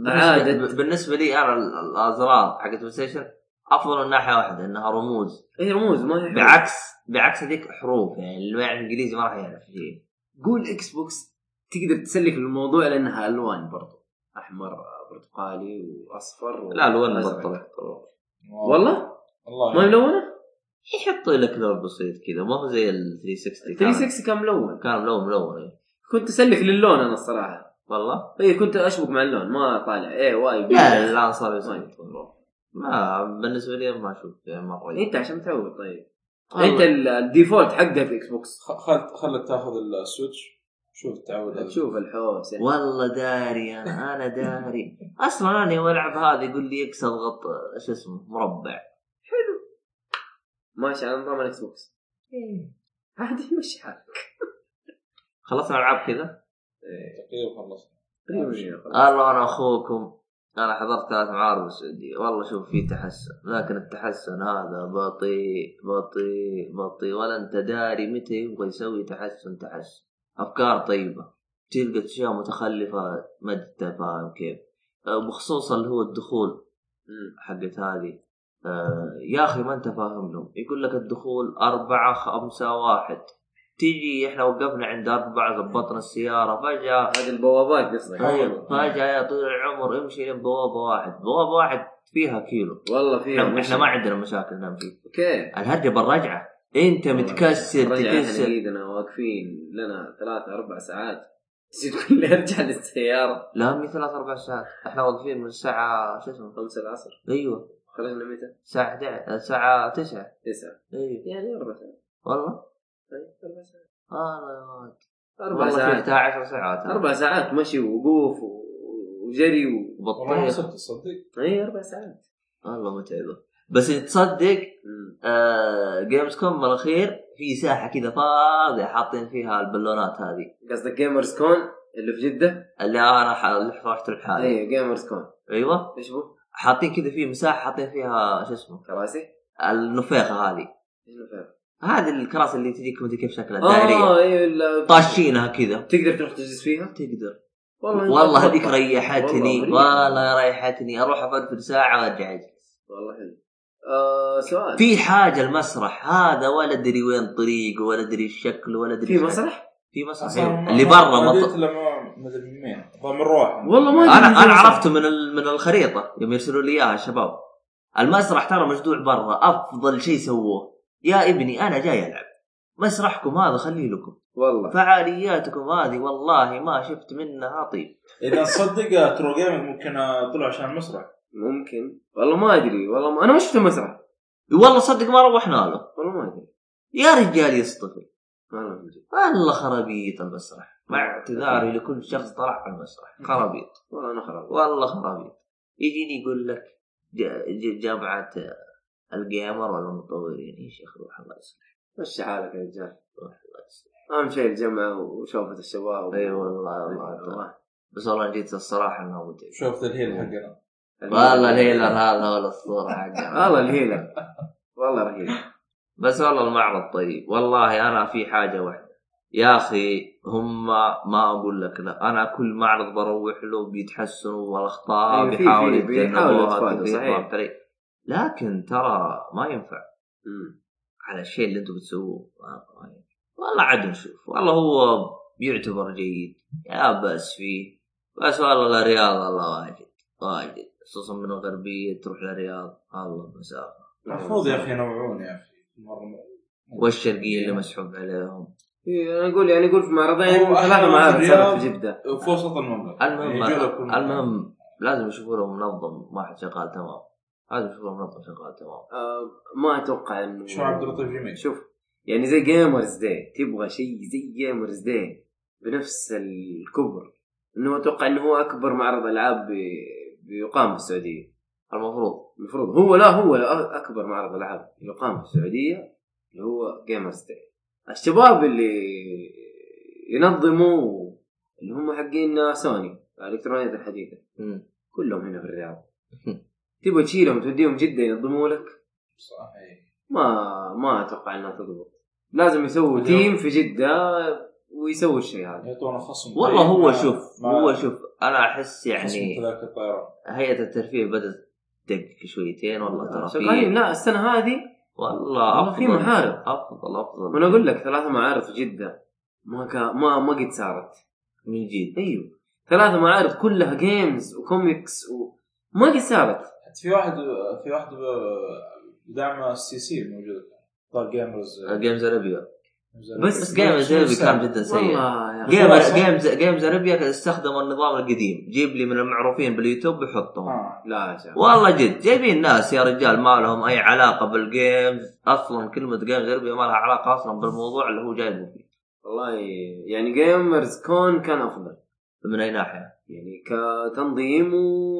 Speaker 2: عادت.
Speaker 1: بالنسبة, بالنسبه لي انا ال- الازرار حقت بلاي ستيشن افضل من ناحيه واحده انها رموز
Speaker 2: هي رموز ما إيه، هي حروف.
Speaker 1: بعكس بعكس هذيك حروف يعني اللي ما يعرف انجليزي ما راح يعرف شيء
Speaker 2: قول اكس بوكس تقدر تسلك الموضوع لانها الوان برضو احمر برتقالي واصفر و-
Speaker 1: لا الوان
Speaker 2: وأزرق.
Speaker 1: مبطله
Speaker 2: والله
Speaker 4: والله
Speaker 2: ما ملونه
Speaker 1: يحط لك لون بسيط كذا ما هو زي ال
Speaker 2: إيه،
Speaker 1: 360 كان-
Speaker 2: 360 كان ملون
Speaker 1: كان ملون ملون إيه.
Speaker 2: كنت اسلك للون انا الصراحه
Speaker 1: والله
Speaker 2: اي إيه، كنت اشبك مع اللون ما طالع إيه، اي واي بي
Speaker 1: لا الان صار
Speaker 2: طيب.
Speaker 1: يصير ما بالنسبه لي ما اشوف يعني مره
Speaker 2: انت عشان متعود طيب
Speaker 1: والله.
Speaker 2: انت ال- الديفولت حقها في اكس بوكس
Speaker 4: خ- خل خلك تاخذ السويتش شوف التعود هذا.
Speaker 2: تشوف الحوسه
Speaker 1: والله داري انا انا داري اصلا انا يوم العب هذا يقول لي اكس اضغط آه، شو اسمه مربع
Speaker 2: ماشي على نظام الاكس بوكس
Speaker 1: إيه.
Speaker 2: عادي مشي حالك
Speaker 1: خلصنا العاب كذا
Speaker 2: إيه،
Speaker 4: تقريبا خلصنا
Speaker 1: آه. الله انا اخوكم انا حضرت ثلاث معارض بالسعوديه والله شوف في تحسن لكن التحسن هذا بطيء بطيء بطيء ولا انت داري متى يبغى يسوي تحسن تحسن افكار طيبه تلقى اشياء متخلفه ما انت فاهم كيف أه، بخصوص اللي هو الدخول
Speaker 2: مم.
Speaker 1: حقت هذه أه، يا اخي ما انت فاهم لهم يقول لك الدخول أربعة خمسة واحد تيجي احنا وقفنا عند أربعة ضبطنا السيارة فجأة
Speaker 2: هذه البوابات قصدك
Speaker 4: أيوة.
Speaker 1: ايوه فجاه يا طويل العمر امشي بوابه واحد بوابه واحد فيها كيلو
Speaker 2: والله
Speaker 4: إيه،
Speaker 2: فيها
Speaker 1: احنا
Speaker 2: مشي.
Speaker 1: احنا ما عندنا مشاكل نعم فيه
Speaker 2: اوكي
Speaker 1: الهرجه بالرجعه انت متكسر
Speaker 2: رجع احنا
Speaker 1: تكسر
Speaker 2: ايدنا واقفين لنا ثلاثة اربع ساعات تجي تقول لي ارجع للسيارة
Speaker 1: لا من ثلاث اربع ساعات احنا واقفين من الساعه شو اسمه
Speaker 2: خمسة العصر
Speaker 1: ايوه
Speaker 2: خرجنا متى؟
Speaker 1: الساعه 11 الساعه 9
Speaker 2: تسعة
Speaker 1: ايوه
Speaker 2: يعني اربع ساعات
Speaker 1: والله
Speaker 2: طيب، اربع ساعات
Speaker 1: آه
Speaker 2: اربع
Speaker 1: والله
Speaker 2: ساعات
Speaker 1: فيها 10 ساعات
Speaker 2: اربع ساعات مشي ووقوف و- وجري و...
Speaker 4: والله ما
Speaker 1: بطيخ
Speaker 4: صرت تصدق
Speaker 2: اي اربع ساعات
Speaker 1: والله متعبه بس تصدق
Speaker 2: مم.
Speaker 1: آه جيمز كوم الاخير في ساحه كذا فاضيه حاطين فيها البالونات هذه
Speaker 2: قصدك جيمرز كون اللي في إيه، جده؟
Speaker 1: اللي آه، انا ح- اللي رحت لحالي
Speaker 2: اي جيمرز كون
Speaker 1: ايوه
Speaker 2: ايش هو؟
Speaker 1: حاطين كذا في مساحه حاطين فيها شو اسمه
Speaker 2: كراسي؟
Speaker 1: النفيخه هذه
Speaker 2: إيش فيها؟
Speaker 1: هذه الكراسي اللي تجيك مدري كيف شكلها
Speaker 2: اه
Speaker 1: دائريه
Speaker 2: اي لا-
Speaker 1: طاشينها كذا
Speaker 2: تقدر تروح تجلس فيها؟
Speaker 1: تقدر
Speaker 2: إنت
Speaker 1: والله هذيك
Speaker 2: أتوقع.
Speaker 1: ريحتني
Speaker 2: والله مريحة.
Speaker 1: والله ريحتني اروح افرفر ساعه وارجع اجلس
Speaker 2: والله حلو آه سؤال
Speaker 1: في حاجه المسرح هذا ولا ادري وين طريقه ولا ادري شكله ولا ادري
Speaker 2: في
Speaker 1: شكله.
Speaker 2: مسرح؟
Speaker 1: في مسرح
Speaker 4: أصلاً
Speaker 1: أيوة.
Speaker 4: ما-
Speaker 1: اللي
Speaker 4: ما
Speaker 1: برا
Speaker 4: بديت
Speaker 1: مط...
Speaker 4: إلا ما- ما ادري من مين والله من روح
Speaker 2: والله ما
Speaker 1: انا
Speaker 2: أدري إذا
Speaker 1: انا
Speaker 2: مسرح.
Speaker 1: عرفته من ال... من الخريطه يوم يرسلوا لي اياها الشباب المسرح ترى مجدوع برا افضل شيء سووه يا ابني انا جاي العب مسرحكم هذا خليه لكم
Speaker 2: والله
Speaker 1: فعالياتكم هذه والله ما شفت منها طيب
Speaker 4: اذا صدق ترو جيمنج ممكن آه، طلعوا عشان المسرح
Speaker 2: ممكن والله ما ادري والله ما... انا ما شفت المسرح
Speaker 1: والله صدق ما روحنا له
Speaker 2: والله ما ادري
Speaker 1: يا رجال يصطفي
Speaker 2: والله ما ادري
Speaker 1: والله خرابيط المسرح مع اعتذاري لكل شخص طلع على المسرح خرابيط
Speaker 2: والله انا خراب
Speaker 1: والله خرابيط يجيني يقول لك ج- ج- جامعة الجيمر والمطورين يا شيخ روح الله يصلح
Speaker 2: مشي حالك يا رجال
Speaker 1: روح الله يصلح
Speaker 2: اهم شيء الجمعه وشوفه الشباب
Speaker 1: اي إيه، والله والله. بس والله جيت الصراحة انه متعب
Speaker 4: شوف الهيل حقنا
Speaker 1: والله إيه. الهيلر هذا ولا الصورة حقه
Speaker 2: والله الهيلة والله رهيب
Speaker 1: بس والله المعرض طيب والله انا في حاجه واحده يا اخي هم ما اقول لك لا انا كل معرض بروح له بيتحسنوا والاخطاء
Speaker 2: أيوة، في-
Speaker 1: بيحاولوا
Speaker 2: في- بيحاولوا
Speaker 1: يتجنبوها
Speaker 2: يتفادوا،
Speaker 1: كيف
Speaker 2: صحيح.
Speaker 1: يطلع فريق. لكن ترى ما ينفع على الشيء اللي انتم بتسووه ما- ما ينفع. والله عاد نشوف والله هو بيعتبر جيد يا بس فيه بس والله الرياض الله واجد واجد خصوصا من الغربيه تروح للرياض الله مسافه
Speaker 4: المفروض يا اخي ينوعون يا اخي مره
Speaker 1: والشرقيه اللي مسحوب عليهم
Speaker 2: إيه، انا اقول يعني اقول في معرضين
Speaker 4: هو
Speaker 2: ثلاثة
Speaker 4: أهل
Speaker 2: معارض صارت
Speaker 4: الرياض.
Speaker 2: في جدة
Speaker 4: في وسط المملكه
Speaker 1: المهم
Speaker 4: يجوا لكم-
Speaker 1: المهم لازم يشوفوا له منظم واحد شغال تمام لازم يشوفوا له منظم شغال تمام
Speaker 2: آه، ما اتوقع انه
Speaker 4: شو عبد اللطيف جميل
Speaker 2: شوف يعني زي جيمرز داي تبغى شيء زي جيمرز داي بنفس الكبر انه اتوقع انه هو اكبر معرض العاب بي- بيقام في السعوديه
Speaker 1: المفروض
Speaker 2: المفروض هو لا هو لا اكبر معرض العاب يقام في السعوديه اللي هو جيمرز داي الشباب اللي ينظموا اللي هم حقين سوني الالكترونيات الحديثه
Speaker 1: مم.
Speaker 2: كلهم هنا في الرياض تبغى تشيلهم توديهم جده ينظموا لك
Speaker 4: صحيح
Speaker 2: ما ما اتوقع انها تضبط لازم يسووا
Speaker 4: اليوم-
Speaker 2: تيم في جده ويسووا الشيء هذا
Speaker 4: يعطونا خصم
Speaker 1: والله هو
Speaker 4: طيب، ما-
Speaker 1: شوف
Speaker 4: ما-
Speaker 1: هو شوف انا احس
Speaker 4: خصم
Speaker 1: يعني
Speaker 4: تذاكر الطيران
Speaker 1: هيئه الترفيه بدات تدقق شويتين والله ترى
Speaker 2: شغالين
Speaker 1: في
Speaker 2: لا السنه هذه
Speaker 1: والله
Speaker 2: والله في
Speaker 1: افضل
Speaker 2: محارب.
Speaker 1: افضل افضل
Speaker 2: وانا اقول لك ثلاثه معارض في جده ما كا ما ما قد صارت
Speaker 1: من جد
Speaker 2: ايوه ثلاثه معارض كلها جيمز وكوميكس و... ما قد صارت
Speaker 4: حتى في واحد في واحد دعم السي سي موجود طار جيمرز
Speaker 1: جيمز اربيا
Speaker 2: بس
Speaker 1: بس جيمز اربيا كان جدا سيء
Speaker 2: والله يا اخي
Speaker 1: جيمز
Speaker 4: خلاص.
Speaker 1: جيمز جيمز اربيا استخدموا النظام القديم جيب لي من المعروفين باليوتيوب وحطهم
Speaker 4: آه.
Speaker 2: لا يا شيخ
Speaker 1: والله جد جايبين ناس يا رجال ما لهم اي علاقه بالجيمز اصلا كلمه جيمز غربي ما لها علاقه اصلا بالموضوع اللي هو جايبه فيه
Speaker 2: والله يعني جيمرز كون كان افضل
Speaker 1: طيب، من اي ناحيه؟
Speaker 2: يعني كتنظيم و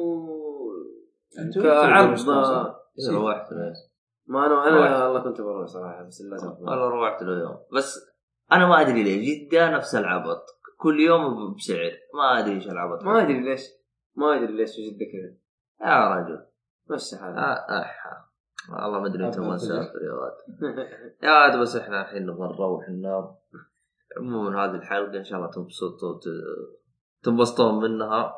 Speaker 4: أنتوا-
Speaker 2: كعرض
Speaker 4: أنتوا- أنتوا-
Speaker 1: إيه، روحت له
Speaker 2: ما انا
Speaker 1: واحد.
Speaker 2: انا والله كنت بروح صراحه بس للاسف
Speaker 1: والله روحت له يوم بس انا ما ادري ليه جده نفس العبط كل يوم بسعر ما ادري ايش العبط
Speaker 2: ما ادري ليش ما ادري ليش في جده كذا
Speaker 1: يا رجل
Speaker 2: مشي حالك
Speaker 1: آه آه. والله ما ادري انت وين
Speaker 4: أبداً.
Speaker 1: سافر يا ولد يا ولد بس احنا الحين نبغى نروح ننام عموما هذه الحلقه ان شاء الله تنبسطوا وت- تنبسطون منها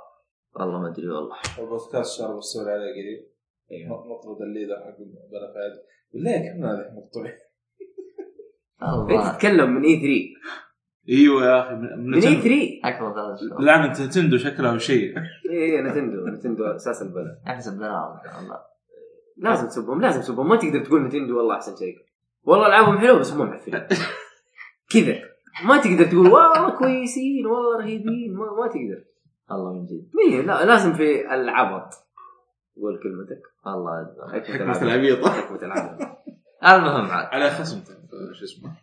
Speaker 1: والله ما ادري والله
Speaker 4: البودكاست شارب السؤال عليه قريب إيه. نطرد الليدر حق بلا فائده بالله كم هذا مقطوع
Speaker 2: انت
Speaker 1: الله
Speaker 2: تتكلم من اي 3
Speaker 4: ايوه يا اخي من
Speaker 2: من E اي 3
Speaker 1: اكبر ثلاث شهور
Speaker 4: لعنة نتندو شكلها وشيء
Speaker 2: اي إيه، نتندو نتندو اساس البلد
Speaker 1: احسب بلعب ان شاء الله
Speaker 2: لازم تسبهم لازم تسبهم ما تقدر تقول نتندو والله احسن شركه والله العابهم حلوه بس مو معفنين كذا ما تقدر تقول والله كويسين والله رهيبين ما, ما تقدر
Speaker 1: الله من جد
Speaker 2: مين لا لازم في العبط قول كلمتك
Speaker 1: الله يجزاك.
Speaker 2: حكمة العبط
Speaker 4: العبيطه
Speaker 2: حكمة العبط
Speaker 1: المهم عاد
Speaker 4: على خصم ترى، شو اسمه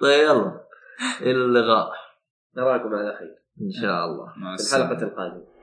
Speaker 1: طيب يلا الى اللقاء
Speaker 2: نراكم على خير
Speaker 1: ان شاء الله
Speaker 4: مع
Speaker 2: في
Speaker 4: السلامة.
Speaker 2: الحلقه القادمه